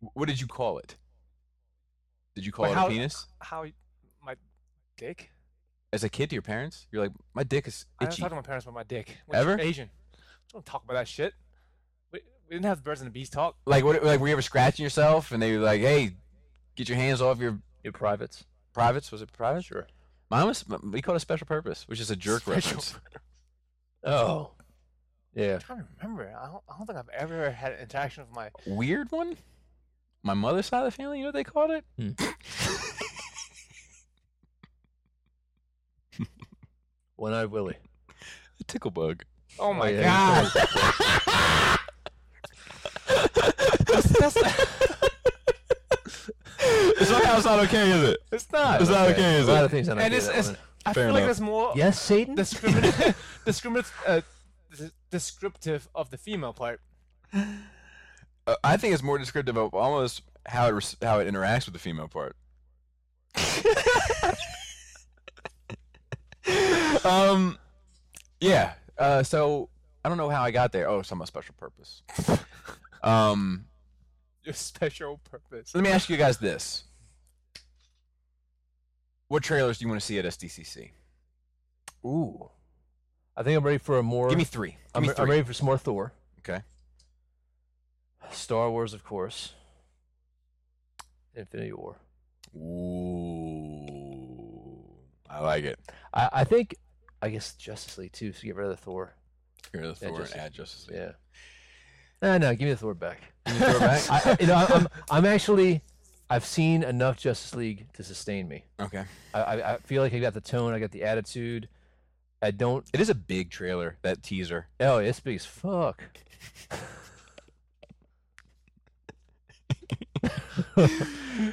C: wh- what did you call it? Did you call
D: Like
C: it
D: how-
C: a penis?
D: How y- my dick?
C: As a kid to your parents? You're like, my dick is
D: I don't
C: itchy.
D: talk to my parents about my dick. Which
C: Ever?
D: Asian. Don't talk about that shit. We, we didn't have birds and the bees talk.
C: Like, what, like, were you ever scratching yourself? And they were like, hey, get your hands off your
B: your privates.
C: privates. Was it privates?
B: Sure.
C: Mine was, we called it special purpose, which is a jerk
D: Special
C: reference.
B: Oh. Yeah.
D: I'm trying to remember. I don't, I don't think I've ever had an interaction with my.
C: Weird one? My mother's side of the family, you know what they called it?
B: One eyed Willie.
C: A tickle bug.
D: Oh my
B: yeah,
D: god!
B: he's got
C: Somehow it's not okay, is it?
D: It's not.
C: It's not okay,
B: a
C: is
B: lot of
C: it?
B: things I don't
D: and
B: get
D: it's,
B: that
D: it's
B: one.
D: I
C: Fair
D: feel like
C: enough.
D: that's more
B: Yes, Satan?
D: discriminate, discriminate, uh, dis- descriptive of the female part.
C: Uh, I think it's more descriptive of almost how it res- how it interacts with the female part. um, yeah. Uh, so I don't know how I got there. Oh, it's on my special purpose. um,
D: Your special purpose.
C: let me ask you guys this: What trailers do you want to see at SDCC?
B: Ooh. I think I'm ready for a more.
C: Give me three. Give
B: I'm,
C: me
B: re- I'm
C: 3
B: ready for some more Thor.
C: okay.
B: Star Wars, of course. Infinity War.
C: Ooh, I like it.
B: I, I think, I guess Justice League too. So get rid of the Thor.
C: You're the
B: Yeah,
C: Thor
B: Justice-
C: and add Justice League.
B: Yeah. No, no, give me the Thor back.
C: Can you throw it back?
B: I, I- you know, I- I'm, I'm actually, I've seen enough Justice League to sustain me.
C: okay.
B: I, I, I feel like I got the tone, I got the attitude. I don't.
C: It is a big trailer, that teaser.
B: Oh, it's big as fuck.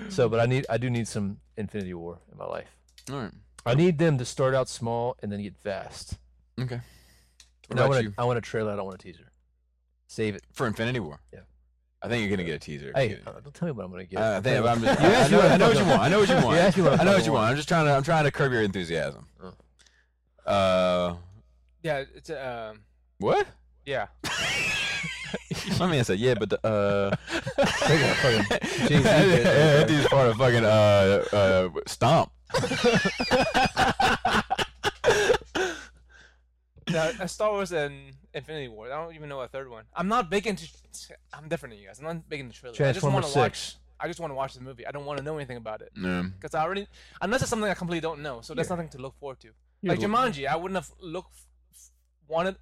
B: so, but I need, I do need some Infinity War in my life.
C: All right.
B: I need them to start out small and then get vast.
C: Okay. What
B: And I
C: about
B: want,
C: you
B: a, I want a trailer. I don't want a teaser. Save it.
C: for Infinity War?
B: Yeah.
C: I think you're gonna get a teaser.
B: Hey, uh, don't tell me what I'm gonna get.
C: Uh, I think I'm just,
B: You
C: I,
B: asked me
C: know,
B: what
C: I
B: I
C: know what you
B: fucking
C: want. I know what you
B: You
C: want.
B: asked me what I
C: I know what
B: fucking
C: you want.
B: want.
C: I'm just trying to. I'm trying to curb your enthusiasm. Uh,
D: Yeah, it's um,
C: what?
D: yeah.
C: My man said, yeah, but the, uh,
B: Take a fucking Jay-Z
C: yeah,
B: bit right
C: that
B: there.
C: dude's part of fucking uh, uh, stomp.
D: Now, uh, Star Wars and Infinity War. I don't even know a third one. I'm not big into. I'm different than you guys. I'm not big into trailers. I just
B: Transformer
D: want to watch.
B: Six.
D: I just want to watch the movie. I don't want to know anything about it
C: Yeah.
D: because I already unless it's something I completely don't know. So there's nothing to look forward to. Like
B: look-
D: Jumanji, I wouldn't have looked f- wanted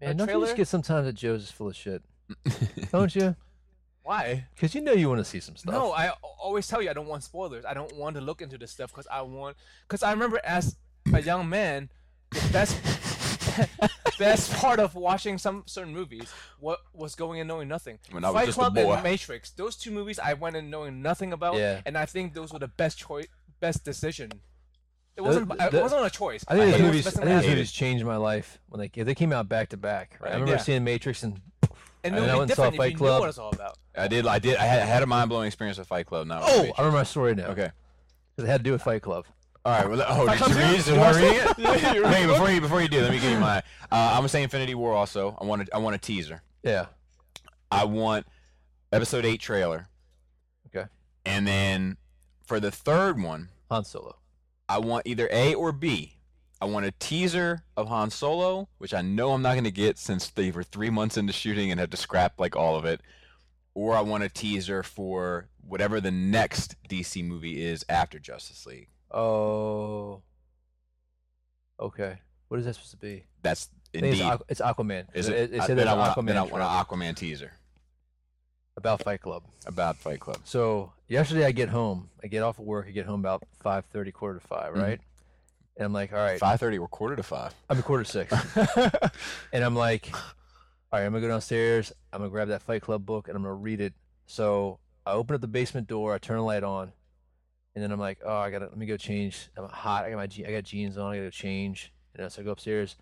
B: Man,
D: a
B: don't you
D: trailer.
B: just get sometimes that Joe's is full of shit? don't you?
D: Why?
B: Because you know you want to see some stuff.
D: No, I al- always tell you I don't want spoilers. I don't want to look into this stuff because I want. Because I remember as a young man, the best best part of watching some certain movies what was going in knowing nothing.
C: When I was
D: Fight
C: just a
D: Club
C: boy.
D: and Matrix. Those two movies I went in knowing nothing about,
B: Yeah.
D: and I think those were the best choice, best decision. It
B: The-
D: wasn't.
B: the-
D: it wasn't a choice.
B: I think
D: it
B: those
D: was the
B: movies. I
D: best
B: think
D: thing
B: those
D: that happened.
B: movies changed my life when they ca- they came out back to back. Right? I
C: Right,
B: remember
D: yeah.
B: seeing Matrix and
D: And
B: I
D: it would
B: know
D: be
B: in South
D: different
B: Fight
D: if you knew
B: Club-
D: what it's all about.
C: I did. I did. I had, I had a mind blowing experience with Fight Club. Now.
B: oh, I remember my story now.
C: Okay.
B: it had to do with Fight Club.
C: All right. Well, oh, did
D: Club's
C: you read?
D: here?
C: Did I read it?
D: Yeah, you're
C: Hey, before you before you do, let me give you my. Uh, I'm gonna say Infinity War. Also, I want a, I want a teaser.
B: Yeah.
C: I want episode eight trailer.
B: Okay.
C: And then for the third one,
B: Han Solo.
C: I want either A or B. I want a teaser of Han Solo, which I know I'm not going to get since they were three months into shooting and had to scrap like all of it. Or I want a teaser for whatever the next DC movie is after Justice League.
B: Oh. Okay. What is that supposed to be?
C: That's
B: I think It's,
C: indeed.
B: Aqu- it's Aquaman.
C: Is
B: They-
C: it?
B: they
C: I-
B: said
C: then I
B: there's
C: want,
B: an
C: then I
B: Aquaman
C: want
B: trailer
C: an Aquaman teaser
B: about Fight Club.
C: about Fight Club.
B: So yesterday I get home. I get off of work. I get home about five thirty, quarter to five,
C: Mhm.
B: right? And I'm like, all right,
C: Five thirty, we're quarter to five.
B: I'm a quarter to six, and I'm like, all right, I'm gonna go downstairs. I'm gonna grab that Fight Club book and I'm gonna read it. So I open up the basement door. I turn the light on, and then I'm like, oh, I gotta let me go change. I'm hot. I got my je- I got jeans on. I gotta go change. You know, so I go upstairs.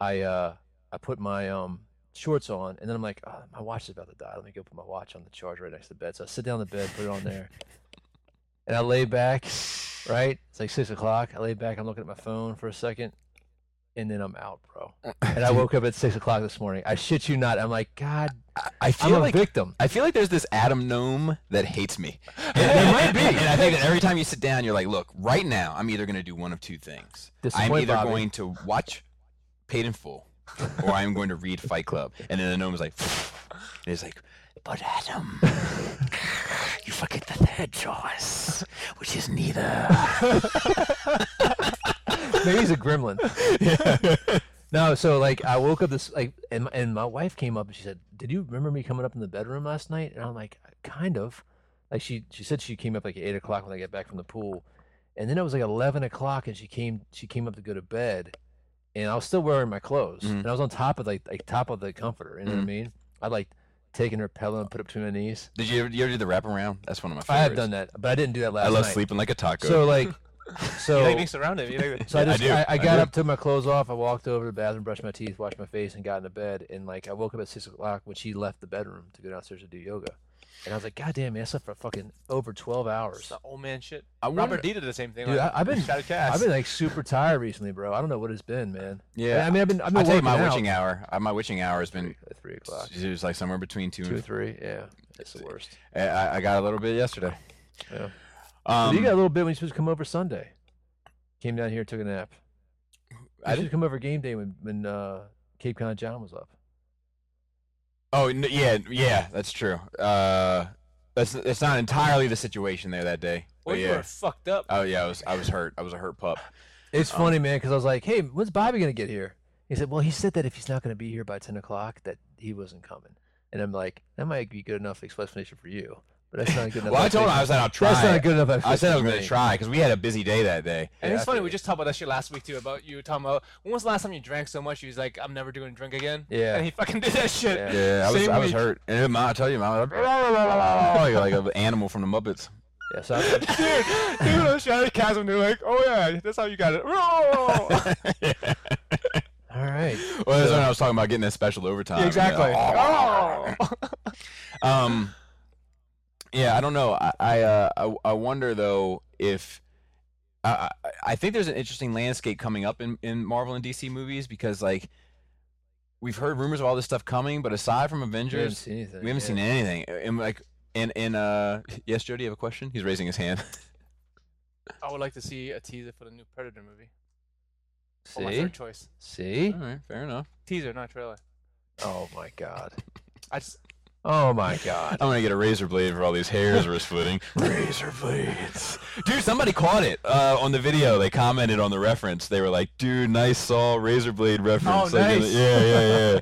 B: I uh I put my um shorts on, and then I'm like, oh, my watch is about to die. Let me go put my watch on the charger right next to the bed. So I sit down on the bed, put it on there, and I lay back. Right, it's like six o'clock. I lay back. I'm looking at my phone for a second, and then I'm out, bro.
C: Uh,
B: And I woke up at six o'clock this morning. I shit you not. I'm like, God,
C: I
B: I'm a
C: feel like
B: victim.
C: I feel like there's this Adam gnome that hates me.
B: There might be.
C: And I think that every time you sit down, you're like, look, right now, I'm either going to do one of two things. I'm
B: Disappoint
C: either
B: Bobby.
C: going to watch Paid in Full, or I'm going to read Fight Club. And then the gnome is like, and he's like, but Adam, you forget the third choice, which is neither.
B: Maybe he's a gremlin. No, so like I woke up this like and my, and my wife came up and she said, "Did you remember me coming up in the bedroom last night?" And I'm like, "Kind of." Like she she said she came up like at eight o'clock when I got back from the pool, and then it was like eleven o'clock and she came she came up to go to bed, and I was still wearing my clothes
C: Mhm.
D: Mm.
B: and I was on top of like like top of the comforter. You know what I mean? I like taking her pillow and put it between my knees.
C: Did you ever, you ever do the wraparound? That's one of my favorites.
B: I have done that, but I didn't do that last
C: I love
B: night.
C: sleeping like a taco.
B: So like, so
D: You like being surrounded. You like
B: so I
C: Yeah, I
B: just
C: do.
B: I, I,
C: I
B: got
C: do.
B: up, took my clothes off, I walked over to the bathroom, brushed my teeth, washed my face, and got into bed. And like I woke up at six o'clock when she left the bedroom to go downstairs to do yoga. And I was like, God damn, man, I slept for fucking over twelve hours.
D: the old man shit.
C: I wonder-
D: Robert D did the same thing.
B: Dude,
D: like,
B: I- I've been-
D: shouted cast.
B: I've been like super tired recently, bro. I don't know what it's been, man.
C: yeah.
B: I mean, I've been I've
C: I
B: been
C: tell you,
B: working
C: my
B: out
C: witching hour, uh, my witching hour has been
B: at three o'clock,
C: it was like somewhere between two
B: two or
C: and
B: three. Yeah, it's the worst.
C: I- I, I got a little bit yesterday.
B: Yeah.
C: Um,
B: But you got a little bit when you supposed to come over Sunday. Came down here, took a nap.
C: I
B: I should come over game day when when uh, Cape Con John was up.
C: oh n- yeah, yeah, that's true. Uh, that's that's not entirely the situation there that day.
D: Well,
C: but
D: you
C: yeah.
D: were fucked up.
C: Oh yeah, I was I was hurt. I was a hurt pup.
B: It's
C: Um,
B: funny, man, because I was like, "Hey, when's Bobby gonna get here?" He said, "Well, he said that if he's not gonna be here by ten o'clock, that he wasn't coming." And I'm like, "That might be good enough explanation for you, but that's not good enough."
C: Well, I told him
B: explanation-
C: I was like, I'll
B: that's
C: try.
B: not
C: it.
B: good enough.
C: I said I was
B: explanation
C: gonna
B: for me.
C: try because we had a busy day that day.
D: And
B: Yeah, I
D: it's funny,
B: feel
D: we
B: you.
D: just talked about that shit last week too. About you talking about when was the last time you drank so much? You was like, I'm never doing drink again.
B: Yeah.
D: And he fucking did that shit.
B: Yeah.
C: Yeah, I was
D: Same
C: I was
D: week.
C: hurt. And then my- I tell you, I was like, like an animal from the Muppets.
B: Yeah, so I,
D: Dude, dude, I shouted chasm. They're like, oh yeah, that's how you got it. yeah,
B: all right.
C: Well, that's when I was talking about getting that special overtime. and then,
D: exactly. Oh.
C: um yeah i don't know i i uh, I, I wonder though if I, I i think there's an interesting landscape coming up in in marvel and dc movies because like we've heard rumors of all this stuff coming but aside from
B: We haven't
C: avengers
B: seen anything.
C: we haven't seen anything and like and and uh yes joe do you have a question he's raising his hand
D: I would like to see a teaser for the new Predator movie. For my
B: See,
D: third choice.
B: see.
C: right fair enough
D: Teaser, not trailer.
B: Oh my god.
D: I just
B: Oh my god.
C: i'm gonna get a razor blade for all these hairs we're splitting razor blades dude somebody caught it uh on the video they commented on the reference they were like dude nice saw razor blade reference
D: Oh,
C: Like,
D: nice.
C: yeah yeah yeah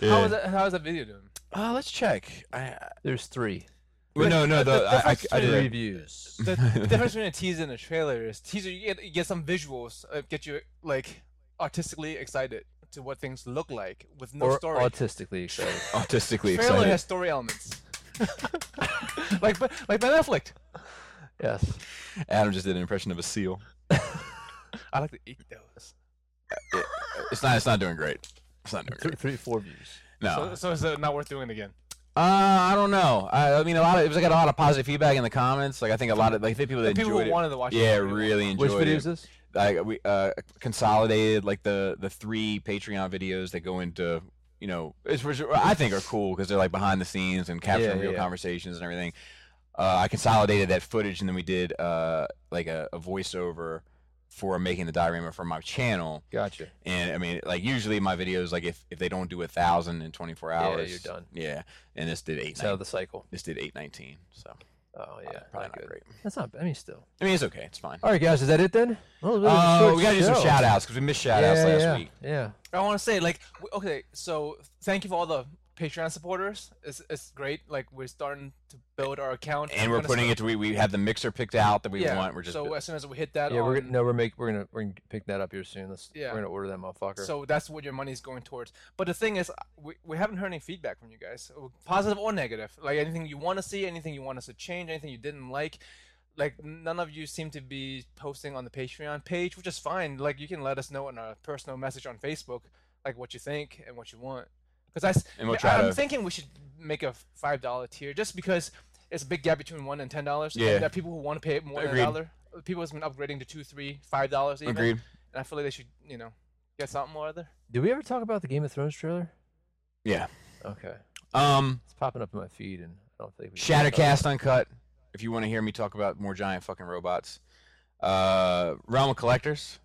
C: yeah
D: how was that? How was that video doing?
C: Uh, let's check I,
B: There's three.
C: well, no no the,
D: the
C: I, I,
D: first
C: I
B: Three
C: did
B: views.
D: The difference between a teaser and a trailer is teaser you get you get some visuals, uh, get you like artistically excited to what things look like with no
B: or
D: story.
B: autistically excited.
C: autistically
D: trailer
C: excited
D: has story elements. like Ben- like Ben Affleck.
B: yes.
C: adam just did an impression of a seal
D: I like to eat those.
C: it's not it's not doing great it's not doing
B: Three,
C: great
B: three, four views.
C: no
D: So, so is it not worth doing again?
C: Uh, I don't know. I, I mean, a lot of it was. I got a lot of positive feedback in the comments. Like, I think a lot of like the people that
D: The people
C: enjoyed
D: who
C: it.
D: wanted to watch it
C: yeah,
D: really
C: really enjoyed
B: Which video
C: it.
B: is this?
C: Like, we uh, consolidated like the the three Patreon videos that go into you know, it's which I think are cool because they're like behind the scenes and capturing
B: yeah,
C: real
B: yeah.
C: conversations and everything. uh, I consolidated that footage and then we did uh, like a, a voiceover for making the diorama for my channel.
B: Gotcha.
C: And I mean, like usually my videos, like if, if they don't do a thousand in 24
B: Yeah,
C: hours,
B: you're done.
C: Yeah, and this did eight.
B: It's out of the cycle.
C: this did eight nineteen. So
B: Oh
C: uh,
B: yeah,
C: probably
B: not
C: not
B: good.
C: great.
B: That's not. I mean, still.
C: I mean, it's okay. It's fine.
B: All right, guys, is that it then? Well, it was a
C: Uh,
B: short
C: we gotta do some
B: show.
C: shout outs because we missed shout outs
B: yeah,
C: last
B: yeah,
C: week.
B: Yeah.
D: I want to say like w- okay, so thank you for all the Patreon supporters. It's it's great. Like we're starting to build our account,
C: And we're putting it to we we have the mixer picked out that we want. We're just
D: so as soon as we hit that,
B: Yeah,
D: on,
B: we're gonna, no, we're make we're gonna we're gonna pick that up here soon. Let's
D: Yeah.
B: we're gonna order that motherfucker.
D: So that's what your money is going towards. But the thing is, we, we haven't heard any feedback from you guys, uh, positive or negative. Like anything you want to see, anything you want us to change, anything you didn't like. Like none of you seem to be posting on the Patreon page, which is fine. Like you can let us know in a personal message on Facebook, like what you think and what you want. Because I, s-
C: And we'll
D: yeah,
C: try
D: I'm
C: to-
D: thinking we should make a five dollar tier just because it's a big gap between one and ten dollars.
C: Yeah.
D: there are people who want to pay more than
C: Agreed.
D: a dollar. People has been upgrading to two, three, five dollars even.
C: agreed.
D: And I feel like they should, you know, get something or other.
B: Did we ever talk about the Game of Thrones trailer?
C: Yeah.
B: Okay,
C: Um,
B: it's popping up in my feed, and I don't think we
C: Shattercast Uncut. If you want to hear me talk about more giant fucking robots, uh, Realm of Collectors,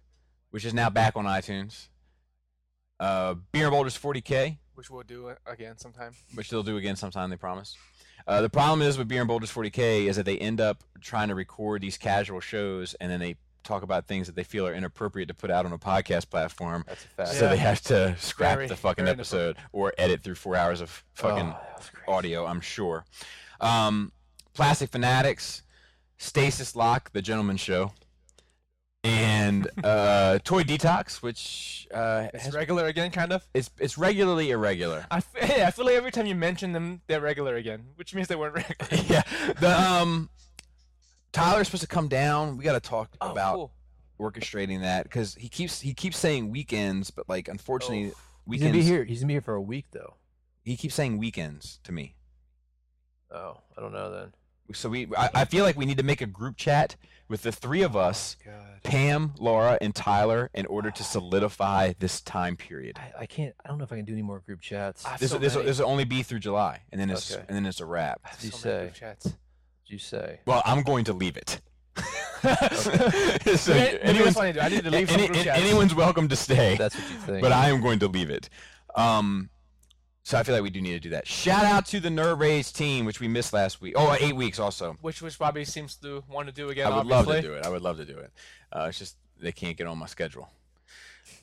C: which is now back on iTunes. Uh, Beer Boulders 40k,
D: which we'll do a- again sometime.
C: which they'll do again sometime. They promise. Uh, the problem is with Beer and Boulders 40K is that they end up trying to record these casual shows and then they talk about things that they feel are inappropriate to put out on a podcast platform.
B: That's a fact.
C: So
D: Yeah.
C: they have to scrap
D: Very-
C: the fucking
D: very
C: episode or edit through four hours of fucking
B: Oh, that was crazy.
C: audio, I'm sure. Um, Plastic Fanatics, Stasis Lock, The Gentleman Show, and uh, Toy Detox, which uh,
D: It's
C: has-
D: regular again, kind of.
C: it's, it's regularly irregular.
D: I f- I feel like every time you mention them, they're regular again, which means they weren't regular.
C: yeah. The um Tyler's supposed to come down. We got to talk about
D: Oh, cool.
C: orchestrating that cuz he keeps he keeps saying weekends, but like unfortunately
B: He's gonna
C: weekends
B: be here. He's gonna be here for a week though.
C: he keeps saying weekends to me.
B: Oh, I don't know then.
C: So we I, I feel like we need to make a group chat with the three of us,
D: God.
C: Pam, Laura, and Tyler in order to solidify this time period.
B: I, I can't. I don't know if I can do any more group chats.
D: I-
B: As
C: This
D: so
C: this
D: many.
C: this will only be through July and then it's
B: Okay.
C: and then it's a wrap.
D: I have
B: You
D: so many group
B: say.
D: chats.
B: you say.
C: Well, I'm going to leave it. so
D: Maybe- maybe that's what I do. I need to leave some
C: any-
D: group
C: any-
D: chats.
C: anyone's welcome to stay.
B: That's what you think.
C: but I am going to leave it. Um, so I feel like we do need to do that. Shout out to the Nerd Rage team, which we missed last week. Oh, uh, eight weeks also.
D: Which which Bobby seems to want to do again.
C: I would love
D: obviously.
C: to do it. I would love to do it. Uh, it's just they can't get on my schedule.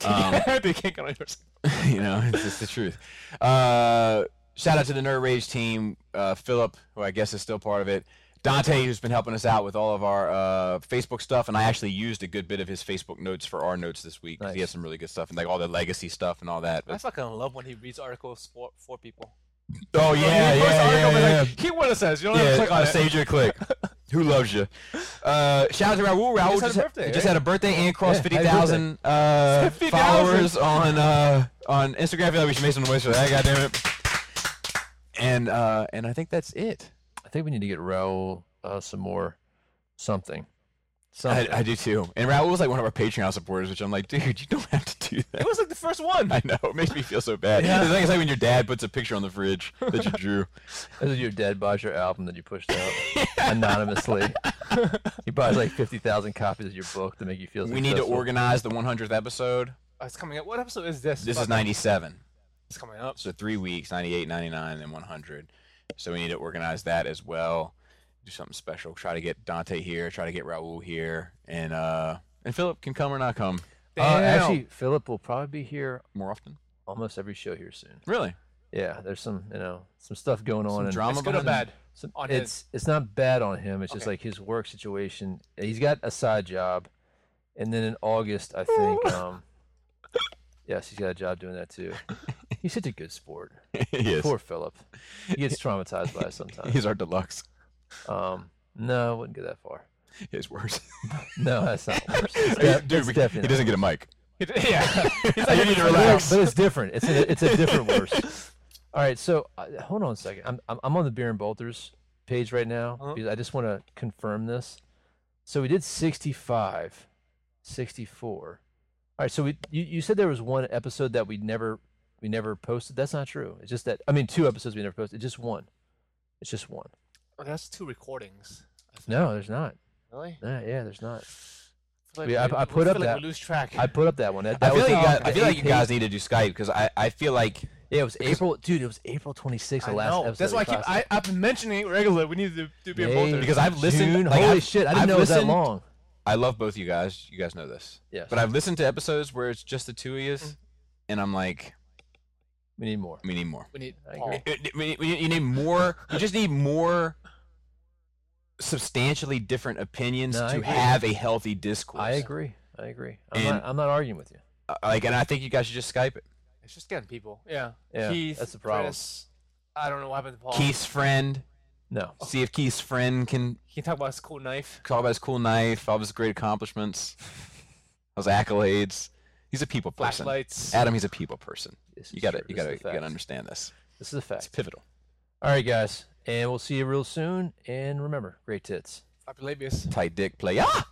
C: Um,
D: they can't get on yours.
C: you know, it's just the truth. Uh, shout out to the Nerd Rage team, uh, Philip, who I guess is still part of it. Dante, who's been helping us out with all of our uh, Facebook stuff, and I actually used a good bit of his Facebook notes for our notes this week 'cause he
B: Nice.
C: has some really good stuff and like all the legacy stuff and all that.
D: I
C: But,
D: fucking love when he reads articles for for people.
C: oh yeah, yeah,
D: he posts an
C: yeah,
D: article, but,
C: yeah.
D: like, He what it says. You don't
C: Yeah,
D: have to click
C: uh,
D: on it.
C: saved your click. Who loves you? Uh, shout out to Raul. Raul
D: just had a birthday,
C: he just
D: right?
C: had a birthday and crossed
B: Yeah, happy
C: 50,000 uh,
D: 50,000.
C: followers on uh, on Instagram. I feel like we should make some noise for that. God damn it. And uh, and I think that's it.
B: I think we need to get Raul uh, some more something.
C: I,
B: Something.
C: I do too. And Raul was like one of our Patreon supporters, which I'm like, dude, you don't have to do that.
D: It was like the first one.
C: I know. It makes me feel so bad.
B: Yeah.
C: It's, like, it's like when your dad puts a picture on the fridge that you drew.
B: This is your Dead Bodger album that you pushed out anonymously. he buys like 50,000 copies of your book to make you feel
C: we need to
B: successful.
C: organize the 100th episode.
D: Oh, it's coming up. What episode is this?
C: This
D: Fuck,
C: is 97.
D: It's coming up.
C: So three weeks, 98, 99, and 100. So we need to organize that as well. Do something special. Try to get Dante here. Try to get Raul here. And uh, and Philip can come or not come
B: Uh,
D: Damn.
B: actually, Philip will probably be here
C: more often.
B: almost every show here soon.
C: Really?
B: Yeah, there's some, you know, some stuff going on.
C: Some
B: and
C: drama
D: it's good or
C: behind this?
D: bad.
B: some-
D: on
B: it's it's not bad on him. It's just
D: Okay.
B: like his work situation. He's got a side job, and then in August, I think. um Yes, he's got a job doing that too. He's such a good sport.
C: he is.
B: Poor Philip. He gets traumatized by it sometimes.
C: He's our deluxe.
B: Um, no, I wouldn't go that far.
C: He's worse.
B: No, that's not worse. It's
C: He's-
B: def-
C: Dude,
B: it's
C: we- he
B: definitely
C: doesn't get a mic.
D: yeah.
C: you need to
B: not.
C: relax.
B: But it's different. It's a, it's a different worse. All right, so uh, hold on a second. I'm I'm, I'm on the beer and bolters page right now
D: Uh-huh.
B: because I just want to confirm this. So we did 65, 64. All right, so we you, you said there was one episode that we never we never posted. That's not true. It's just that I mean two episodes we never posted. It's just one. It's just one.
D: oh, that's two recordings. I think.
B: No, there's not.
D: Really?
B: Nah, yeah, there's not.
D: feel
B: Yeah, I- I put
D: feel
B: up
D: like
B: that-
D: We lose track.
B: I put up that one. That, that
C: I feel,
B: was
C: like you
B: the-
C: guys,
B: the
C: I feel like you
B: AP.
C: guys need to do Skype because I, I feel like
B: Yeah, it was April, dude. It was April 26th. The
D: I
B: last
D: know.
B: episode.
D: That's
B: we
D: why I keep.
B: posted.
D: I, I've been mentioning it regularly. We need to, to be a
B: May,
D: both
C: because I've listened-
B: June,
C: like,
B: holy
C: I've-
B: shit! I didn't
C: I've
B: know it was that
C: listened-
B: long.
C: I love both you guys. You guys know this.
B: Yes.
C: But I've listened to episodes where it's just the two of us, and I'm like,
B: we need more.
C: we need more.
D: we need.
B: I
D: Paul.
B: agree.
C: It- it- we- we- You need more. You just need more substantially different opinions
B: No, I
C: to
B: agree.
C: have a healthy discourse.
B: I agree. I agree. I'm,
C: And-
B: not, I'm not arguing with you.
C: Uh, Like, and I think you guys should just Skype it.
D: It's just getting people. Yeah.
B: Yeah,
D: Keith,
B: that's the problem.
D: Chris, I don't know what happened to
B: Oh.
D: Paul.
C: Keith's friend.
B: No.
C: See if Keith's friend can
D: He talked about his cool knife.
C: talk about his cool knife, all of his great accomplishments, all his accolades. He's a people person.
D: Flashlights.
C: Adam, he's a people person.
B: This is
C: You gotta,
B: true.
C: you
B: This is
C: gotta,
B: a
C: you gotta
B: fact.
C: understand this.
B: This is a
C: It's
B: fact.
C: pivotal.
B: All right, guys, and we'll see you real soon. And remember, great tits.
D: Flabulabius.
C: Tight dick play. Ah.